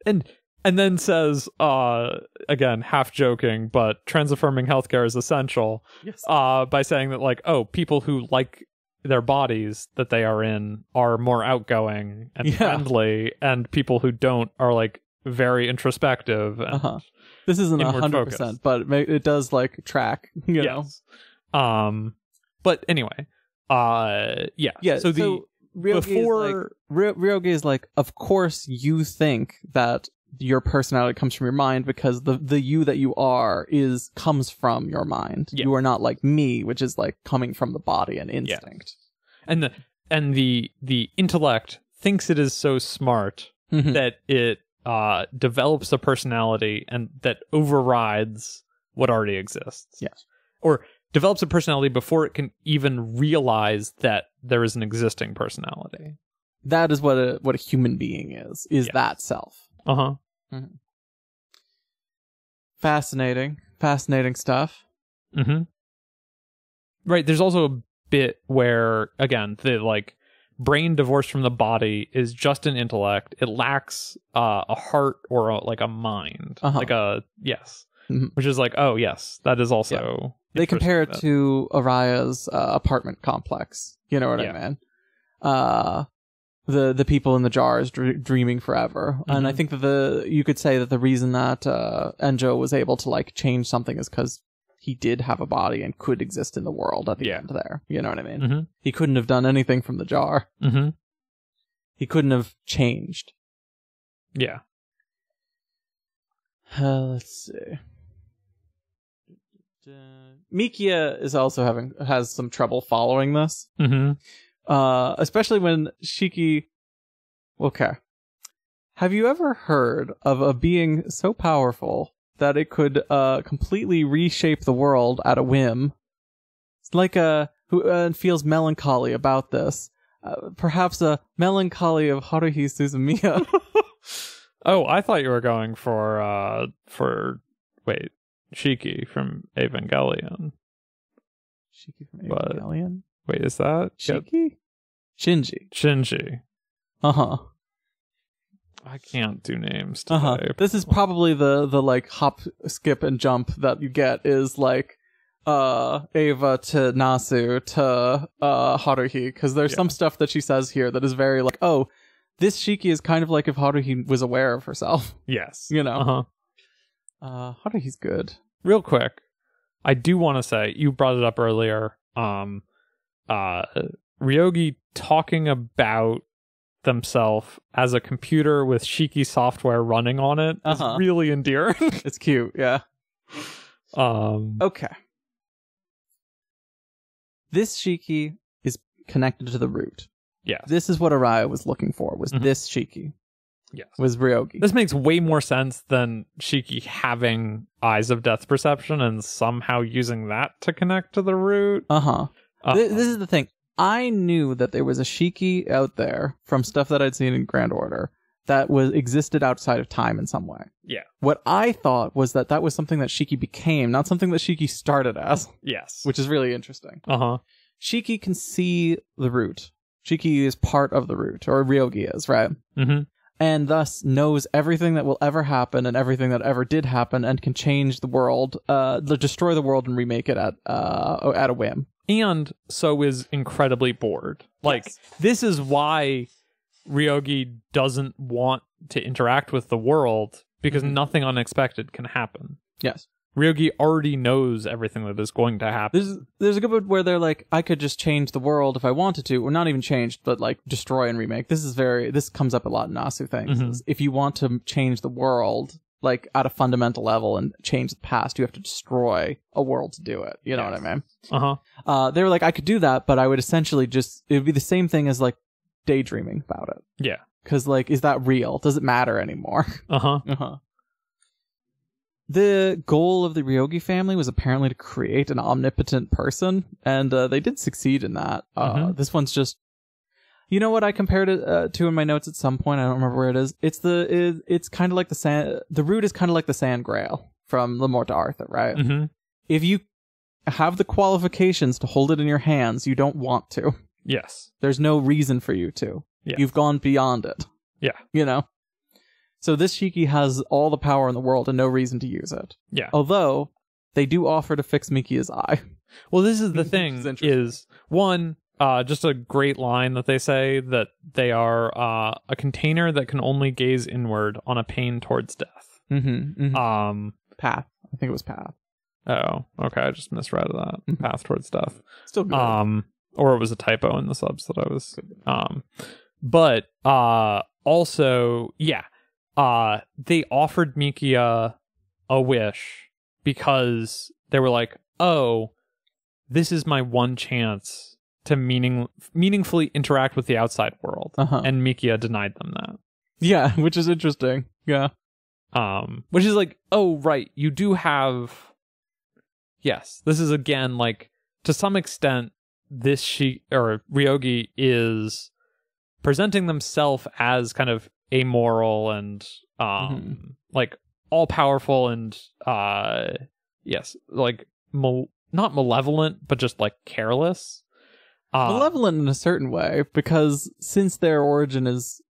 S1: and and then says uh again half joking but trans affirming healthcare is essential uh, by saying that like oh people who like their bodies that they are in are more outgoing and
S2: Yeah.
S1: friendly and people who don't are like very introspective and
S2: Uh-huh. This isn't
S1: Inward
S2: hundred
S1: focus.
S2: percent, but it, ma- it does like track. *laughs* You know.
S1: yes um but anyway uh yeah
S2: Yeah.
S1: so the
S2: Ryogi
S1: before
S2: is like, Ry- Ryogi is like, of course you think that your personality comes from your mind because the the you that you are is comes from your mind.
S1: Yeah.
S2: You are not like me, which is like coming from the body and instinct.
S1: and the and the the intellect thinks it is so smart
S2: Mhm.
S1: that it uh develops a personality and that overrides what already exists.
S2: Yes.
S1: Or develops a personality before it can even realize that there is an existing personality.
S2: That is what a what a human being is. Is
S1: Yes.
S2: that self?
S1: Uh-huh.
S2: Fascinating, fascinating stuff.
S1: Mhm. Right, there's also a bit where again, the like brain divorced from the body is just an intellect. It lacks uh, a heart or a, like a mind.
S2: Uh-huh.
S1: Like a yes.
S2: Mhm.
S1: Which is like, oh yes, that is also
S2: They compare it
S1: interesting.
S2: to Araya's uh, apartment complex. You know what
S1: Yeah.
S2: I mean? Uh, the the people in the jars dr- dreaming forever, and I
S1: Mhm.
S2: think that the you could say that the reason that uh, Enjo was able to like change something is because he did have a body and could exist in the world at the
S1: Yeah.
S2: end there. You know what I mean?
S1: Mhm.
S2: He couldn't have done anything from the jar.
S1: Mhm.
S2: He couldn't have changed.
S1: Yeah.
S2: Uh, let's see. Mikia is also having has some trouble following this,
S1: Mm-hmm.
S2: uh, especially when Shiki. Okay, have you ever heard of a being so powerful that it could uh, completely reshape the world at a whim? It's like a who uh, feels melancholy about this, uh, perhaps a melancholy of Haruhi Suzumiya.
S1: Oh, I thought you were going for uh for wait Shiki from Evangelion.
S2: Shiki from
S1: But-
S2: Evangelion.
S1: Wait, is that yeah,
S2: Shiki, Shinji.
S1: Shinji?
S2: Uh huh.
S1: I can't do names today.
S2: Uh huh. This is probably the the like hop, skip, and jump that you get is like uh Ava to Nasu to uh Haruhi because there's
S1: Yeah.
S2: some stuff that she says here that is very like oh this Shiki is kind of like if Haruhi was aware of herself. *laughs*
S1: yes.
S2: You know.
S1: Uh huh.
S2: Uh Haruhi's good.
S1: Real quick, I do want to say you brought it up earlier. Um, uh, Ryogi talking about themselves as a computer with Shiki software running on it is
S2: Uh-huh.
S1: really endearing. *laughs*
S2: It's cute. Yeah.
S1: um.
S2: Okay. This Shiki is connected to the root.
S1: Yeah.
S2: This is what Araya was looking for. Was
S1: Mhm.
S2: this Shiki?
S1: Yes.
S2: Was Ryogi?
S1: This makes way more sense than Shiki having eyes of death perception and somehow using that to connect to the root.
S2: Uh huh.
S1: Uh,
S2: Th- this is the thing. I knew that there was a Shiki out there from stuff that I'd seen in Grand Order that was existed outside of time in some way.
S1: Yeah.
S2: What I thought was that that was something that Shiki became, not something that Shiki started as, *laughs*
S1: yes.
S2: which is really interesting.
S1: uh huh.
S2: Shiki can see the root. Shiki is part of the root, or Ryogi is, right?
S1: hmm
S2: And thus knows everything that will ever happen and everything that ever did happen and can change the world, uh, destroy the world and remake it at, uh, at a whim.
S1: And so is incredibly bored. Like
S2: Yes.
S1: this is why Ryogi doesn't want to interact with the world because
S2: Mhm.
S1: nothing unexpected can happen.
S2: Yes.
S1: Ryogi already knows everything that is going to happen.
S2: There's there's a good bit where they're like, I could just change the world if I wanted to, or not even change, but like destroy and remake. This is very this comes up a lot in Nasu things.
S1: Mhm.
S2: is If you want to change the world, like at a fundamental level and change the past, you have to destroy a world to do it. You know
S1: Yes.
S2: what I mean?
S1: Uh huh.
S2: Uh, they were like, I could do that, but I would essentially just it would be the same thing as like daydreaming about it.
S1: Yeah.
S2: Because like, is that real? Does it matter anymore?
S1: Uh huh.
S2: Uh-huh. The goal of the Ryogi family was apparently to create an omnipotent person, and uh, they did succeed in that. Uh,
S1: Mhm.
S2: This one's just, you know what I compared it uh, to in my notes at some point. I don't remember where it is. It's the it, it's kind of like the sand. The root is kind of like the sand grail from Lamore to Arthur, right?
S1: hmm
S2: If you have the qualifications to hold it in your hands, you don't want to.
S1: Yes.
S2: There's no reason for you to.
S1: Yeah.
S2: You've gone beyond it.
S1: Yeah.
S2: You know? So this Shiki has all the power in the world and no reason to use it.
S1: Yeah.
S2: Although, they do offer to fix
S1: *laughs*
S2: Miki's eye.
S1: Well, this is the
S2: Which
S1: thing:
S2: is
S1: is,
S2: interesting.
S1: one, uh, just a great line that they say that they are uh, a container that can only gaze inward on a pain towards death.
S2: Mm-hmm.
S1: Um.
S2: Path. I think it was Path.
S1: Oh, okay. I just misread that
S2: Mhm.
S1: path towards death.
S2: Still good.
S1: Um, or it was a typo in the subs that I was. Um, but uh, also, yeah, uh, they offered Mikia a wish because they were like, oh, this is my one chance to meaning meaningfully interact with the outside world,
S2: uh-huh.
S1: and Mikia denied them that.
S2: yeah, *laughs* which is interesting. Yeah.
S1: Um, which is like, oh, right, you do have. Yes, this is again like to some extent, this she or Ryogi is presenting themselves as kind of amoral and um
S2: Mm-hmm.
S1: like all powerful and uh yes like mal- not malevolent but just like careless uh,
S2: Malevolent in a certain way, because since their origin is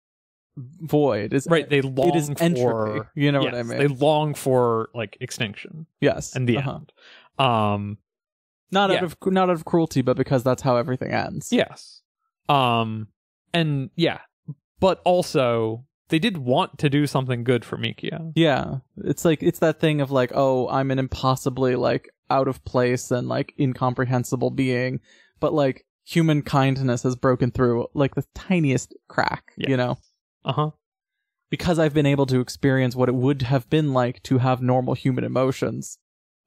S2: void, it's,
S1: right they long
S2: it is
S1: for
S2: entropy. You know what I
S1: yes,
S2: mean?
S1: they long for like extinction
S2: yes.
S1: and the
S2: Uh-huh.
S1: end um
S2: Not out
S1: Yeah.
S2: of not out of cruelty, but because that's how everything ends.
S1: Yes. Um and yeah, but also they did want to do something good for Mikia.
S2: Yeah, it's like it's that thing of like, oh, I'm an impossibly like out of place and like incomprehensible being, but like human kindness has broken through like the tiniest crack, you
S1: Yes.
S2: know,
S1: Uh-huh.
S2: because I've been able to experience what it would have been like to have normal human emotions,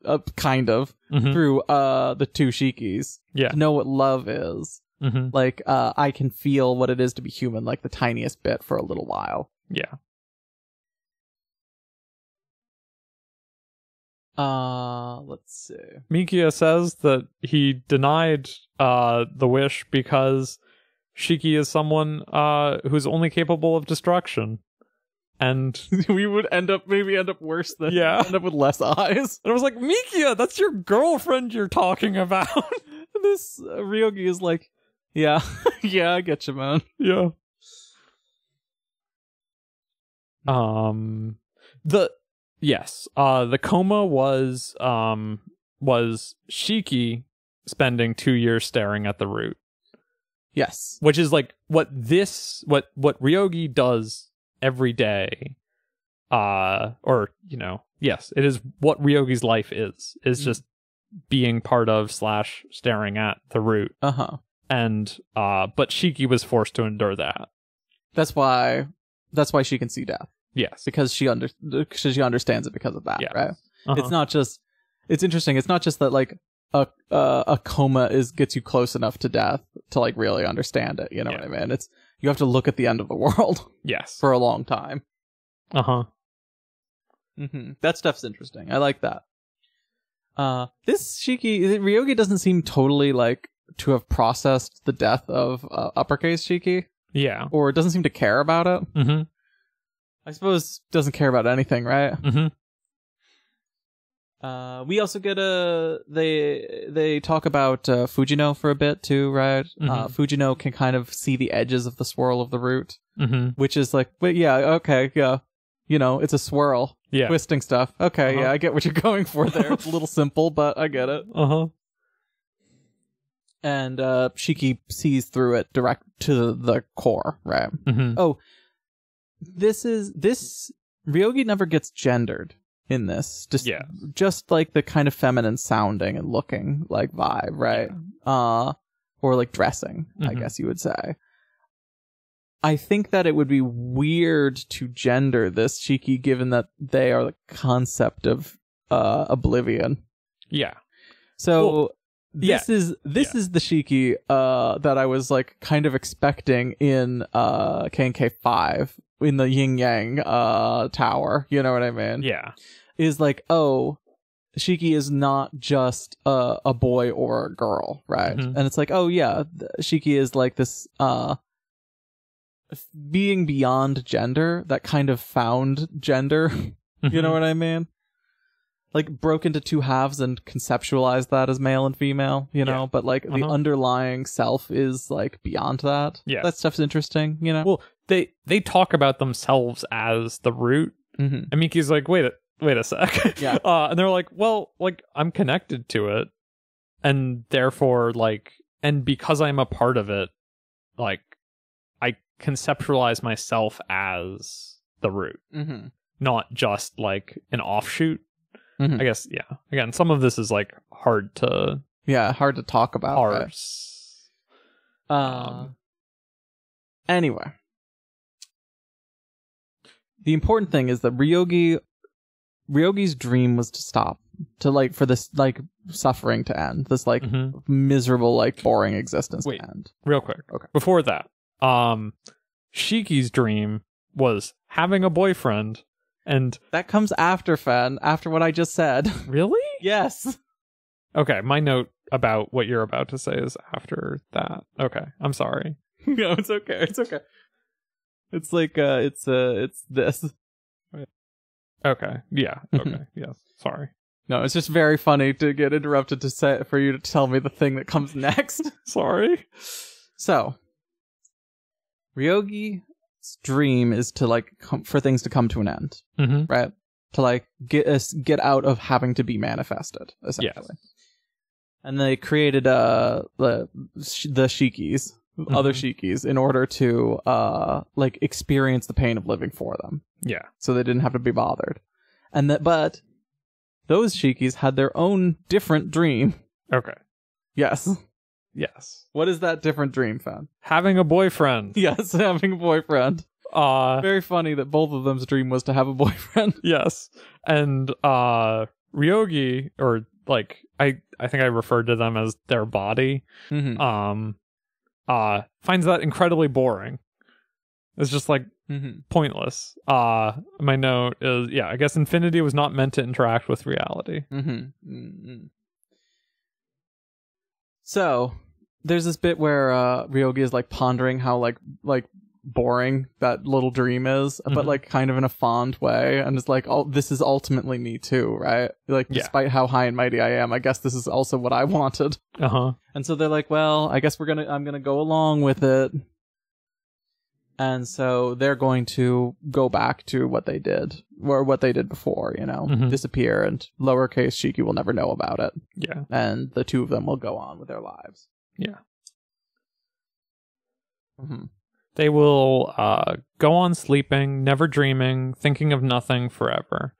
S2: uh, kind of
S1: Mhm.
S2: through uh the two shikis.
S1: Yeah.
S2: to know what love is.
S1: Mhm.
S2: Like, uh, I can feel what it is to be human, like the tiniest bit for a little while.
S1: Yeah.
S2: Uh, let's see.
S1: Mikia says that he denied uh the wish because Shiki is someone uh who's only capable of destruction. *laughs* And
S2: *laughs* we would end up maybe end up worse than
S1: Yeah.
S2: *laughs* end up with less eyes. *laughs*
S1: and I was like, Mikia, that's your girlfriend you're talking about. *laughs*
S2: This uh, Ryogi is like, yeah, *laughs* yeah, I get you, man.
S1: yeah. Um the yes, uh the coma was um was Shiki spending 2 years staring at the root,
S2: Yes,
S1: which is like what this what what Ryogi does every day uh or you know, yes, it is what Ryogi's life is is
S2: Mhm.
S1: just being part of slash staring at the root
S2: uh huh.
S1: and uh but Shiki was forced to endure that.
S2: That's why. That's why she can see death
S1: Yes.
S2: because she under because she understands it because of that,
S1: Yes.
S2: right?
S1: Uh-huh.
S2: It's not just. It's interesting. It's not just that like a uh, a coma is gets you close enough to death to like really understand it. You know
S1: Yeah.
S2: what I mean? It's you have to look at the end of the *laughs* world
S1: Yes.
S2: for a long time.
S1: Uh huh.
S2: Mm-hmm. That stuff's interesting. I like that. Uh, this Shiki Ryogi doesn't seem totally like to have processed the death of uh, uppercase Shiki,
S1: Yeah.
S2: or doesn't seem to care about it.
S1: Mm
S2: I suppose doesn't care about anything, right?
S1: hmm. Mm
S2: Uh, we also get a they they talk about uh, Fujino for a bit too, right?
S1: Mm-hmm.
S2: Uh, Fujino can kind of see the edges of the swirl of the root,
S1: hmm. Mm hmm.
S2: which is like, but yeah, okay, yeah, you know, it's a swirl.
S1: Yeah.
S2: twisting stuff. Okay,
S1: Uh-huh.
S2: yeah, I get what you're *laughs* going for there. it's a little simple, but I get it.
S1: Uh huh.
S2: And uh Shiki sees through it direct to the core, right?
S1: Mm
S2: This is this Ryogi never gets gendered. in this. Just
S1: Yeah.
S2: just like the kind of feminine sounding and looking like vibe, right? Uh or like dressing, I
S1: Mhm.
S2: guess you would say. I think that it would be weird to gender this cheeky given that they are the concept of uh oblivion.
S1: Yeah.
S2: So
S1: Well,
S2: this is this is the Shiki uh that I was like kind of expecting in uh K five in the yin yang uh tower, you know what I mean?
S1: Yeah.
S2: Is like, oh, Shiki is not just a, a boy or a girl, right?
S1: Mhm.
S2: And it's like, oh yeah, th- Shiki is like this uh f- being beyond gender that kind of found gender you
S1: Mm-hmm.
S2: know what I mean? Like broke into two halves and conceptualized that as male and female, you know,
S1: Yeah.
S2: but like the
S1: Uh-huh.
S2: underlying self is like beyond that.
S1: Yeah.
S2: That stuff's interesting, you know?
S1: Well, they they talk about themselves as the root.
S2: hmm
S1: And Miki's like, wait a wait a sec.
S2: Yeah.
S1: *laughs* Uh, and they're like, well, like I'm connected to it, and therefore, like, and because I'm a part of it, like, I conceptualize myself as the root,
S2: hmm
S1: not just like an offshoot.
S2: Mhm.
S1: I guess, yeah. Again, some of this is like hard to
S2: Yeah, hard to talk about. but-
S1: parse.
S2: Uh,
S1: Um,
S2: anyway. The important thing is that Ryogi Ryogi's dream was to stop. To like for this like suffering to end. This like
S1: Mhm.
S2: miserable, like boring existence
S1: Wait.
S2: to end.
S1: real quick.
S2: Okay.
S1: Before that, um, Shiki's dream was having a boyfriend, and
S2: That comes after Fen, after what I just said. *laughs*
S1: really,
S2: yes.
S1: okay. My note about what you're about to say is after that. Okay, I'm sorry.
S2: *laughs* no, it's okay. It's okay. It's like uh it's uh it's this.
S1: Okay, yeah.
S2: Mhm.
S1: Okay, yes. Sorry.
S2: No, it's just very funny to get interrupted to say for you to tell me the thing that comes *laughs* next.
S1: Sorry.
S2: so Ryogi's dream is to like com- for things to come to an end,
S1: Mm-hmm.
S2: right? To like get us get out of having to be manifested, essentially. And they created uh the the shikis, other shikis, in order to uh like experience the pain of living for them
S1: Yeah.
S2: so they didn't have to be bothered. And that, but those Shikis had their own different dream. *laughs*
S1: Okay.
S2: Yes.
S1: Yes.
S2: What is that different dream, fan?
S1: Having a boyfriend.
S2: *laughs* Yes, having a boyfriend.
S1: Uh
S2: Very funny that both of them's dream was to have a boyfriend.
S1: yes. And uh Ryogi or like I I think I referred to them as their body.
S2: Mm-hmm.
S1: um uh finds that incredibly boring it's just like
S2: Mm-hmm.
S1: pointless uh my note is yeah i guess infinity was not meant to interact with reality
S2: Mm-hmm. Mm-hmm. So there's this bit where uh, Ryogi is like pondering how like like boring that little dream is, but
S1: Mhm.
S2: like kind of in a fond way, and it's like, oh, this is ultimately me too, right? Like,
S1: Yeah.
S2: despite how high and mighty I am, I guess this is also what I *laughs* wanted.
S1: uh-huh
S2: And so they're like, well, I guess we're gonna I'm gonna go along with it. And so they're going to go back to what they did or what they did before, you know,
S1: Mhm.
S2: disappear and lowercase Shiki will never know about it.
S1: yeah
S2: And the two of them will go on with their lives.
S1: Yeah.
S2: hmm
S1: they will uh go on sleeping never dreaming thinking of nothing forever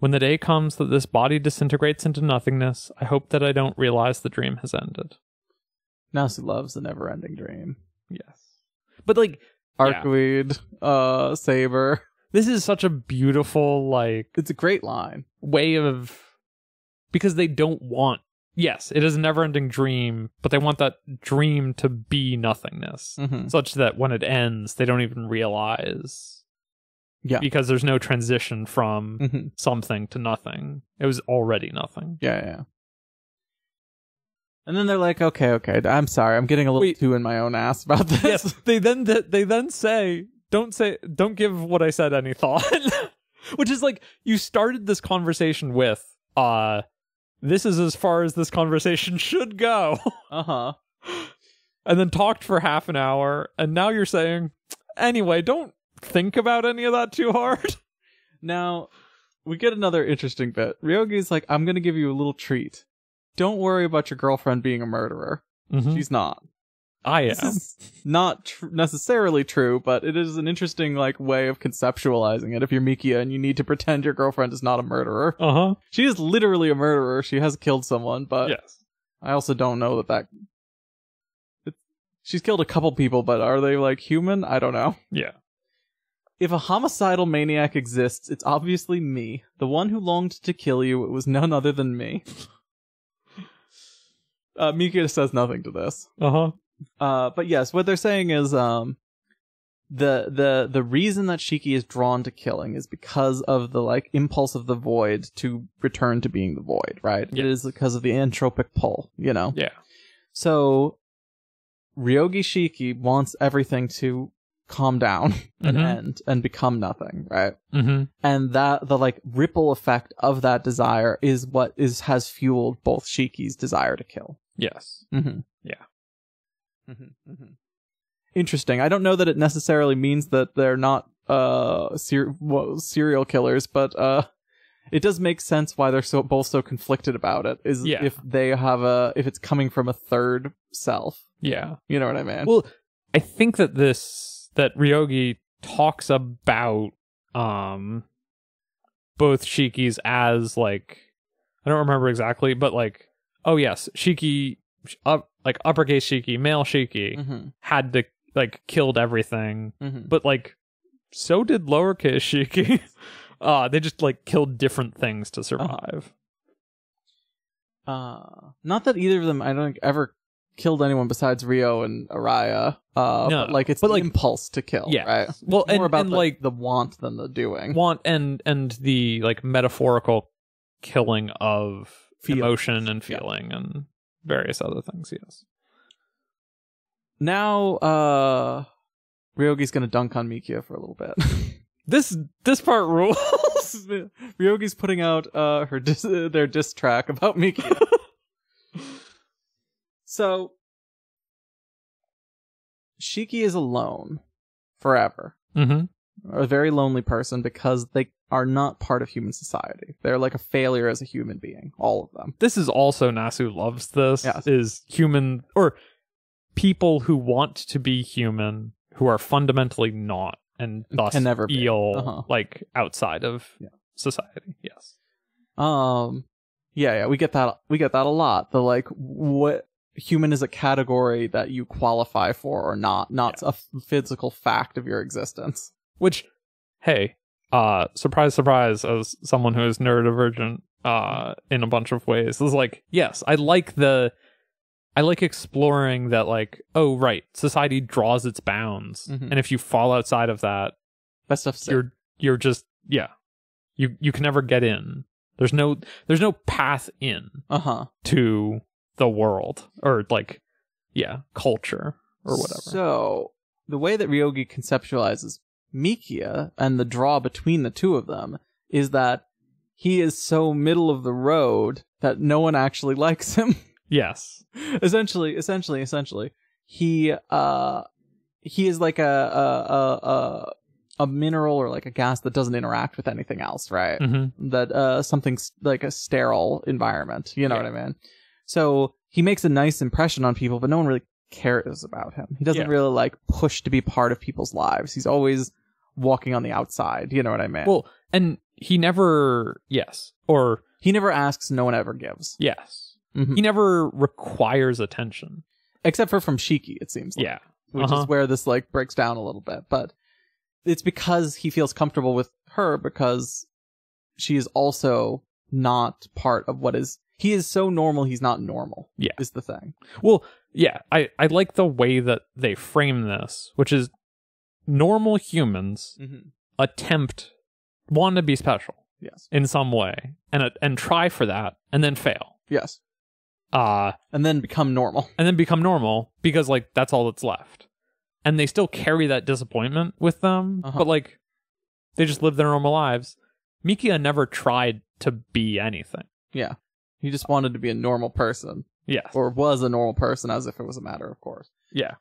S1: when the day comes that this body disintegrates into nothingness i hope that i don't realize the dream has ended
S2: Now she loves the never ending dream.
S1: yes but like Yeah.
S2: Arcweed, uh, Saber.
S1: this is such a beautiful like
S2: It's a great line.
S1: way of because they don't want yes it is a never ending dream but they want that dream to be nothingness
S2: Mm-hmm.
S1: such that when it ends they don't even realize
S2: Yeah.
S1: because there's no transition from
S2: Mm-hmm.
S1: something to nothing it was already nothing
S2: Yeah, yeah. And then they're like, okay, okay, I'm sorry, I'm getting a little
S1: Wait.
S2: too in my own ass about this.
S1: yes *laughs* they then they then say don't say don't give what i said any thought *laughs* which is like you started this conversation with uh this is as far as this conversation *laughs* should go
S2: Uh huh.
S1: and then talked for half an hour and now you're saying anyway don't think about any of that too hard *laughs*
S2: Now, we get another interesting bit. Ryogi's like, I'm gonna give you a little treat. Don't worry about your girlfriend being a murderer.
S1: mm-hmm.
S2: She's not.
S1: I am.
S2: This is not tr- necessarily true, but it is an interesting like way of conceptualizing it. If you're Mikia and you need to pretend your girlfriend is not a murderer,
S1: Uh huh.
S2: she is literally a murderer. She has killed someone, but
S1: Yes.
S2: I also don't know that that. It- She's killed a couple people, but are they like human? I don't know.
S1: Yeah.
S2: If a homicidal maniac exists, it's obviously me. The one who longed to kill you, it was none other than me. uh, Mikia says nothing to this.
S1: Uh huh.
S2: Uh, but yes, what they're saying is um, the the the reason that Shiki is drawn to killing is because of the like impulse of the void to return to being the void, right?
S1: Yeah.
S2: It is because of the anthropic pull, you know.
S1: Yeah.
S2: So Ryogi Shiki wants everything to calm down and
S1: Mhm.
S2: end *laughs* and become nothing, right?
S1: Mm
S2: And that the like ripple effect of that desire is what is has fueled both Shiki's desire to kill.
S1: Yes.
S2: Mm-hmm.
S1: Yeah.
S2: Mm-hmm, mm-hmm. Interesting. I don't know that it necessarily means that they're not uh ser- well, serial killers, but uh, it does make sense why they're so both so conflicted about it. Is
S1: Yeah.
S2: if they have a if it's coming from a third self.
S1: Yeah.
S2: You know what I mean?
S1: Well, I think that this that Ryogi talks about um both Shiki's as like I don't remember exactly, but like oh yes, Shiki sh- up like uppercase Shiki, male Shiki
S2: mm-hmm,
S1: had to like killed everything,
S2: mm-hmm.
S1: but like so did lowercase Shiki. *laughs* uh they just like killed different things
S2: Uh-huh.
S1: to survive.
S2: Uh, not that either of them I don't think ever killed anyone besides Rio and Araya. Uh,
S1: No,
S2: but like it's
S1: but,
S2: the
S1: like-
S2: impulse to kill.
S1: Yeah.
S2: Oh, right.
S1: Well, and,
S2: More about
S1: and,
S2: the-
S1: like
S2: the want than the
S1: *laughs*
S2: doing.
S1: want and and the like metaphorical killing of
S2: Feelings.
S1: emotion and
S2: Yeah.
S1: feeling and various other things yes
S2: now uh Ryogi's gonna dunk on Mikia for a little bit. *laughs*
S1: this this part rules
S2: Ryogi's putting out uh her dis- *laughs* uh, their diss track about *laughs* Mikia. so Shiki is alone forever.
S1: mm-hmm.
S2: A very lonely person because they are not part of human society. They're like a failure as a human being, all of them.
S1: this is also nasu loves this
S2: Yes.
S1: is human or people who want to be human who are fundamentally not and thus
S2: can never be.
S1: feel
S2: Uh-huh.
S1: like outside of
S2: Yeah.
S1: society yes
S2: Um, yeah, yeah, we get that. We get that a lot. The like, what human is a category that you qualify for or not, not a f- physical fact of your existence.
S1: which hey uh surprise surprise as someone who is neurodivergent uh in a bunch of ways is like yes i like the i like exploring that like oh right society draws its bounds
S2: Mhm.
S1: and if you fall outside of that
S2: That stuff's sick.
S1: you're you're just yeah you you can never get in there's no there's no path in
S2: Uh huh.
S1: to the world or like yeah culture or whatever
S2: So the way that Ryogi conceptualizes Mikia and the draw between the two of them is that he is so middle of the road that no one actually *laughs* likes him.
S1: yes
S2: *laughs* essentially, essentially, essentially, he uh he is like a a a a, a mineral or like a gas that doesn't interact with anything else, right?
S1: hmm
S2: That uh something's like a sterile environment. You know
S1: Yeah.
S2: what I mean? So he makes a nice impression on people, but no one really cares about him. He doesn't
S1: Yeah.
S2: really like push to be part of people's lives. He's always walking on the outside. You know what I mean?
S1: Well, and he never, yes, or
S2: he never asks. No one ever gives,
S1: yes,
S2: Mhm.
S1: he never requires attention.
S2: except for from Shiki. It seems. like.
S1: Yeah,
S2: which
S1: Uh-huh.
S2: is where this like breaks down a little bit but it's because he feels comfortable with her because she is also not part of what is he is so normal he's not normal
S1: Yeah.
S2: is the thing
S1: yeah. I I like the way that they frame this, which is normal humans
S2: mm-hmm.
S1: attempt want to be special
S2: yes
S1: in some way and and try for that and then fail.
S2: yes
S1: Uh
S2: and then become normal
S1: and then become normal because like that's all that's left and they still carry that disappointment with them
S2: Uh-huh.
S1: but like they just live their normal lives mikia never tried to be anything
S2: he just wanted to be a normal person
S1: yes
S2: or was a normal person as if it was a matter of course
S1: yeah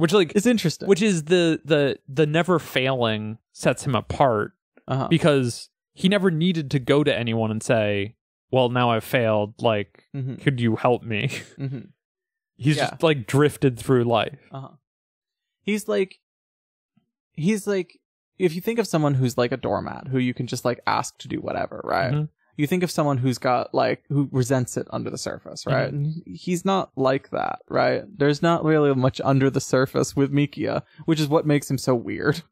S1: which like
S2: it's interesting
S1: which is the the the never failing sets him apart
S2: uh-huh.
S1: because he never needed to go to anyone and say well now i've failed like
S2: Mhm,
S1: could you help me *laughs*
S2: mhm.
S1: He's
S2: Yeah.
S1: just like drifted through life.
S2: Uh-huh. He's like he's like if you think of someone who's like a doormat who you can just like ask to do whatever, right?
S1: Mhm.
S2: You think of someone who's got like who resents it under the surface, right?
S1: Mm-hmm.
S2: And he's not like that, right? There's not really much under the surface with Mikia, which is what makes him so weird.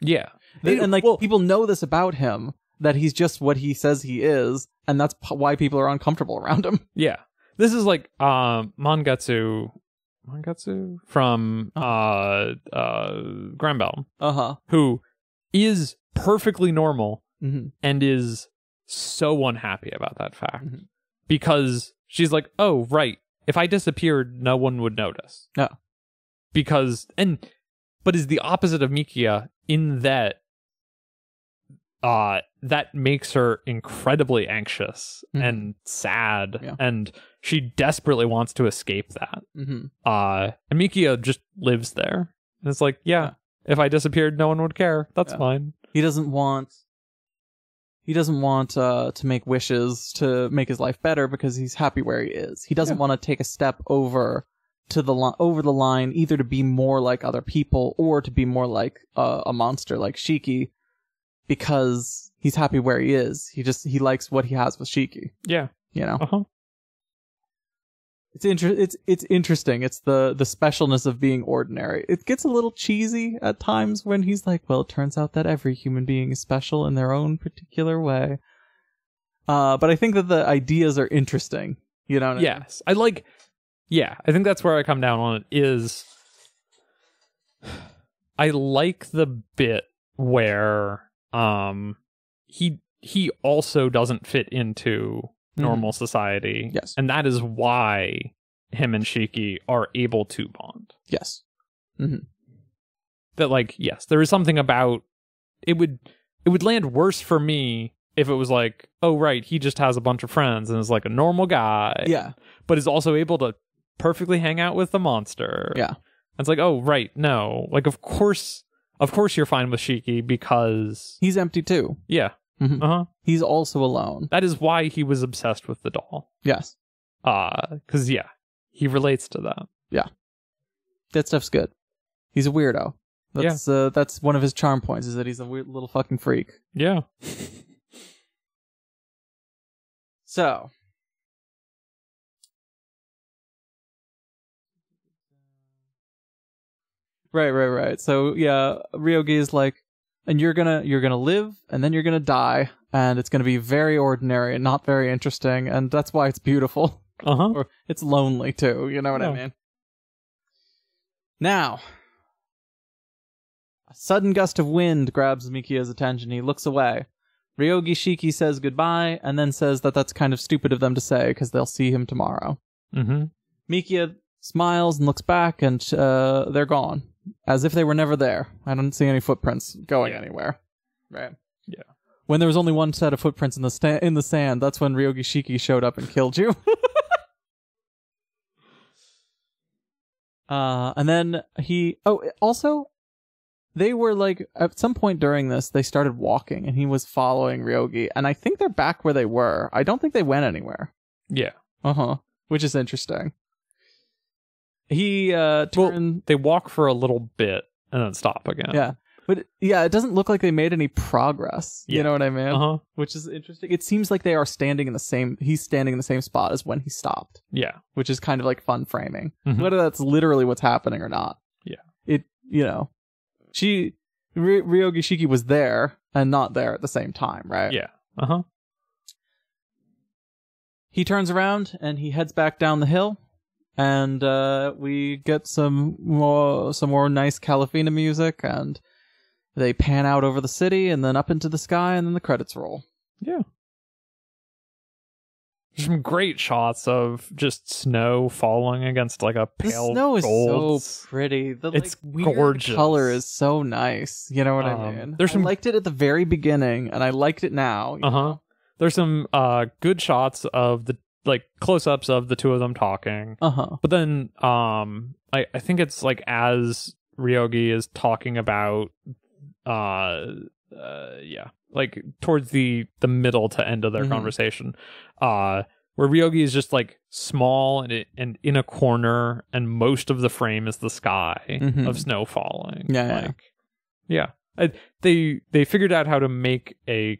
S1: Yeah.
S2: Th-
S1: It-
S2: and like
S1: well-
S2: people know this about him that he's just what he says he is, and that's p- why people are uncomfortable around him.
S1: Yeah. This is like um Mangatsu Mangatsu from
S2: Oh.
S1: uh uh Granbell,
S2: Uh huh.
S1: who is perfectly normal
S2: hmm
S1: and is so unhappy about that fact
S2: Mhm.
S1: because she's like, "Oh, right. If I disappeared, no one would notice."
S2: Yeah.
S1: Because and but is the opposite of Mikia in that uh that makes her incredibly anxious
S2: Mhm.
S1: and sad
S2: Yeah.
S1: and she desperately wants to escape that.
S2: hmm
S1: Uh and Mikia just lives there. And it's like, yeah,
S2: Yeah.
S1: if I disappeared, no one would care. That's
S2: Yeah.
S1: fine.
S2: He doesn't want. He doesn't want uh, to make wishes to make his life better because he's happy where he is. He doesn't
S1: Yeah.
S2: want to take a step over to the li- over the line either to be more like other people or to be more like uh, a monster like Shiki because he's happy where he is. He just he likes what he has with Shiki,
S1: Yeah.
S2: you know.
S1: Uh-huh.
S2: It's inter- it's it's interesting. It's the the specialness of being ordinary. It gets a little cheesy at times when he's like, "Well, it turns out that every human being is special in their own particular way." Uh, but I think that the ideas are interesting. You know? What I mean?
S1: Yes. I like Yeah, I think that's where I come down on it is I like the bit where um he he also doesn't fit into
S2: Mhm.
S1: normal society.
S2: Yes.
S1: And that is why him and Shiki are able to bond.
S2: Yes.
S1: That like, yes, there is something about it would it would land worse for me if it was like, oh right, he just has a bunch of friends and is like a normal guy.
S2: Yeah.
S1: but is also able to perfectly hang out with the monster.
S2: Yeah.
S1: And it's like, oh right, no. Like of course of course you're fine with Shiki because
S2: He's empty too.
S1: Yeah.
S2: Mhm.
S1: Uh-huh.
S2: He's also alone.
S1: That is why he was obsessed with the doll.
S2: Yes.
S1: Uh cuz yeah, he relates to that.
S2: That stuff's good. He's a weirdo. That's uh, that's one of his charm points is that he's a weird little fucking freak.
S1: Yeah.
S2: So. Right, right, right. So yeah, Ryogi is like, and you're gonna you're gonna live, and then you're gonna die, and it's gonna be very ordinary and not very interesting, and that's why it's beautiful.
S1: Uh-huh.
S2: or it's lonely too, you know what I
S1: No.
S2: mean? Now a sudden gust of wind grabs Mikia's attention. He looks away. Ryogi Shiki says goodbye and then says that that's kind of stupid of them to say because they'll see him tomorrow.
S1: Mhm.
S2: Mikia smiles and looks back, and uh, they're gone, as if they were never there. I don't see any footprints going
S1: Yeah.
S2: anywhere. Right.
S1: Yeah.
S2: When there was only one set of footprints in the sta- in the sand, that's when Ryogi Shiki showed up and killed you. *laughs* uh, and then he. Oh, also, they were like at some point during this, they started walking, and he was following Ryogi, and I think they're back where they were. I don't think they went anywhere.
S1: Yeah.
S2: Uh huh. Which is interesting. He uh
S1: Well-
S2: turn
S1: They walk for a little bit and then stop again.
S2: yeah, but yeah, it doesn't look like they made any progress. You
S1: Yeah.
S2: know what I mean?
S1: Uh-huh.
S2: Which is interesting. It seems like they are standing in the same. He's standing in the same spot as when he stopped,
S1: Yeah.
S2: which is kind of like fun framing.
S1: Mhm.
S2: Whether that's literally what's happening or not.
S1: Yeah.
S2: It you know, she Ry- Ryogi Shiki was there and not there at the same time, right?
S1: Yeah. Uh-huh.
S2: he turns around and he heads back down the hill and uh, we get some more some more nice calafina music and they pan out over the city and then up into the sky and then the credits roll
S1: Some great shots of just snow falling against like a
S2: the
S1: pale
S2: snow is
S1: gold.
S2: so pretty the
S1: It's
S2: like, weird
S1: gorgeous.
S2: color is so nice you know what i
S1: Um,
S2: mean
S1: there's
S2: I
S1: some-
S2: liked it at the very beginning and i liked it now you
S1: Uh-huh.
S2: know?
S1: there's some uh good shots of the like close-ups of the two of them talking
S2: uh-huh
S1: but then um i i think it's like as ryogi is talking about uh uh yeah like towards the the middle to end of their
S2: Mhm.
S1: conversation uh where Ryogi is just like small and and in a corner, and most of the frame is the sky
S2: Mhm.
S1: of snow falling.
S2: Yeah, yeah.
S1: like yeah. I, they they figured out how to make a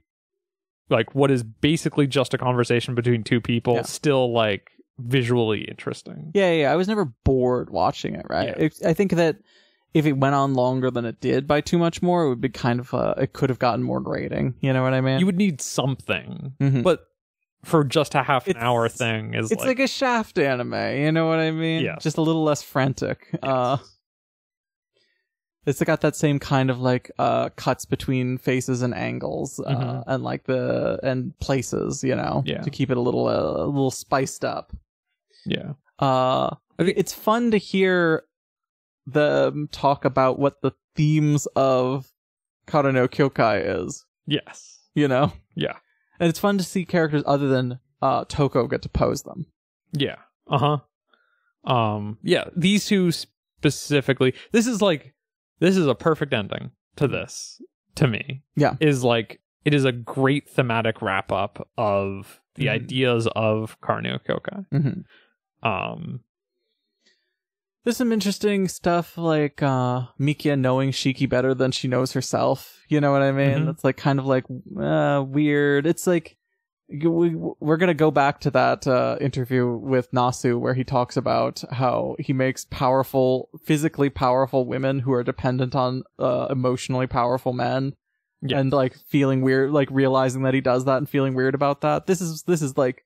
S1: like what is basically just a conversation between two people
S2: Yeah.
S1: still like visually interesting.
S2: Yeah, yeah, yeah. I was never bored watching it, right?
S1: Yeah.
S2: It, I think that if it went on longer than it did by too much more, it would be kind of uh, it could have gotten more grating. You know what I mean?
S1: You would need something,
S2: Mhm.
S1: but for just a half an
S2: It's-
S1: hour thing is
S2: it's like,
S1: like,
S2: a Shaft anime. You know what I mean?
S1: Yes.
S2: Just a little less frantic. Uh, it's got that same kind of like uh, cuts between faces and angles uh,
S1: Mhm.
S2: and like the and places. You know,
S1: Yeah.
S2: to keep it a little uh, a little spiced up.
S1: yeah.
S2: Uh,
S1: I think-
S2: it's fun to hear them talk about what the themes of Kara no Kyokai is,
S1: Yes.
S2: you know?
S1: Yeah.
S2: And it's fun to see characters other than uh, Toko get to pose them.
S1: Yeah. Uh huh. Um. Yeah. These two specifically. This is like. This is a perfect ending to this. To me.
S2: Yeah.
S1: Is like it is a great thematic wrap up of the
S2: Mhm.
S1: ideas of Karneo Kyokai.
S2: Mhm.
S1: Um.
S2: There's some interesting stuff like uh, Mikia knowing Shiki better than she knows herself. You know what I mean?
S1: Mhm.
S2: That's like kind of like uh, weird. It's like you- we, we're gonna go back to that uh, interview with Nasu where he talks about how he makes powerful, physically powerful women who are dependent on uh, emotionally powerful men,
S1: Yeah.
S2: and like feeling weird, like realizing that he does that and feeling weird about that. This is this is like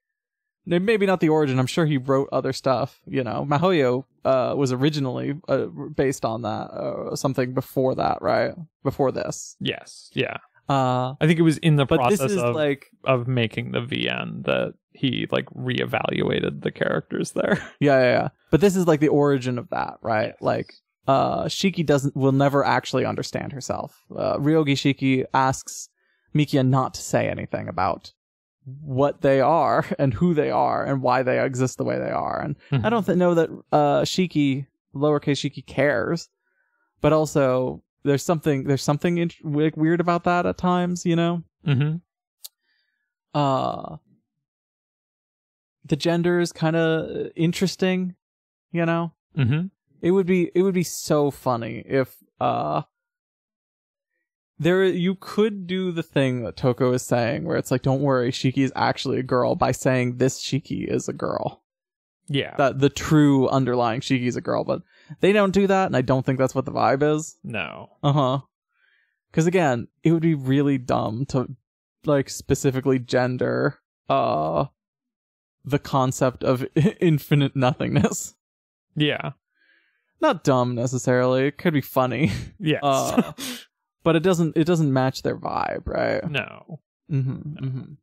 S2: maybe not the origin. I'm sure he wrote other stuff. You know, Mahoyo uh, was originally uh, based on that, uh, something before that, right? Before this,
S1: Yes. Yeah.
S2: uh,
S1: I think it was in the
S2: but
S1: process
S2: this is
S1: of
S2: like
S1: of making the VN that he like reevaluated the characters there.
S2: Yeah, yeah, yeah. But this is like the origin of that, right?
S1: Yes.
S2: Like, uh, Shiki doesn't will never actually understand herself. Uh, Ryogi Shiki asks Mikia not to say anything about what they are *laughs* and who they are and why they exist the way they are. And I don't th- know that uh, Shiki, lowercase Shiki, cares, but also there's something there's something int- w- weird about that at times, you know
S1: Mm-hmm.
S2: uh the gender is kind of interesting you know
S1: Mm-hmm.
S2: it would be it would be so funny if uh there you could do the thing that toko is saying where it's like don't worry shiki is actually a girl by saying this shiki is a girl
S1: Yeah.
S2: that the true underlying shiki is a girl but they don't do that and i don't think that's what the vibe is
S1: no.
S2: uh huh. Because again, it would be really dumb to like specifically gender uh the concept of *laughs* infinite nothingness.
S1: Yeah.
S2: Not dumb necessarily. It could be funny,
S1: Yes. *laughs*
S2: Uh, but it doesn't. It doesn't match their vibe, right?
S1: no.
S2: Mm-hmm,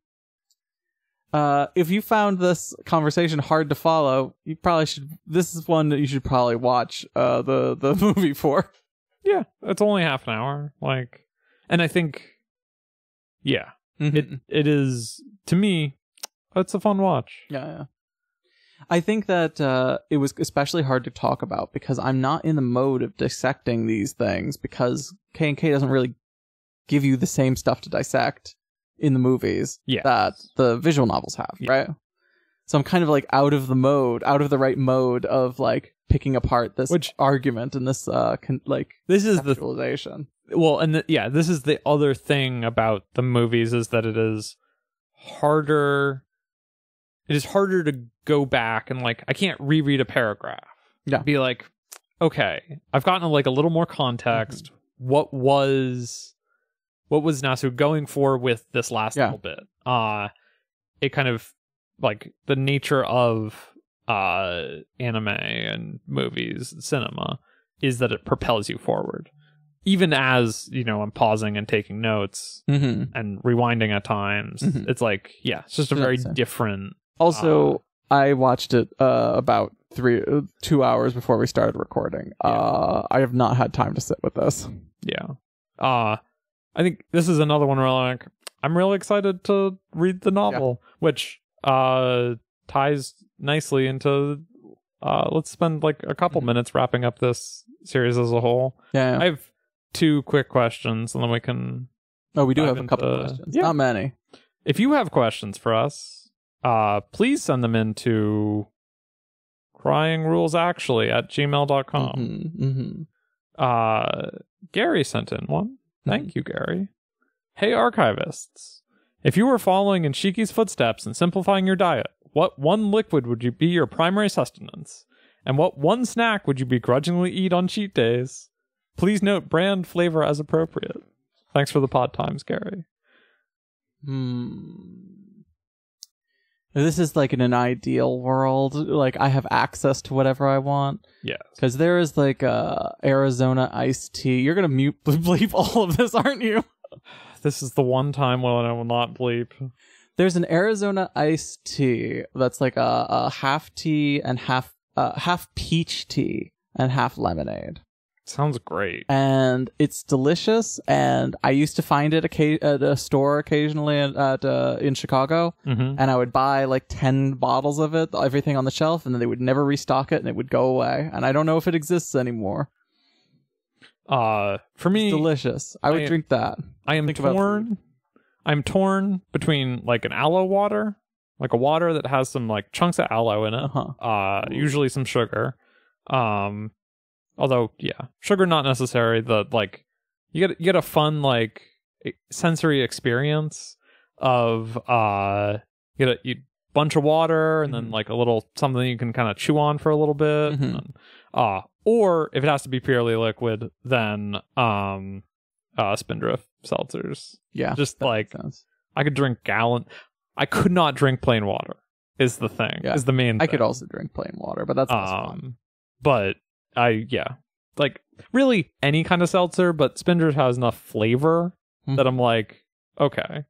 S2: Uh, if you found this conversation hard to follow, you probably should. This is one that you should probably watch uh, the the *laughs* movie for.
S1: yeah it's only half an hour like and i think yeah
S2: Mm-hmm.
S1: it it is to me it's a fun watch
S2: Yeah, yeah. I think that uh, it was especially hard to talk about because I'm not in the mode of dissecting these things because K and K doesn't really give you the same stuff to dissect in the movies
S1: yeah
S2: that the visual novels have,
S1: Yeah.
S2: right? So I'm kind of like out of the mode, out of the right mode of like picking apart this
S1: Which-
S2: argument and this uh con- like
S1: this is the
S2: conceptualization.
S1: well and the, yeah this is the other thing about the movies is that it is harder it is harder to go back and like i can't reread a paragraph
S2: Yeah.
S1: be like okay i've gotten like a little more context
S2: Mm-hmm.
S1: what was what was nasu going for with this last
S2: Yeah.
S1: little bit uh it kind of like the nature of uh anime and movies cinema is that it propels you forward even as you know i'm pausing and taking notes
S2: Mm-hmm.
S1: and rewinding at times
S2: Mhm.
S1: it's like yeah it's just a
S2: Yeah,
S1: very
S2: same.
S1: different
S2: Also,
S1: Ah.
S2: I watched it uh, about three, uh, two hours before we started recording.
S1: Yeah.
S2: Uh, I have not had time to sit with this.
S1: yeah uh i think this is another one where I'm like i'm really excited to read the novel which uh ties nicely into uh let's spend like a couple
S2: Mhm.
S1: minutes wrapping up this series as a whole
S2: Yeah.
S1: i have two quick questions and then we can
S2: oh, we do
S1: I've
S2: have a
S1: been,
S2: couple
S1: uh,
S2: questions.
S1: yeah.
S2: Not many.
S1: if you have questions for us uh, please send them in to crying rules actually at gmail.com.
S2: Mm-hmm, mm-hmm.
S1: Uh, Gary sent in one. Thank you, Gary. Hey, archivists. If you were following in Shiki's footsteps and simplifying your diet, what one liquid would you be your primary sustenance? And what one snack would you begrudgingly eat on cheat days? Please note brand flavor as appropriate. Thanks for the pod times, Gary.
S2: Hmm. This is like in an ideal world. Like I have access to whatever I want
S1: Yes.
S2: because there is like uh, Arizona iced tea. You're gonna mute *laughs* bleep all of this, aren't you?
S1: This is the one time when I will not bleep.
S2: There's an Arizona iced tea that's like a, a half tea and half uh, half peach tea and half lemonade.
S1: Sounds great.
S2: and it's delicious. And I used to find it occa- at a store occasionally at, at uh, in Chicago,
S1: Mm-hmm.
S2: and I would buy like ten bottles of it, everything on the shelf, and then they would never restock it, and it would go away. And I don't know if it exists anymore.
S1: Uh, for me,
S2: Delicious. I would
S1: I-
S2: drink that.
S1: I am
S2: Think about
S1: torn. I'm torn between like an aloe water, like a water that has some like chunks of aloe in
S2: Uh
S1: it,
S2: huh.
S1: uh,
S2: Ooh.
S1: usually some sugar. Um, although yeah, sugar not necessary. The like you get you get a fun like e- sensory experience of uh you get a you bunch of water and then
S2: Mhm.
S1: like a little something you can kind of chew on for a little bit.
S2: Mhm.
S1: And then, uh, or if it has to be purely liquid, then um, uh, Spindrift seltzers.
S2: Yeah.
S1: Just
S2: that
S1: like
S2: makes sense.
S1: I could drink gallon. I could not drink plain water. Is the thing
S2: Yeah.
S1: is the main.
S2: I
S1: thing
S2: could also drink plain water, but that's less fun.
S1: um but i yeah like really any kind of seltzer but spindrift has enough flavor
S2: Mhm.
S1: that i'm like okay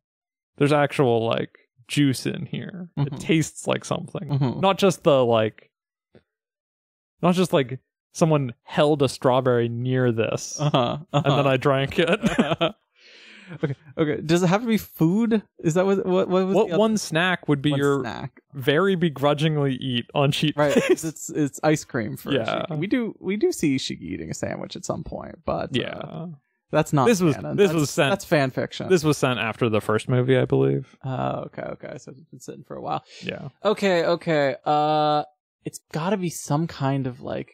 S1: there's actual like juice in here
S2: Mhm.
S1: it tastes like something
S2: Mhm.
S1: not just the like not just like someone held a strawberry near this
S2: Uh-huh,
S1: and then
S2: uh-huh.
S1: i drank
S2: *laughs*
S1: it *laughs*
S2: okay. Okay. Does it have to be food? Is that what what what was
S1: what
S2: the other-
S1: one snack would be
S2: one
S1: your
S2: snack?
S1: very begrudgingly eat on cheat *laughs*
S2: right?
S1: days?
S2: 'cause it's it's ice cream for
S1: Yeah.
S2: Ishiki. We do we do see Ishiki eating a sandwich at some point, but uh,
S1: yeah
S2: that's not
S1: This was-
S2: canon.
S1: this
S2: that's,
S1: was sent-
S2: that's fan fiction.
S1: this was sent after the first movie i believe
S2: Oh, okay, okay. So it's been sitting for a while.
S1: Yeah.
S2: Okay, okay. Uh, it's got to be some kind of like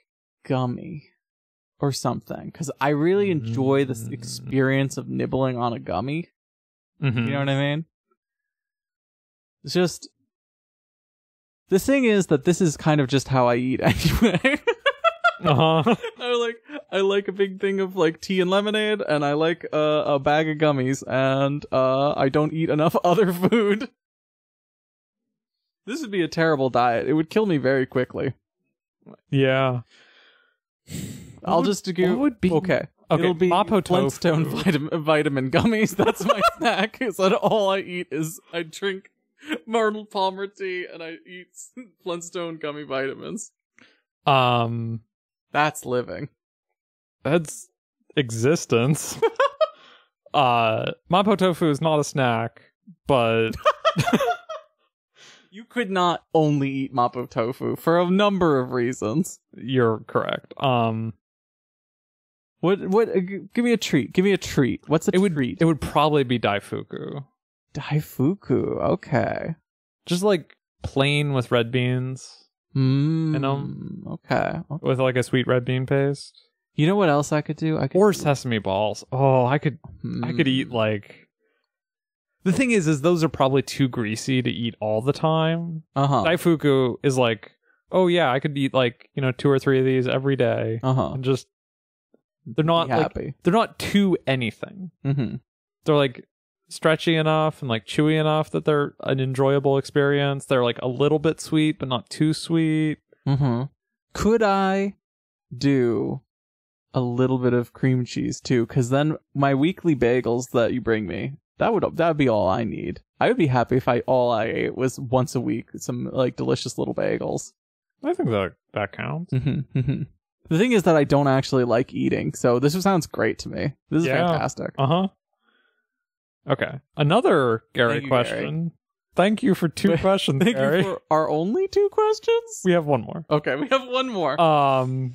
S2: gummy or something because I really enjoy this
S1: Mm.
S2: experience of nibbling on a gummy.
S1: Mm-hmm.
S2: You know what I mean? It's just the thing is that this is kind of just how I eat *laughs* anyway.
S1: uh-huh. *laughs*
S2: I like I like a big thing of like tea and lemonade, and I like uh, a bag of gummies, and uh, I don't eat enough *laughs* other food. This would be a terrible diet. It would kill me very quickly.
S1: Yeah.
S2: I'll just do.
S1: what would be-
S2: okay?
S1: Okay,
S2: It'll be
S1: Mapo tofu.
S2: Flintstone vitamin, vitamin gummies. *laughs* That's my snack. *laughs* Is that all I eat? Is I drink Arnold Palmer tea and I eat Flintstone gummy vitamins.
S1: Um,
S2: That's living.
S1: that's existence. *laughs* uh, mapo tofu is not a snack, but
S2: You could not only eat Mapo tofu for a number of reasons.
S1: you're correct. Um,
S2: What? What? uh, g- give me a treat. Give me a treat. What's a
S1: it would
S2: treat?
S1: it would probably be daifuku,
S2: Daifuku. Okay.
S1: just like plain with red beans
S2: Mm,
S1: um,
S2: Okay. okay.
S1: with like a sweet red bean paste
S2: You know what else I could do? I could hmm.
S1: or sesame balls. Oh, I could I could
S2: Mm.
S1: eat like. The thing is, is those are probably too greasy to eat all the time.
S2: Uh huh.
S1: Daifuku is like, oh yeah, I could eat like you know two or three of these every day,
S2: Uh huh.
S1: and just they're not like
S2: happy.
S1: they're not too anything.
S2: mm-hmm.
S1: They're like stretchy enough and like chewy enough that they're an enjoyable experience. They're like a little bit sweet, but not too sweet.
S2: Mm-hmm. Could I do a little bit of cream cheese too? Because then my weekly bagels that you bring me, that would that would be all I need. I would be happy if I all I ate was once a week some like delicious little bagels.
S1: I think that that counts.
S2: Mm-hmm, mm-hmm. The thing is that I don't actually like eating, so this sounds great to me. This is
S1: Yeah.
S2: fantastic.
S1: Uh huh. Okay, another Gary
S2: Thank you, Gary.
S1: question. Thank you for
S2: *laughs*
S1: two questions,
S2: Thank
S1: Gary.
S2: you for our only two questions.
S1: we have one more.
S2: okay, we have one more.
S1: Um,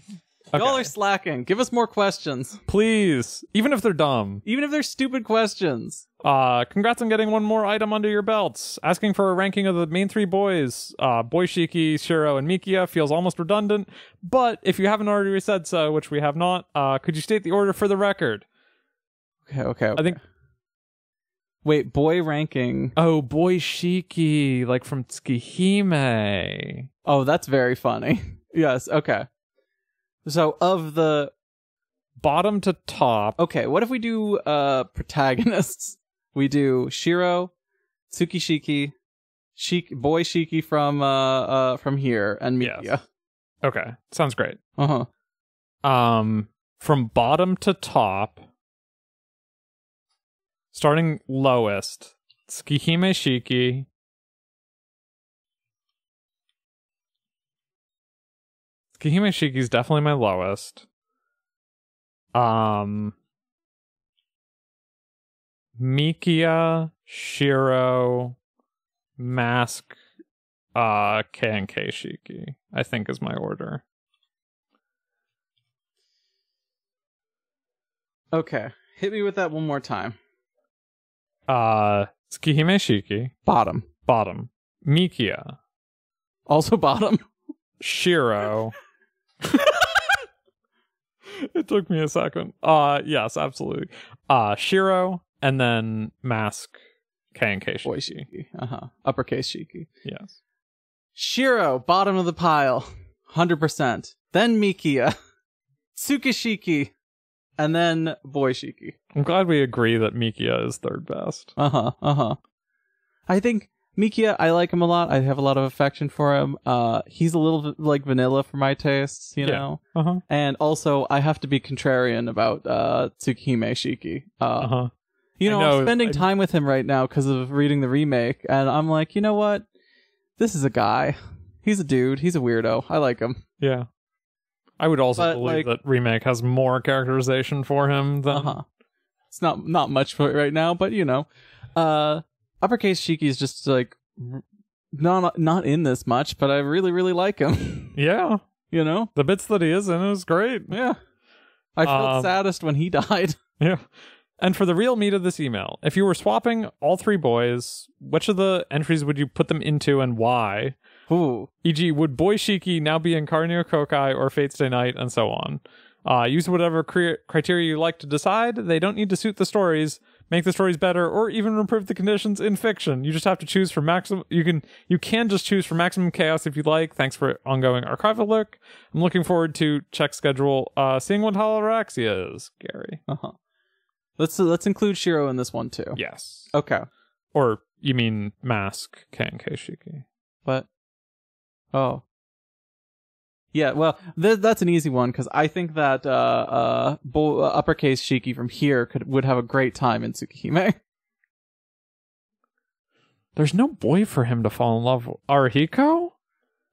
S2: Y'all
S1: okay.
S2: are slacking. Give us more questions,
S1: please, even if they're dumb,
S2: even if they're stupid questions.
S1: Uh, congrats on getting one more item under your belts. Asking for a ranking of the main three boys, uh, Boishiki, Shiro, and Mikia feels almost redundant, but if you haven't already said so, which we have not, uh, could you state the order for the record?
S2: Okay, okay.
S1: I think,
S2: Wait, boy ranking.
S1: oh, Boishiki, like from Tsukihime.
S2: Oh, that's very funny. *laughs* yes. Okay. So of the
S1: Bottom to top.
S2: okay, what if we do uh protagonists? We do Shiro, Tsukishiki, Shik boy Shiki from uh uh from here, and
S1: Yes.
S2: Mikia.
S1: Okay, sounds great.
S2: Uh huh.
S1: um from bottom to top starting lowest tsukihime shiki tsukihime shiki is definitely my lowest um mikia shiro mask uh k and k shiki i think is my order
S2: Okay, hit me with that one more time.
S1: uh Tsukihime Shiki,
S2: Bottom.
S1: bottom, Mikia,
S2: Also *laughs* bottom.
S1: Shiro. *laughs* it took me a second. Uh yes, absolutely. Uh Shiro and then Mask K and K
S2: Boy
S1: Shiki.
S2: Shiki. Uh huh. Uppercase Shiki.
S1: Yes.
S2: Shiro, bottom of the pile, 100%. Then Mikia, *laughs* Tsukishiki, and then Boishiki.
S1: I'm glad we agree that Mikia is third best.
S2: Uh huh, uh huh. I think Mikia, I like him a lot. I have a lot of affection for him. Uh, he's a little like vanilla for my tastes, you
S1: Yeah.
S2: know?
S1: Uh-huh.
S2: And also, I have to be contrarian about uh, Tsukihime Shiki. Uh,
S1: Uh-huh.
S2: You
S1: I
S2: know, I'm
S1: know,
S2: spending
S1: I-
S2: time with him right now because of reading the remake, and I'm like, you know what? This is a guy. He's a dude. He's a weirdo. I like him.
S1: Yeah. I would also
S2: But,
S1: believe
S2: like-
S1: that remake has more characterization for him than
S2: Uh huh. It's not not much for it right now, but you know, uh, uppercase Shiki is just like r- not not in this much, but I really really like him. *laughs*
S1: Yeah.
S2: you know,
S1: The bits that he is in is great.
S2: yeah. I felt
S1: Um,
S2: saddest when he *laughs* died.
S1: Yeah. And for the real meat of this email, if you were swapping all three boys, which of the entries would you put them into and why?
S2: Ooh,
S1: E.g., would Boy Shiki now be in Carnio Kokai or Fate's Day Night and so on? Uh, use whatever cre- criteria you like to decide. They don't need to suit the stories, make the stories better, or even improve the conditions in fiction. You just have to choose for maximum. You can you can just choose for maximum chaos if you'd like. Thanks for ongoing archival work. I'm looking forward to check schedule. Uh, seeing what Holoraxia is, Gary.
S2: uh huh. Let's let's include Shiro in this one too.
S1: Yes.
S2: Okay,
S1: Or you mean mask Ken Keishiki?
S2: but oh. Yeah, well, th- that's an easy one because I think that uh, uh, bo- uh, uppercase Shiki from here could would have a great time in Tsukihime. *laughs*
S1: There's no boy for him to fall in love with. Arhiko?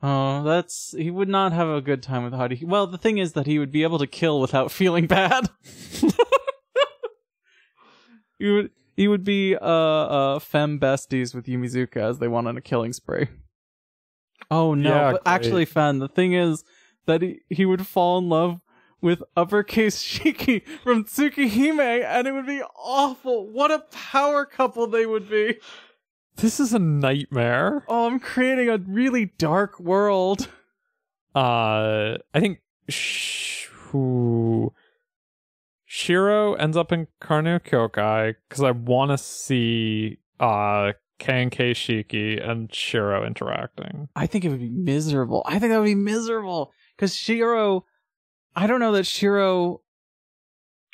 S2: Oh, that's he would not have a good time with Hardy. Well, the thing is that he would be able to kill without *laughs* feeling bad. he would he would be uh uh femme besties with Yumizuka as they went on a killing spree. Oh no!
S1: Yeah,
S2: but
S1: great.
S2: actually, Fen, the thing is that he, he would fall in love with uppercase *laughs* Shiki from Tsukihime, and it would be awful. What a power couple they would be!
S1: This is a nightmare.
S2: Oh, I'm creating a really dark world.
S1: Uh, I think sh- who- Shiro ends up in Karno Kyokai because I want to see uh Ken Keishiki and Shiro interacting.
S2: I think it would be miserable. I think that would be miserable because Shiro. I don't know that Shiro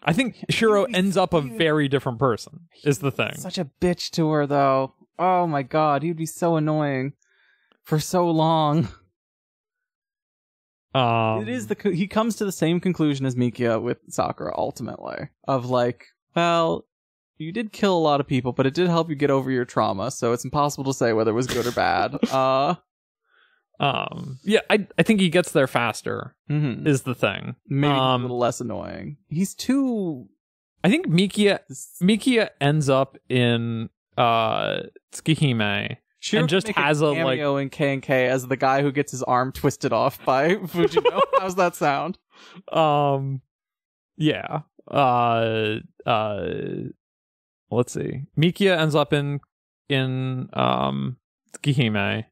S1: I
S2: *laughs*
S1: think Shiro
S2: He's-
S1: ends up a
S2: he-
S1: very different person. Is the thing?
S2: such a bitch to her though. Oh my god, he'd be so annoying for so long.
S1: Um,
S2: it is the co- he comes to the same conclusion as Mikia with Sakura ultimately of like, well, you did kill a lot of people, but it did help you get over your trauma, so it's impossible to say whether it was good
S1: *laughs*
S2: or bad. Uh,
S1: um yeah. I I think he gets there faster.
S2: mhm.
S1: Is the thing.
S2: maybe he's
S1: Um,
S2: a little less annoying. He's too.
S1: I think Mikia Mikia ends up in uh Tsukihime.
S2: Shiro
S1: And
S2: could
S1: just
S2: make a
S1: has a, like-
S2: cameo in K and K as the guy who gets his arm twisted off by *laughs* Fujino. How's that sound?
S1: Um yeah. Uh uh let's see. Mikia ends up in in um Gihime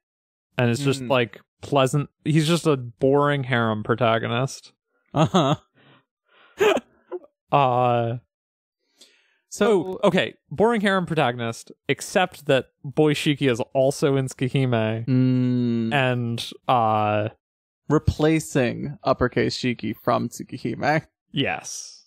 S1: and it's just
S2: Mm.
S1: like pleasant he's just a boring harem protagonist.
S2: Uh
S1: Uh-huh.
S2: huh.
S1: Uh
S2: So
S1: oh, okay, boring harem protagonist, except that Boishiki is also in Tsukihime
S2: Mm,
S1: and uh
S2: replacing uppercase Shiki from Tsukihime.
S1: yes.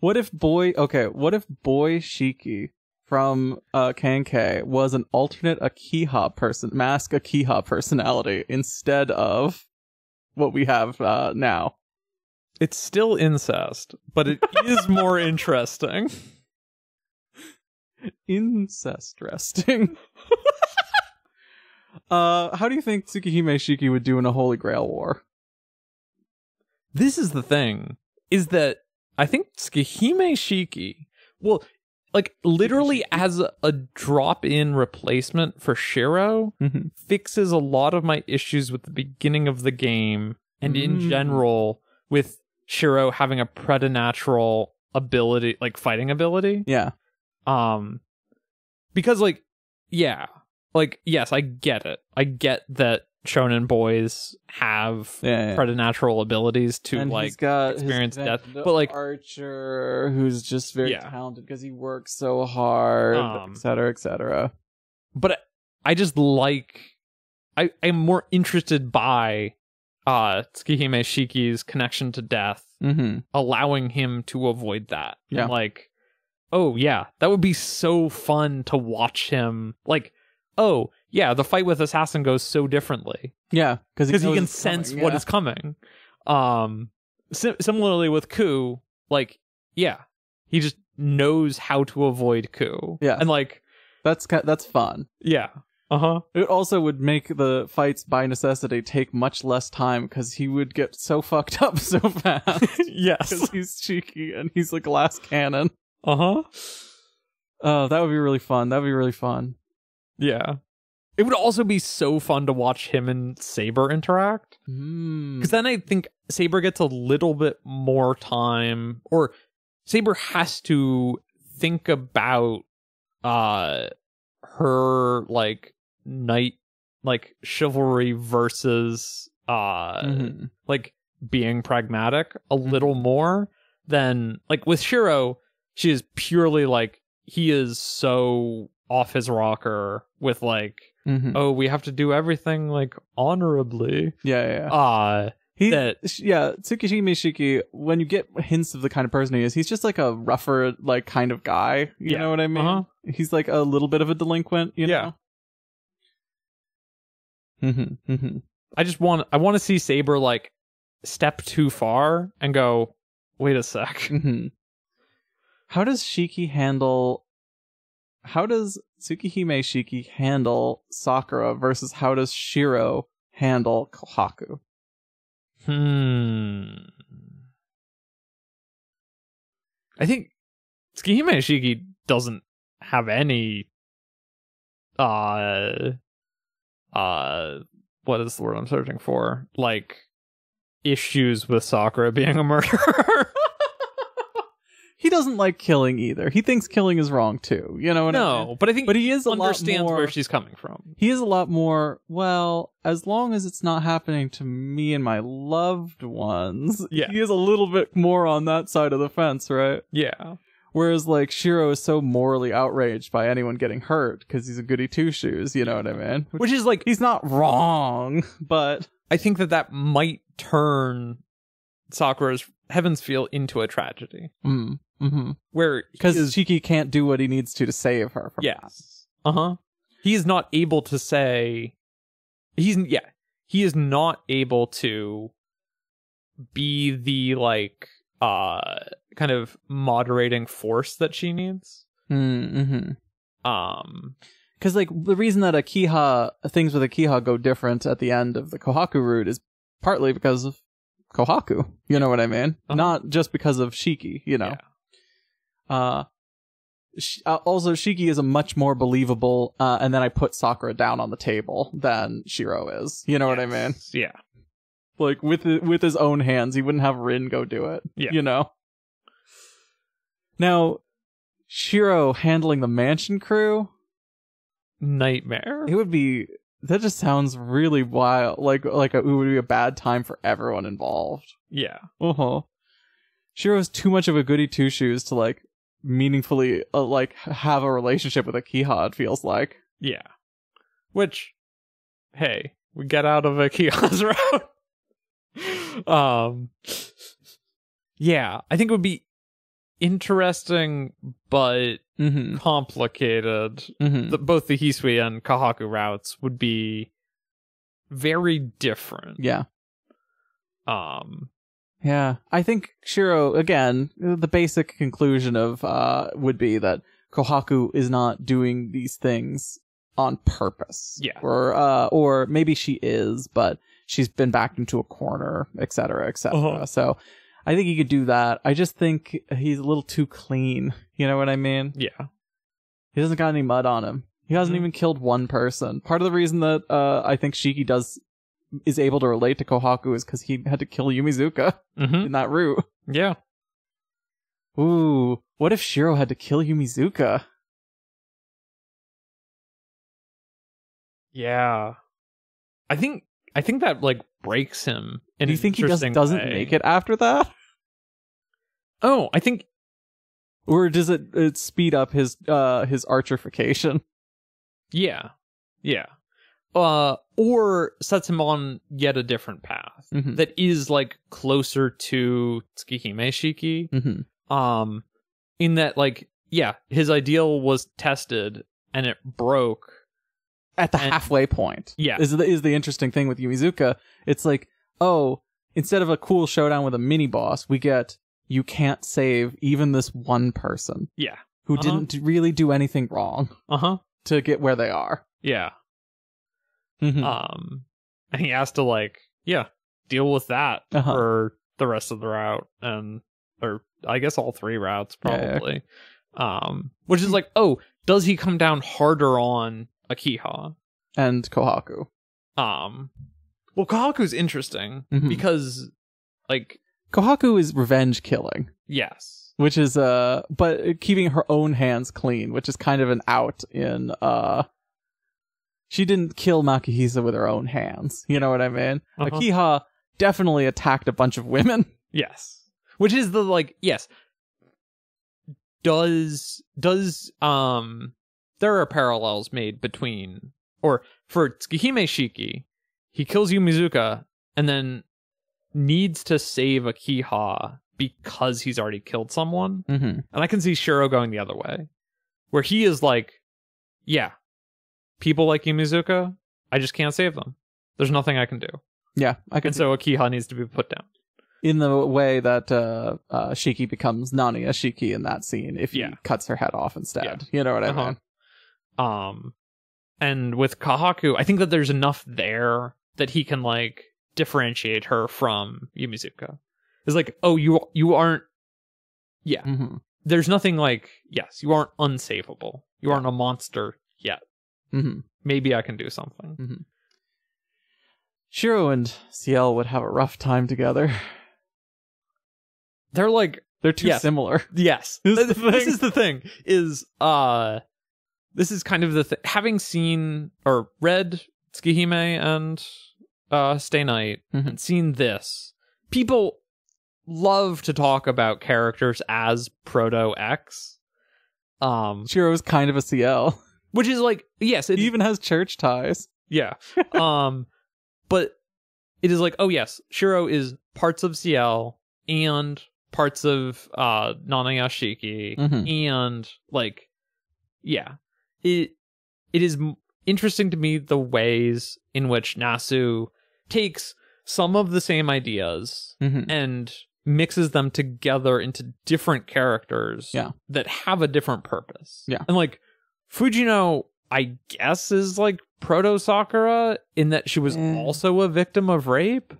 S2: What if boy? Okay, what if boy Shiki from uh, Kankei was an alternate Akiha person, mask Akiha personality instead of what we have uh, now?
S1: It's still incest, but it is more interesting.
S2: Incest resting. *laughs* uh, how do you think Tsukihime Shiki would do in a Holy Grail war?
S1: this is the thing is that i think tsukihime shiki well like literally as a, a drop-in replacement for shiro
S2: Mhm.
S1: fixes a lot of my issues with the beginning of the game and in
S2: Mm.
S1: general with shiro having a preternatural ability like fighting ability
S2: Yeah.
S1: um because like yeah like yes i get it i get that shonen boys have
S2: Yeah. yeah.
S1: preternatural abilities to
S2: and
S1: like
S2: he's got
S1: experience
S2: his
S1: death,
S2: Vendo
S1: but, like-
S2: Archer, who's just very
S1: Yeah.
S2: talented because he works so hard,
S1: Um,
S2: et cetera, et cetera.
S1: but I- I just like I I'm more interested by uh Tsukihime Shiki's connection to death,
S2: Mm-hmm.
S1: allowing him to avoid that. And,
S2: Yeah.
S1: like, oh yeah, that would be so fun to watch him like, oh yeah, the fight with Assassin goes so differently.
S2: Yeah, because
S1: Because he can sense what is coming. Um si- similarly with Ku, like, yeah. He just knows how to avoid Ku.
S2: Yeah.
S1: And like
S2: That's ki- that's fun.
S1: Yeah. Uh *laughs* huh.
S2: It also would make the fights by necessity take much less time because he would get so fucked up *laughs* so fast
S1: *laughs* yes.
S2: because he's cheeky and he's a glass cannon.
S1: Uh huh.
S2: Oh, that would be really fun. That would be really fun.
S1: Yeah. It would also be so fun to watch him and Saber interact
S2: Mm.
S1: because then I think Saber gets a little bit more time, or Saber has to think about uh her like knight like chivalry versus uh
S2: Mhm.
S1: like being pragmatic a
S2: Mhm.
S1: little more than like with Shiro, she is purely like he is so off his rocker with like
S2: Mhm.
S1: oh we have to do everything like honorably
S2: Yeah, yeah, yeah.
S1: uh
S2: He,
S1: that-
S2: sh- yeah, Tsukishima Shiki, when you get hints of the kind of person he is, he's just like a rougher, like, kind of guy. You
S1: Yeah.
S2: know what I mean?
S1: Uh-huh.
S2: He's like a little bit of a delinquent, you
S1: Yeah.
S2: know? Mm-hmm, mm-hmm.
S1: I just want I want to see Saber like step too far and go wait a sec
S2: Mm-hmm. How does Shiki handle. How does Tsukihime Shiki handle Sakura versus how does Shiro handle Kohaku?
S1: hmm I think Tsukihime Shiki doesn't have any uh uh what is the word I'm searching for? Like issues with Sakura *laughs* being a murderer.
S2: He doesn't like killing either. He thinks killing is wrong too. You know what I mean?
S1: no, but I think
S2: But he is a
S1: understands
S2: lot more...
S1: where she's coming from.
S2: he is a lot more well as long as it's not happening to me and my loved ones
S1: Yeah.
S2: he is a little bit more on that side of the fence right
S1: Yeah.
S2: whereas like shiro is so morally outraged by anyone getting hurt because he's a goody two shoes you know what i mean
S1: Which is like
S2: he's not wrong *laughs* but
S1: I think that that might turn Sakura's Heaven's Feel into a tragedy
S2: mm, mm-hmm.
S1: where he
S2: because
S1: is-
S2: shiki can't do what he needs to to save her from
S1: yes, uh huh. He is not able to say he's yeah he is not able to be the like uh kind of moderating force that she needs.
S2: that. Mm, mm-hmm.
S1: Um,
S2: Because like the reason that Akiha things with Akiha go different at the end of the Kohaku route is partly because of Kohaku. You know what I mean?
S1: Uh-huh.
S2: Not just because of Shiki. You know. Uh, sh- uh, also Shiki is a much more believable. Uh, and then I put Sakura down on the table than Shiro is. You know what I mean?
S1: yeah,
S2: Like with hi- with his own hands, he wouldn't have Rin go do it.
S1: Yeah.
S2: You know. Now, Shiro handling the mansion crew.
S1: Nightmare.
S2: It would be that just sounds really wild. Like like a, it would be a bad time for everyone involved.
S1: yeah.
S2: Uh huh. Shiro's too much of a goody two shoes to like meaningfully uh, like have a relationship with a Kiha. It feels like.
S1: Yeah. Which, hey, we get out of a *laughs* kiosk road. um, yeah, I think it would be interesting but
S2: Mm-hmm.
S1: complicated.
S2: Mm-hmm.
S1: The, both the Hisui and Kahaku routes would be very different.
S2: yeah.
S1: Um,
S2: Yeah, I think Shiro again. The basic conclusion of uh would be that Kohaku is not doing these things on purpose.
S1: Yeah.
S2: or uh, or maybe she is, but she's been backed into a corner, etc., cetera, etc.
S1: Uh-huh.
S2: So, I think he could do that. I just think he's a little too clean. You know what I mean?
S1: yeah.
S2: He doesn't got any mud on him. He hasn't
S1: Mhm.
S2: even killed one person. Part of the reason that uh I think Shiki does is able to relate to Kohaku is because he had to kill Yumizuka
S1: hmm
S2: in that route.
S1: Yeah.
S2: Ooh, what if Shiro had to kill Yumizuka?
S1: Yeah. I think, I think that like breaks him. In
S2: Do you
S1: an
S2: think he just
S1: interesting
S2: doesn't
S1: way.
S2: make it after that?
S1: Oh, I think
S2: Or does it, it speed up his uh his archerification?
S1: Yeah. Yeah. Uh or sets him on yet a different path
S2: Mm-hmm.
S1: that is like closer to Tsukihime Shiki.
S2: Mm-hmm.
S1: Um in that like yeah, his ideal was tested and it broke.
S2: At the
S1: And-
S2: halfway point.
S1: Yeah.
S2: Is the, is the interesting thing with Yumizuka. It's like, oh, instead of a cool showdown with a mini boss, we get you can't save even this one person
S1: Yeah.
S2: who
S1: Uh-huh.
S2: didn't really do anything wrong
S1: Uh-huh.
S2: to get where they are.
S1: Yeah.
S2: Mm-hmm.
S1: Um and he has to like, yeah, deal with that
S2: Uh-huh.
S1: for the rest of the route and or I guess all three routes
S2: Yeah, Hmm. yeah.
S1: probably. Um which is like, oh, does he come down harder on Akiha?
S2: and Kohaku.
S1: Um, well, Kahaku's interesting
S2: Mhm.
S1: because, like,
S2: Kohaku is revenge killing.
S1: yes,
S2: which is uh but keeping her own hands clean which is kind of an out in uh she didn't kill makihisa with her own hands you know what i mean
S1: Uh-huh.
S2: akiha definitely attacked a bunch of women
S1: yes, which is the like, yes, does does um, there are parallels made between or for Tsukihime Shiki, he kills Yumizuka and then needs to save Akiha because he's already killed someone.
S2: mm-hmm.
S1: And I can see Shiro going the other way, where he is like, yeah, people like Yumizuka, I just can't save them. There's nothing I can do.
S2: yeah i could
S1: And so Akiha needs to be put down.
S2: in the way that uh, uh shiki becomes nani shiki in that scene if
S1: Yeah.
S2: he cuts her head off instead you know what i
S1: Uh-huh.
S2: mean
S1: Um, and with Kahaku, I think that there's enough there that he can like differentiate her from Yumizuka. It's like, oh, you you aren't.
S2: Mhm.
S1: There's nothing like, yes, you aren't unsavable. You aren't a monster yet.
S2: Mhm.
S1: Maybe I can do something.
S2: shiro and ciel would have a rough time together *laughs*
S1: They're like
S2: they're too
S1: Yes.
S2: similar
S1: Yes.
S2: This is
S1: Th-
S2: the
S1: this
S2: thing.
S1: is the thing is uh this is kind of the th- having seen or read Tsukihime and uh Stay Night
S2: Mhm.
S1: and seen this. People love to talk about characters as proto X. Um
S2: shiro's kind of a ciel
S1: which is like yes, it
S2: he even has church ties *laughs*
S1: yeah. um but it is like oh yes, Shiro is parts of CL and parts of uh Nanayashiki
S2: mm-hmm.
S1: and like yeah it it is m- interesting to me the ways in which nasu takes some of the same ideas
S2: Mm-hmm.
S1: and mixes them together into different characters
S2: Yeah.
S1: that have a different purpose
S2: Yeah.
S1: and like fujino i guess is like proto sakura in that she was
S2: Mm.
S1: also a victim of rape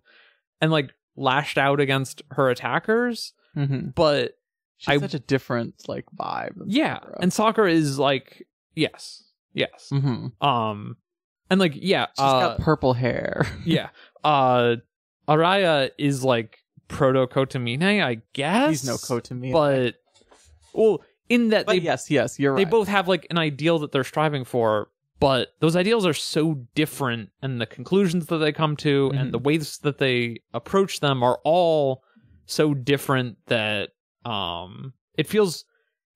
S1: and like lashed out against her attackers
S2: Mm-hmm.
S1: but
S2: She's
S1: I-
S2: such a different like vibe. than
S1: Yeah,
S2: Sakura.
S1: and soccer is like yes, yes.
S2: Mhm.
S1: Um, and like yeah,
S2: she's
S1: uh,
S2: *laughs* got purple hair.
S1: yeah. Uh, Araya is like proto Kotamine, I guess.
S2: He's no Kotomi.
S1: but well, in that
S2: But
S1: they
S2: yes, yes, you're
S1: they
S2: right.
S1: both have like an ideal that they're striving for but those ideals are so different and the conclusions that they come to
S2: Mhm.
S1: and the ways that they approach them are all so different that um it feels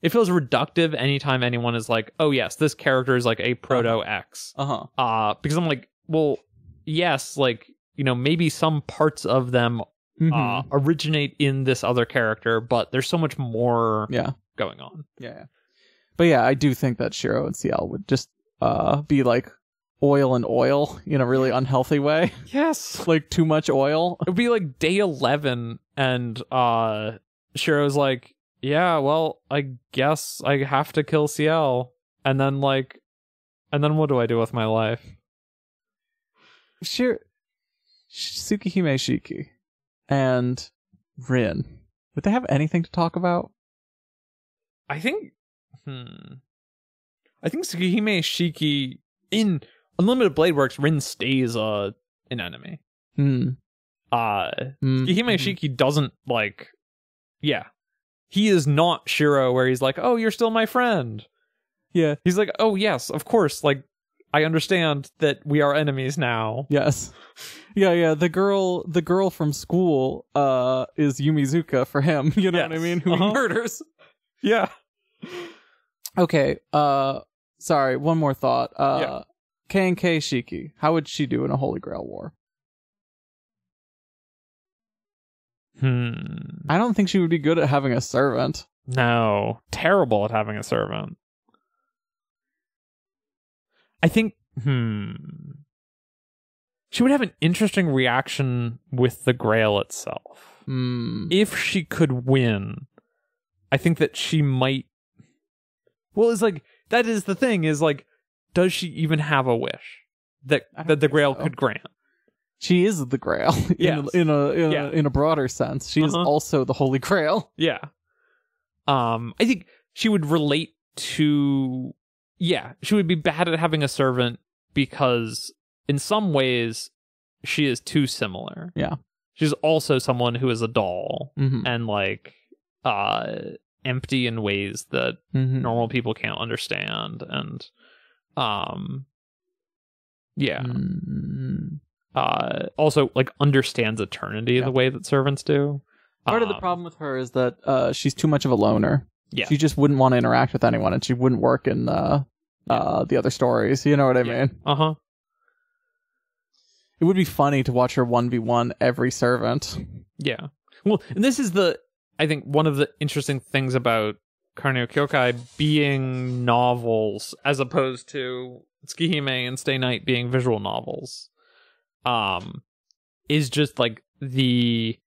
S1: it feels reductive anytime anyone is like oh yes this character is like a proto x
S2: uh huh.
S1: uh because i'm like well yes like you know maybe some parts of them
S2: Mm-hmm.
S1: uh, originate in this other character but there's so much more
S2: yeah.
S1: going on
S2: Yeah. yeah. But yeah, I do think that Shiro and CL would just uh be like oil and oil in a really unhealthy way. *laughs*
S1: yes
S2: like too much oil.
S1: it would be like day 11 and uh shiro's like yeah well i guess i have to kill cl and then like and then what do i do with my life
S2: Shiro Sh- Tsukihime Shiki and Rin. Would they have anything to talk about?
S1: i think hmm i think tsukihime shiki in unlimited blade works rin stays uh an enemy
S2: Hmm.
S1: uh
S2: Mm.
S1: tsukihime shiki doesn't like yeah he is not shiro where he's like oh you're still my friend
S2: Yeah.
S1: He's like, "Oh yes, of course. Like, I understand that we are enemies now."
S2: Yes. Yeah, yeah. The girl the girl from school uh is Yumizuka for him, *laughs* you know what I
S1: Yes.
S2: mean? Who
S1: Uh-huh.
S2: he murders.
S1: Yeah,
S2: *laughs* Okay. Uh sorry, one more thought. Uh
S1: Yeah.
S2: K and K Shiki. How would she do in a Holy Grail war?
S1: Hmm.
S2: I don't think she would be good at having a servant.
S1: No, terrible at having a servant. I think. Hmm. She would have an interesting reaction with the Grail itself.
S2: Hmm.
S1: if she could win, I think that she might. Well, it's like that is the thing is like, does she even have a wish that
S2: I don't
S1: that the
S2: think
S1: Grail
S2: so.
S1: could grant?
S2: She is the Grail *laughs* in,
S1: Yes.
S2: in a in,
S1: Yeah.
S2: a in a broader sense. She is
S1: Uh-huh.
S2: also the Holy Grail.
S1: Yeah. Um, I think she would relate to. Yeah, she would be bad at having a servant because in some ways she is too similar.
S2: Yeah.
S1: She's also someone who is a doll
S2: Mm-hmm.
S1: and like uh empty in ways that
S2: Mm-hmm.
S1: normal people can't understand and um yeah
S2: Mm. Mm-hmm.
S1: uh also like understands eternity
S2: Yeah.
S1: the way that servants do
S2: Part of the
S1: Um,
S2: problem with her is that uh, she's too much of a loner.
S1: Yeah.
S2: She just wouldn't want to interact with anyone, and she wouldn't work in uh, uh, the other stories. You know what I
S1: Yeah.
S2: mean?
S1: uh-huh
S2: It would be funny to watch her one v one every servant.
S1: yeah well and this is the i think one of the interesting things about Karneo Kyokai being novels as opposed to Tsukihime and Stay Night being visual novels um is just like the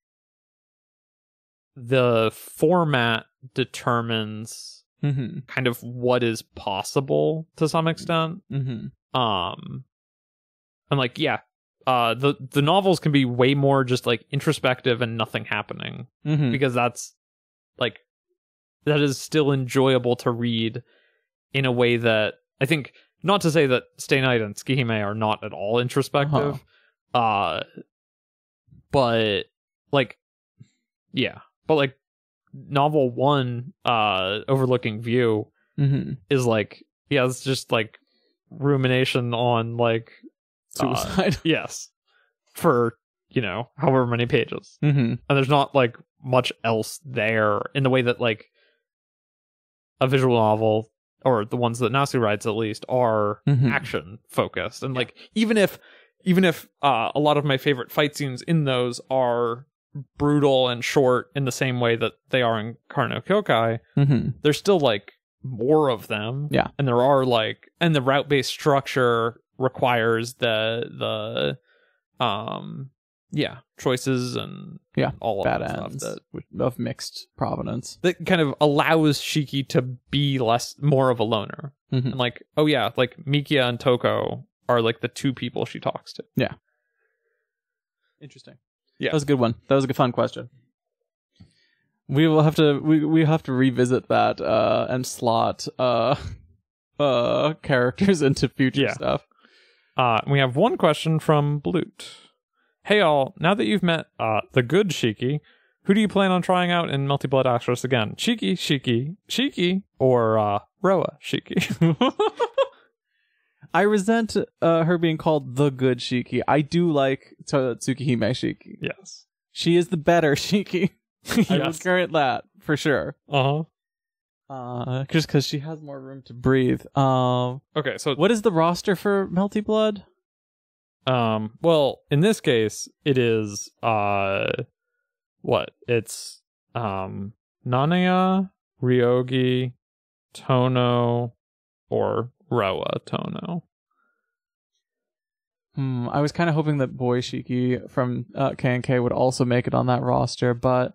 S1: the format determines
S2: Mm-hmm.
S1: kind of what is possible to some extent
S2: Mm-hmm.
S1: um and like yeah uh the the novels can be way more just like introspective and nothing happening
S2: Mm-hmm.
S1: because that's like that is still enjoyable to read in a way that I think not to say that Stay Night and Tsukihime are not at all introspective. uh but like yeah. But like novel one, uh overlooking view
S2: Mm-hmm.
S1: is like yeah, it's just like rumination on like
S2: Suicide.
S1: yes. For, you know, however many pages
S2: mm-hmm.
S1: and there's not like much else there in the way that like a visual novel or the ones that Nasu writes at least are
S2: Mhm.
S1: action focused and like even if even if uh, a lot of my favorite fight scenes in those are brutal and short in the same way that they are in Karno Kyokai,
S2: Mm-hmm.
S1: there's still like more of them.
S2: Yeah.
S1: And there are like and the route based structure requires the the um yeah, choices and
S2: Yeah,
S1: all of
S2: Bad
S1: that
S2: ends
S1: stuff that
S2: with- of mixed provenance.
S1: that kind of allows Shiki to be less more of a loner.
S2: Mhm.
S1: And like, oh yeah, like Mikia and Toko are like the two people she talks to.
S2: Interesting.
S1: Yeah.
S2: that was a good one. That was a good fun question. We will have to we we have to revisit that uh, and slot uh, *laughs* uh, characters *laughs* into future
S1: Yeah.
S2: stuff.
S1: Uh, we have one question from Blute. Hey all, now that you've met uh, the good Shiki, Who do you plan on trying out in Multi Blood Actress again? Shiki, Shiki, Shiki, or uh, Roa Shiki? *laughs*
S2: I resent uh, her being called the good Shiki. I do like T- Tsukihime Shiki.
S1: yes.
S2: She is the better
S1: *laughs*
S2: *laughs* Shiki. I will
S1: yes.
S2: grant that for sure.
S1: Uh huh.
S2: Uh, just because she has more room to breathe. Um,
S1: Okay, so
S2: what is the roster for Melty Blood?
S1: Um, well, in this case, it is uh, what? It's um, Nanaya, Ryogi, Tono, or Roa Tono.
S2: Hmm, I was kind of hoping that Boy Shiki from uh, K&K would also make it on that roster, but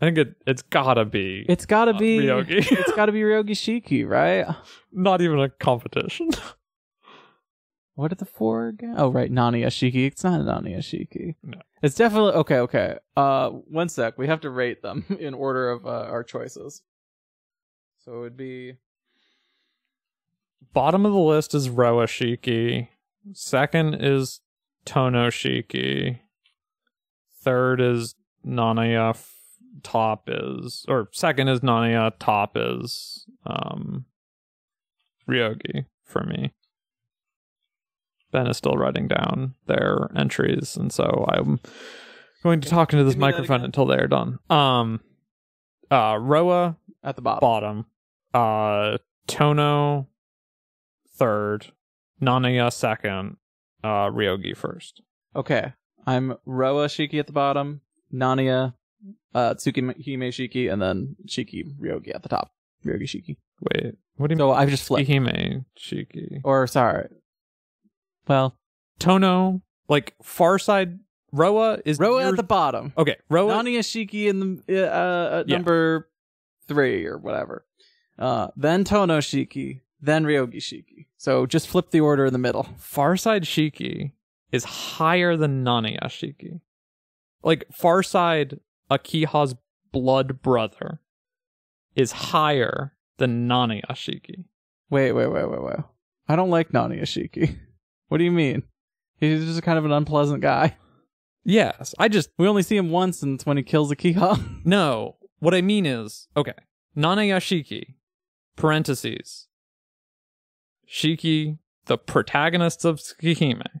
S1: I think it it's gotta be
S2: it's got to
S1: uh,
S2: be
S1: Ryogi.
S2: *laughs*
S1: *laughs*
S2: it's got to be Ryogi Shiki, right?
S1: Not even a competition. *laughs*
S2: What are the four again? Oh, right, Nani Ashiki. It's not Nani Ashiki.
S1: No.
S2: It's definitely okay. Okay. Uh, one sec. We have to rate them *laughs* in order of uh, our choices. So it would be
S1: Bottom of the list is Roa Shiki. Second is Tono Shiki. Third is Nanaya. F- top is or second is Nanaya. Top is um Ryogi for me. Ben is still writing down their entries, and so I'm going to talk into this
S2: Give me that
S1: microphone
S2: again.
S1: until they are done. Um, uh, Roa
S2: at the bottom.
S1: bottom. Uh Tono third. Nanaya second. Uh Ryogi first.
S2: Okay. I'm Roa Shiki at the bottom, Nania, uh, Tsukihime Shiki, and then Shiki Ryogi at the top. Ryogi Shiki.
S1: Wait, what do you mean?
S2: So uh, I've just flipped.
S1: Ihime Shiki.
S2: Or, sorry. Well,
S1: Tono, like far side Roa is
S2: Roa
S1: your-
S2: at the bottom.
S1: Okay, Roa
S2: Nania Shiki in the, uh, uh, at
S1: Yeah.
S2: number three or whatever. Uh, then Tono Shiki, then Ryogi Shiki. So just flip the order in the middle.
S1: far side Shiki is higher than Nanaya Shiki. Like far side Akiha's blood brother is higher than Nanaya Shiki.
S2: Wait, wait, wait, wait, wait. I don't like Nania Shiki. *laughs* What do you mean? He's just kind of an unpleasant guy.
S1: Yes, I just
S2: We only see him once, and it's when he kills Akiha.
S1: No, what I mean is, okay, Nanayashiki, parentheses, Shiki, the protagonists of Tsukihime,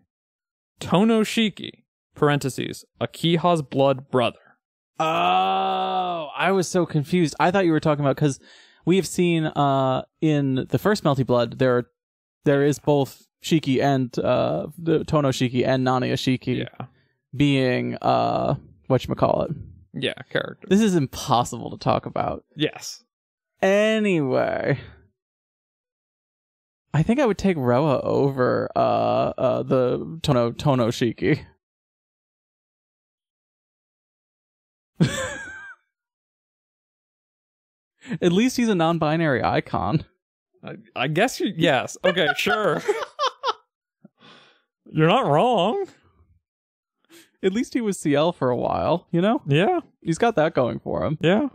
S1: Tono Shiki, parentheses, Akiha's blood brother.
S2: oh, I was so confused. I thought you were talking about because we have seen uh, in the first Melty Blood there are, there is both Shiki and uh, the Tono Shiki and Nania Shiki
S1: Yeah,
S2: being uh, what you call it.
S1: yeah, character.
S2: This is impossible to talk about.
S1: Yes.
S2: Anyway, I think I would take Roa over uh, uh, the Tono Tono Shiki. *laughs* At least he's a non-binary icon.
S1: I, I guess you, yes. Okay, sure. You're not wrong.
S2: At least he was CL for a while, you know?
S1: Yeah,
S2: He's got that going for him.
S1: yeah.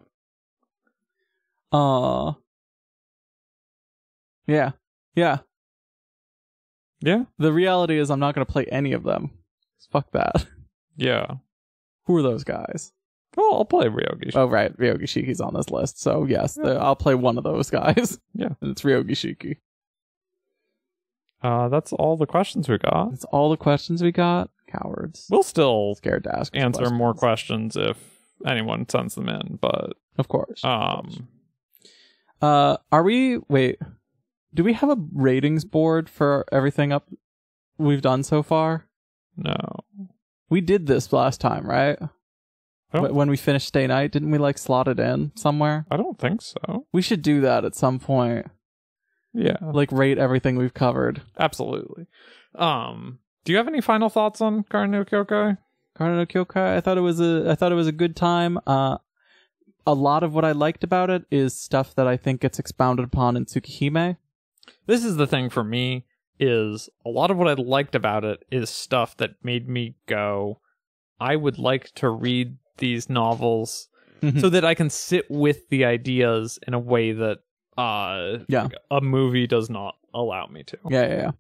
S2: Uh Yeah. Yeah.
S1: Yeah.
S2: The reality is I'm not gonna play any of them. Fuck that.
S1: Yeah.
S2: Who are those guys?
S1: Well, I'll play Ryogi.
S2: Oh right, Ryogi Shiki's on this list. So yes, the- I'll play one of those guys.
S1: *laughs* Yeah.
S2: And it's Ryogi Shiki.
S1: Uh, that's all the questions we got.
S2: That's all the questions we got. Cowards.
S1: We'll still
S2: Scared to ask. us
S1: answer more questions if anyone sends them in but
S2: Of course.
S1: um
S2: Uh, are we? Wait, do we have a ratings board for everything up we've done so far?
S1: no
S2: We did this last time, right?
S1: I don't-
S2: Wh- When we finished Stay Night, didn't we like slot it in somewhere?
S1: i don't think so
S2: We should do that at some point.
S1: yeah
S2: Like rate everything we've covered.
S1: absolutely um do you have any final thoughts on Karno Kyokai?
S2: Karno Kyokai, I thought it was a I thought it was a good time. Uh a lot of what I liked about it is stuff that I think gets expounded upon in Tsukihime.
S1: This is the thing for me is a lot of what I liked about it is stuff that made me go, I would like to read these novels
S2: Mhm.
S1: so that I can sit with the ideas in a way that uh
S2: Yeah.
S1: a movie does not allow me to.
S2: Yeah, yeah, yeah.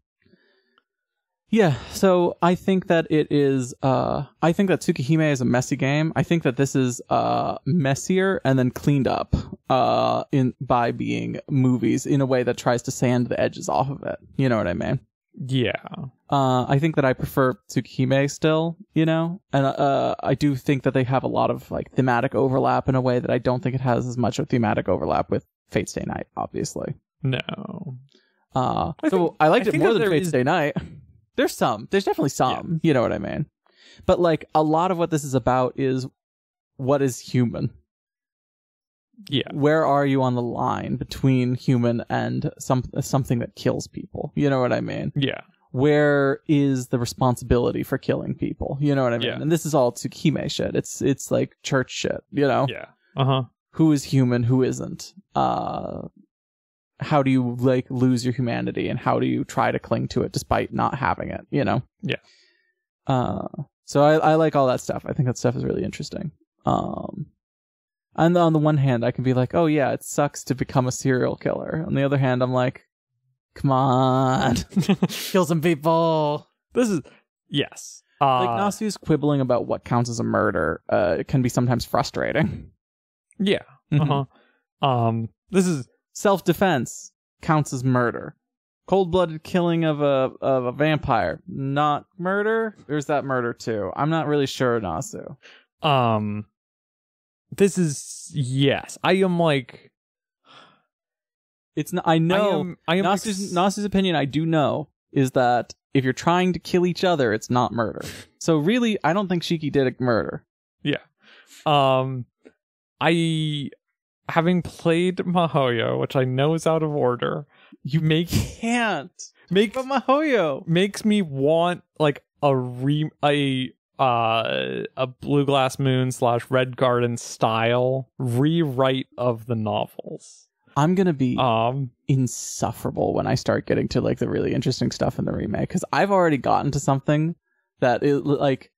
S2: Yeah, so I think that it is. Uh, I think that Tsukihime is a messy game. I think that this is uh, messier and then cleaned up uh, in by being movies in a way that tries to sand the edges off of it. You know what I mean?
S1: Yeah.
S2: Uh, I think that I prefer Tsukihime still. You know, and uh, I do think that they have a lot of like thematic overlap in a way that I don't think it has as much of thematic overlap with Fate Stay Night, obviously.
S1: No.
S2: Uh,
S1: I
S2: so
S1: think-
S2: I liked
S1: I
S2: it
S1: think
S2: more
S1: that
S2: than
S1: there
S2: Fate's
S1: is-
S2: Day Night. *laughs* There's some. There's definitely some. You know what I mean? But like a lot of what this is about is what is human.
S1: Yeah.
S2: Where are you on the line between human and some something that kills people? You know what I mean?
S1: Yeah.
S2: Where is the responsibility for killing people? You know what I mean?
S1: Yeah.
S2: And this is all Tsukime shit. It's it's like church shit. You know?
S1: Yeah. Uh huh.
S2: who is human, who isn't. Uh, how do you like lose your humanity, and how do you try to cling to it despite not having it? You know.
S1: Yeah.
S2: Uh, so I, I like all that stuff. I think that stuff is really interesting. Um, and on the one hand, I can be like, oh yeah, it sucks to become a serial killer. On the other hand, I'm like, come on, *laughs* kill some people.
S1: *laughs* this is yes. Uh,
S2: like Nasu's quibbling about what counts as a murder uh, can be sometimes frustrating.
S1: yeah.
S2: Mm-hmm. Uh-huh.
S1: Uh huh. Um. This is
S2: self defense counts as murder. Cold blooded killing of a of a vampire, not murder. There's that murder too. I'm not really sure, Nasu.
S1: um this is yes i am like
S2: It's not. I know
S1: i am i am
S2: Nasu's
S1: ex-
S2: Nasu's opinion. I do know is that if you're trying to kill each other, it's not murder. So really, I don't think Shiki did a murder.
S1: um i having played mahoyo which i know is out of order you make
S2: Can't.
S1: make
S2: But Mahoyo.
S1: makes me want like a re a uh a blue glass moon slash red garden style rewrite of the novels
S2: I'm gonna be
S1: um
S2: insufferable when I start getting to like the really interesting stuff in the remake because I've already gotten to something that is like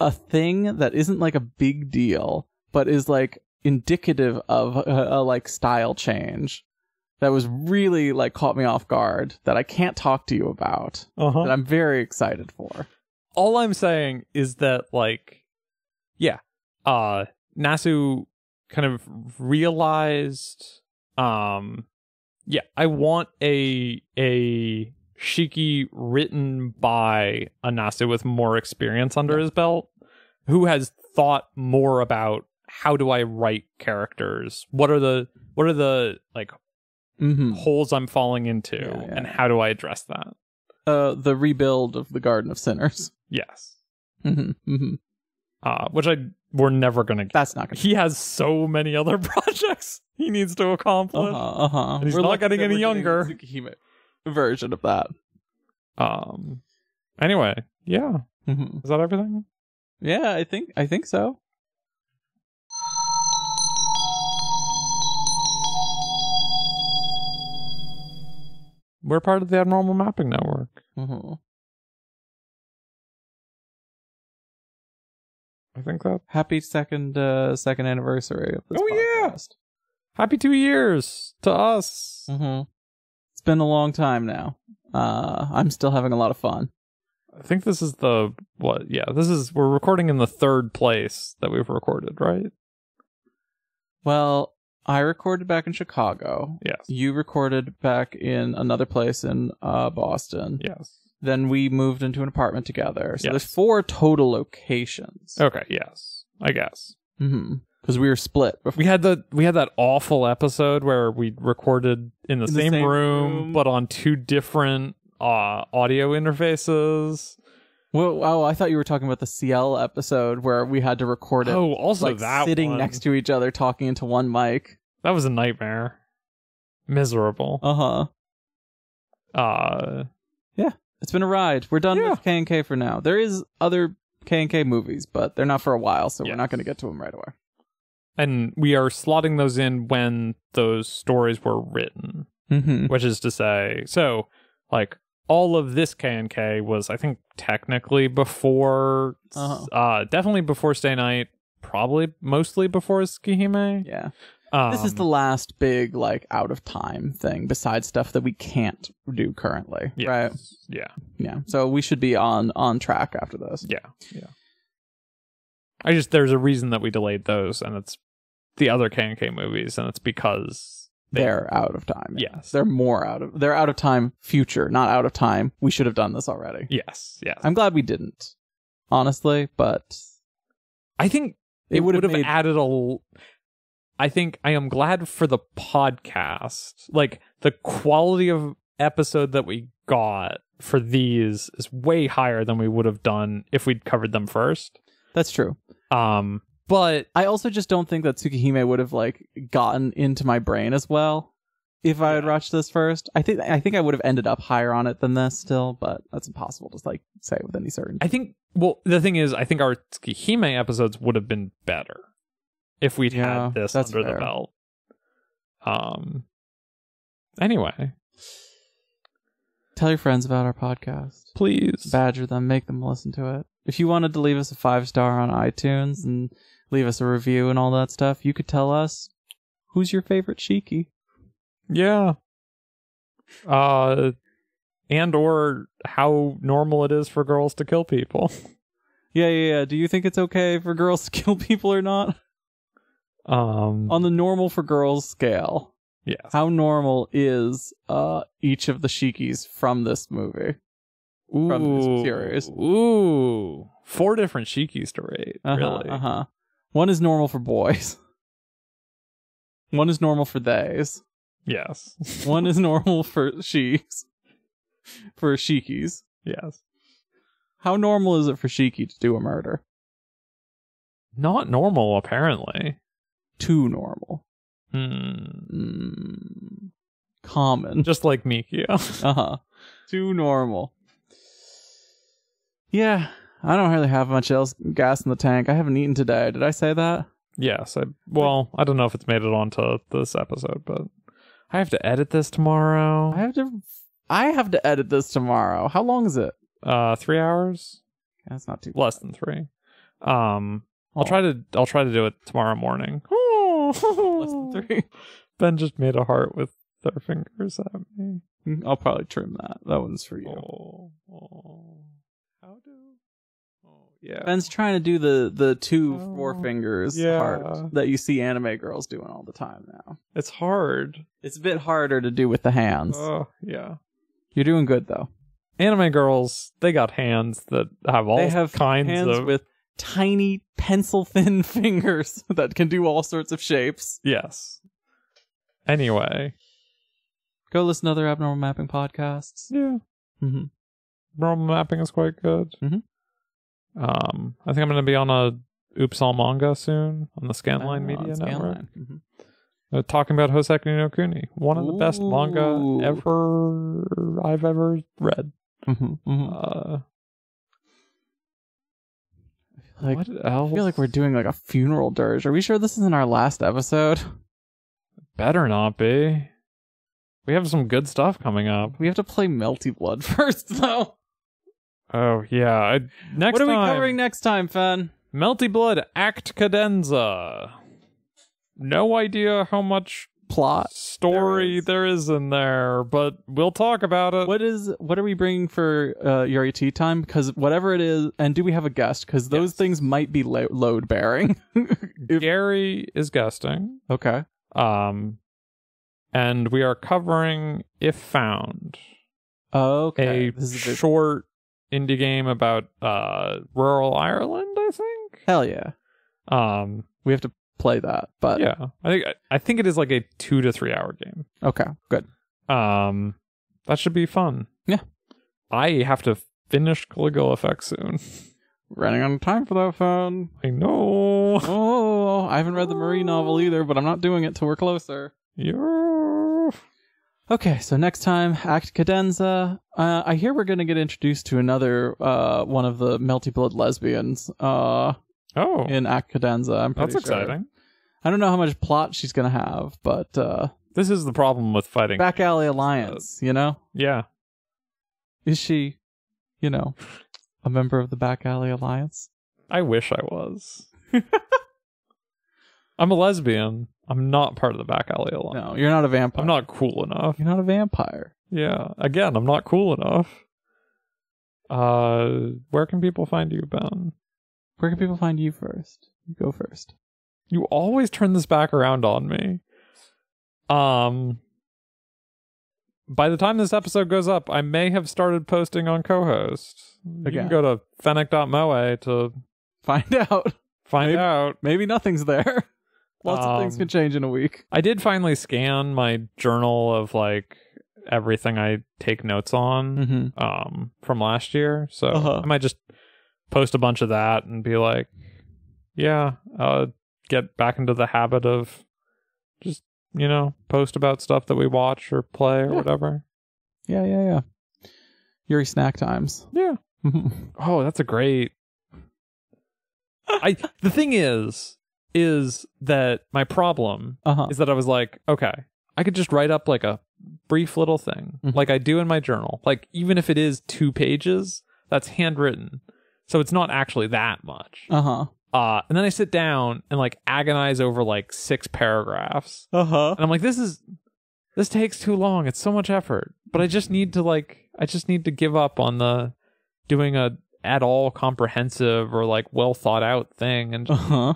S2: a thing that isn't like a big deal but is like indicative of a, a like style change that was really like caught me off guard that I can't talk to you about
S1: uh-huh
S2: that I'm very excited for.
S1: all I'm saying is that like yeah, uh Nasu kind of realized um yeah, I want a a Shiki written by a Nasu with more experience under his belt who has thought more about how do I write characters? What are the what are the like
S2: Mm-hmm.
S1: holes I'm falling into
S2: Yeah, yeah,
S1: and
S2: yeah.
S1: how do I address that?
S2: Uh, the rebuild of the Garden of Sinners.
S1: Yes.
S2: hmm hmm
S1: Uh which I we're never going to
S2: That's not gonna.
S1: he has so many other *laughs* projects he needs to accomplish.
S2: Uh huh. Uh-huh.
S1: And he's not getting any younger.
S2: version of that.
S1: Um. Anyway, yeah.
S2: Mm-hmm.
S1: Is that everything?
S2: Yeah, I think I think so.
S1: We're part of the Abnormal Mapping Network.
S2: Mhm.
S1: I think that.
S2: Happy second uh, second anniversary of this.
S1: Oh, yeah. Happy two years to us.
S2: yeah, mm-hmm. it's been a long time now. Uh, I'm still having a lot of fun.
S1: I think this is the what? Yeah, this is we're recording in the third place that we've recorded, right?
S2: Well, I recorded back in Chicago.
S1: Yes.
S2: You recorded back in another place in uh, Boston.
S1: Yes.
S2: Then we moved into an apartment together. So
S1: Yes.
S2: there's four total locations.
S1: Okay. Yes. I guess
S2: Mm-hmm. Because we were split before.
S1: we had the we had that awful episode where we recorded in the,
S2: In the
S1: same,
S2: same
S1: room,
S2: room.
S1: but on two different uh, audio interfaces.
S2: Well, oh, I thought you were talking about the CL episode where we had to record it
S1: Oh, also
S2: like
S1: that
S2: sitting
S1: one.
S2: next to each other talking into one mic.
S1: That was a nightmare. Miserable.
S2: Uh-huh. Oh.
S1: Uh
S2: It's been a ride. We're done
S1: Yeah.
S2: with K and K for now. There is other K and K movies, but they're not for a while, so we're
S1: Yes.
S2: not going to get to them right away.
S1: and we are slotting those in when those stories were written,
S2: Mhm.
S1: which is to say, so like all of this K and K was I think technically before
S2: Uh-huh.
S1: uh definitely before Stay Night, probably mostly before Tsukihime.
S2: Yeah. this is the
S1: Um,
S2: last big like out of time thing besides stuff that we can't do currently
S1: yes.
S2: right
S1: Yeah.
S2: yeah so we should be on on track after this
S1: Yeah. Yeah. I just there's a reason that we delayed those and it's the other K and K movies and it's because
S2: they're out of time
S1: Yes.
S2: they're more out of they're out of time future not out of time we should have done this already
S1: yes, yes.
S2: i'm glad we didn't honestly but
S1: I think
S2: it,
S1: it,
S2: would have made
S1: added a l- I think I am glad for the podcast. Like the quality of episode that we got for these is way higher than we would have done if we'd covered them first.
S2: that's true
S1: Um but
S2: I also just don't think that Tsukihime would have like gotten into my brain as well if I had watched this first. I think I think I would have ended up higher on it than this still, but that's impossible to like say with any certainty.
S1: I think well the thing is I think our Tsukihime episodes would have been better if we'd
S2: Yeah,
S1: had this
S2: that's
S1: under
S2: fair.
S1: the belt. Um anyway,
S2: Tell your friends about our podcast.
S1: please.
S2: Badger them, make them listen to it. If you wanted to leave us a five star on iTunes and leave us a review and all that stuff, you could tell us who's your favorite Shiki.
S1: Yeah. Uh and or how normal it is for girls to kill people.
S2: Yeah, yeah, yeah. Do you think it's okay for girls to *laughs* kill people or not?
S1: Um
S2: On the normal for girls scale.
S1: yeah.
S2: how normal is uh each of the shikis from this movie
S1: Ooh.
S2: from this series.
S1: Ooh. Four different shikis to rate,
S2: uh-huh,
S1: really.
S2: uh-huh one is normal for boys *laughs* one is normal for theys
S1: Yes. *laughs*
S2: one is *laughs* normal for she's for shikis
S1: yes.
S2: how normal is it for shiki to do a murder
S1: Not normal apparently.
S2: too normal
S1: Hmm.
S2: mm, common
S1: Just like Mikio.
S2: uh-huh too normal yeah i don't really have much else gas in the tank i haven't eaten today did i say that
S1: *laughs* Yes, I well, I don't know if it's made it onto this episode, but I have to edit this
S2: I
S1: tomorrow.
S2: have to. I have to edit this tomorrow. How long is it?
S1: Uh, three hours,
S2: That's not too.
S1: less than three. Um, I'll
S2: Oh.
S1: try to I'll try to do it tomorrow morning. *laughs*
S2: Less than three.
S1: Ben just made a heart with their fingers at me.
S2: *laughs* I'll probably trim that. That one's for you.
S1: Oh, oh. how do? Oh, yeah.
S2: Ben's trying to do the the two
S1: Oh,
S2: four fingers
S1: yeah.
S2: heart that you see anime girls doing all the time now.
S1: it's hard.
S2: It's a bit harder to do with the hands.
S1: Oh, yeah.
S2: You're doing good though.
S1: Anime girls, they got hands that have all
S2: they have
S1: kinds
S2: hands
S1: of
S2: with tiny pencil thin *laughs* fingers that can do all sorts of shapes.
S1: yes. Anyway,
S2: Go listen to other abnormal mapping podcasts.
S1: yeah.
S2: Mm-hmm.
S1: Normal mapping is quite good.
S2: Mhm.
S1: Um, I think I'm going to be on a Oops All Manga soon on the
S2: Ah,
S1: Scanline Media Network.
S2: hmm
S1: Uh, talking about Hoseki no Kuni, one of the best manga
S2: Ooh.
S1: ever I've ever read.
S2: hmm
S1: Uh,
S2: Like
S1: what else?
S2: I feel like we're doing like a funeral dirge. Are we sure this isn't our last episode? *laughs*
S1: better not be. We have some good stuff coming up.
S2: We have to play Melty Blood *laughs* first, though.
S1: Oh yeah, I, next
S2: what are we
S1: time,
S2: covering next time, Fen?
S1: Melty Blood Act Cadenza. No idea how much
S2: Plot.
S1: story
S2: is.
S1: there is, in there, but we'll talk about it.
S2: What is? What are we bringing for uh, your ET time? Because whatever it is, and do we have a guest? Because those
S1: Yes.
S2: things might be lo- load *laughs* bearing.
S1: Gary is guesting.
S2: okay.
S1: Um, and we are covering If Found,
S2: Okay.
S1: a
S2: this is a big-
S1: short indie game about uh, rural Ireland, I think.
S2: hell yeah. Uh,
S1: Um,
S2: We have to play that, but
S1: yeah, I think I think it is like a two to three hour game.
S2: okay, good.
S1: Um, that should be fun.
S2: Yeah.
S1: I have to finish Caligula Effect soon. *laughs*
S2: Running out of time for that, Fen.
S1: I know.
S2: Oh, I haven't read the Marie novel either, but I'm not doing it till we're closer.
S1: Yeah.
S2: Okay, so next time, Act Cadenza. Uh, I hear we're going to get introduced to another uh, one of the Melty Blood lesbians uh,
S1: Oh,
S2: in Act Cadenza. I'm pretty
S1: that's
S2: sure.
S1: exciting.
S2: I don't know how much plot she's going to have, but uh,
S1: This is the problem with fighting.
S2: Back Alley Alliance, you know?
S1: yeah.
S2: Is she, you know, a *laughs* member of the Back Alley Alliance?
S1: I wish I was. I'm a lesbian. I'm not part of the back alley alone.
S2: No, you're not a vampire.
S1: I'm not cool enough.
S2: You're not a vampire.
S1: Yeah. Again, I'm not cool enough. Uh, where can people find you, Ben?
S2: Where can people find you first? You go first. *laughs*
S1: You always turn this back around on me. Um, by the time this episode goes up, I may have started posting on co-host. You
S2: Again.
S1: can go to fennec.moe to
S2: Find out.
S1: find
S2: Maybe-
S1: out.
S2: Maybe nothing's there. Lots of things
S1: Um,
S2: can change in a week.
S1: I did finally scan my journal of like everything I take notes on.
S2: Mm-hmm.
S1: um from last year so
S2: Uh-huh.
S1: i might just post a bunch of that and be like yeah uh get back into the habit of just you know post about stuff that we watch or play or
S2: Yeah.
S1: whatever
S2: Yeah, yeah, yeah. Yuri snack times. *laughs* Uh-huh.
S1: yeah oh that's a great i the thing is is that my problem
S2: Uh huh.
S1: is that i was like okay i could just write up like a brief little thing
S2: Mhm.
S1: like i do in my journal like even if it is two pages that's handwritten so it's not actually that much
S2: Uh huh.
S1: uh and then i sit down and like agonize over like six paragraphs
S2: Uh huh.
S1: and i'm like this is this takes too long it's so much effort but i just need to like i just need to give up on the doing a at all comprehensive or like well thought out thing and
S2: Uh
S1: just
S2: huh.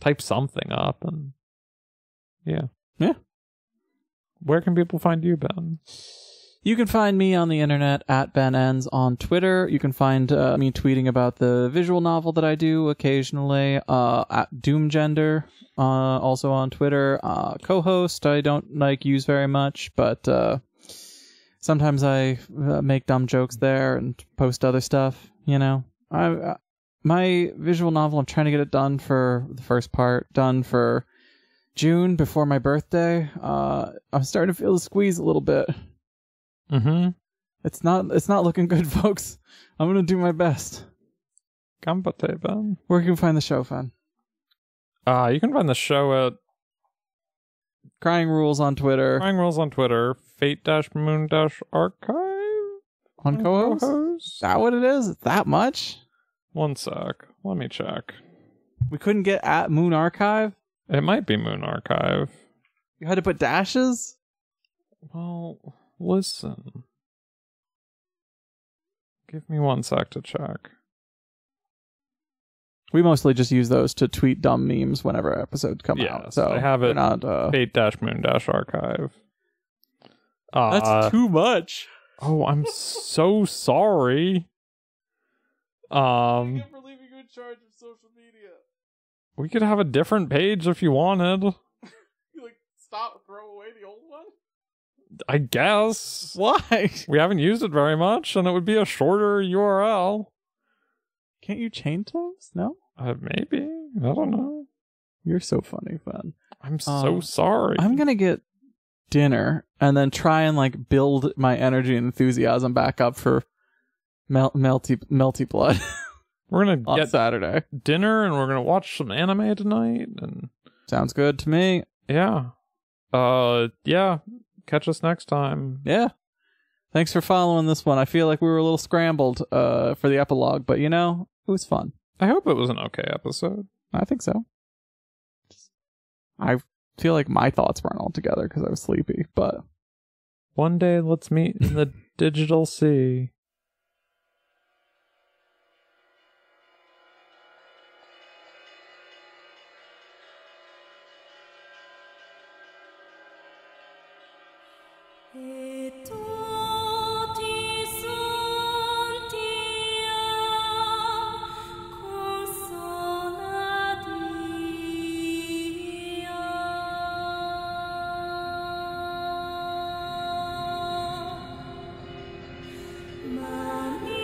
S1: type something up and yeah
S2: Yeah.
S1: where can people find you ben
S2: You can find me on the internet at Ben Enns on Twitter. You can find uh, me tweeting about the visual novel that I do occasionally uh, at Doomgender, uh, also on Twitter. Uh, co-host I don't like use very much, but uh, sometimes I uh, make dumb jokes there and post other stuff. You know, I, I my visual novel I'm trying to get it done for the first part done for. June before my birthday, uh, I'm starting to feel the squeeze a little bit. *laughs*
S1: mm-hmm
S2: It's not it's not looking good, *laughs* folks. I'm gonna do my best.
S1: Gambate, ben
S2: Where can you find the show, fan?
S1: uh you can find the show at
S2: Crying Rules on Twitter.
S1: Crying Rules on Twitter, Fate Dash Moon Dash Archive
S2: On co host? Is
S1: co-host?
S2: that what it is? That much?
S1: One sec, let me check.
S2: We couldn't get at Moon Archive?
S1: It might be Moon Archive.
S2: You had to put dashes?
S1: Well, listen. Give me one sec to check.
S2: We mostly just use those to tweet dumb memes whenever episodes come
S1: Yes,
S2: out. So
S1: I have
S2: we're
S1: it.
S2: Not, uh,
S1: Fate Dash Moon Dash Archive. Uh,
S2: that's too much.
S1: oh, I'm so sorry. Um,
S2: believe you in charge of social media.
S1: we could have a different page if you wanted.
S2: You like stop, throw away the old one?
S1: I guess.
S2: Why? *laughs*
S1: We haven't used it very much, and it would be a shorter URL.
S2: Can't you change those? No?
S1: Uh, maybe. I don't know.
S2: You're so funny, fan.
S1: I'm so
S2: Um,
S1: sorry.
S2: I'm gonna get dinner and then try and like build my energy and enthusiasm back up for mel- melty melty blood *laughs*
S1: we're
S2: on
S1: gonna get
S2: Saturday.
S1: dinner and we're gonna watch some anime tonight and
S2: Sounds good to me.
S1: yeah. Uh yeah. Catch us next time.
S2: Yeah. Thanks for following this one. I feel like we were a little scrambled uh, for the epilogue, but you know it was fun.
S1: I hope it was an okay episode.
S2: I think so. I feel like my thoughts weren't all together because I was sleepy, but
S1: One day let's meet in
S2: *laughs*
S1: the digital sea.
S3: Et tanti santia consolatia ah, Thank you.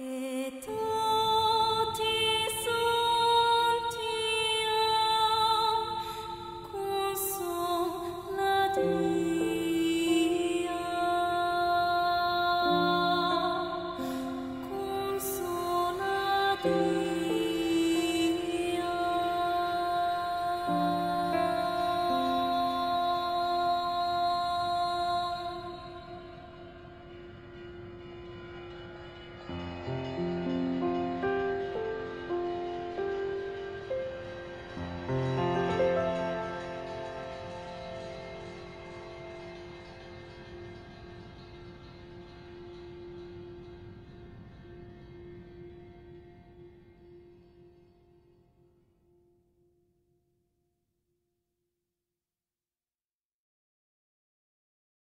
S3: Et toti sanctiam consolatia, consolatia.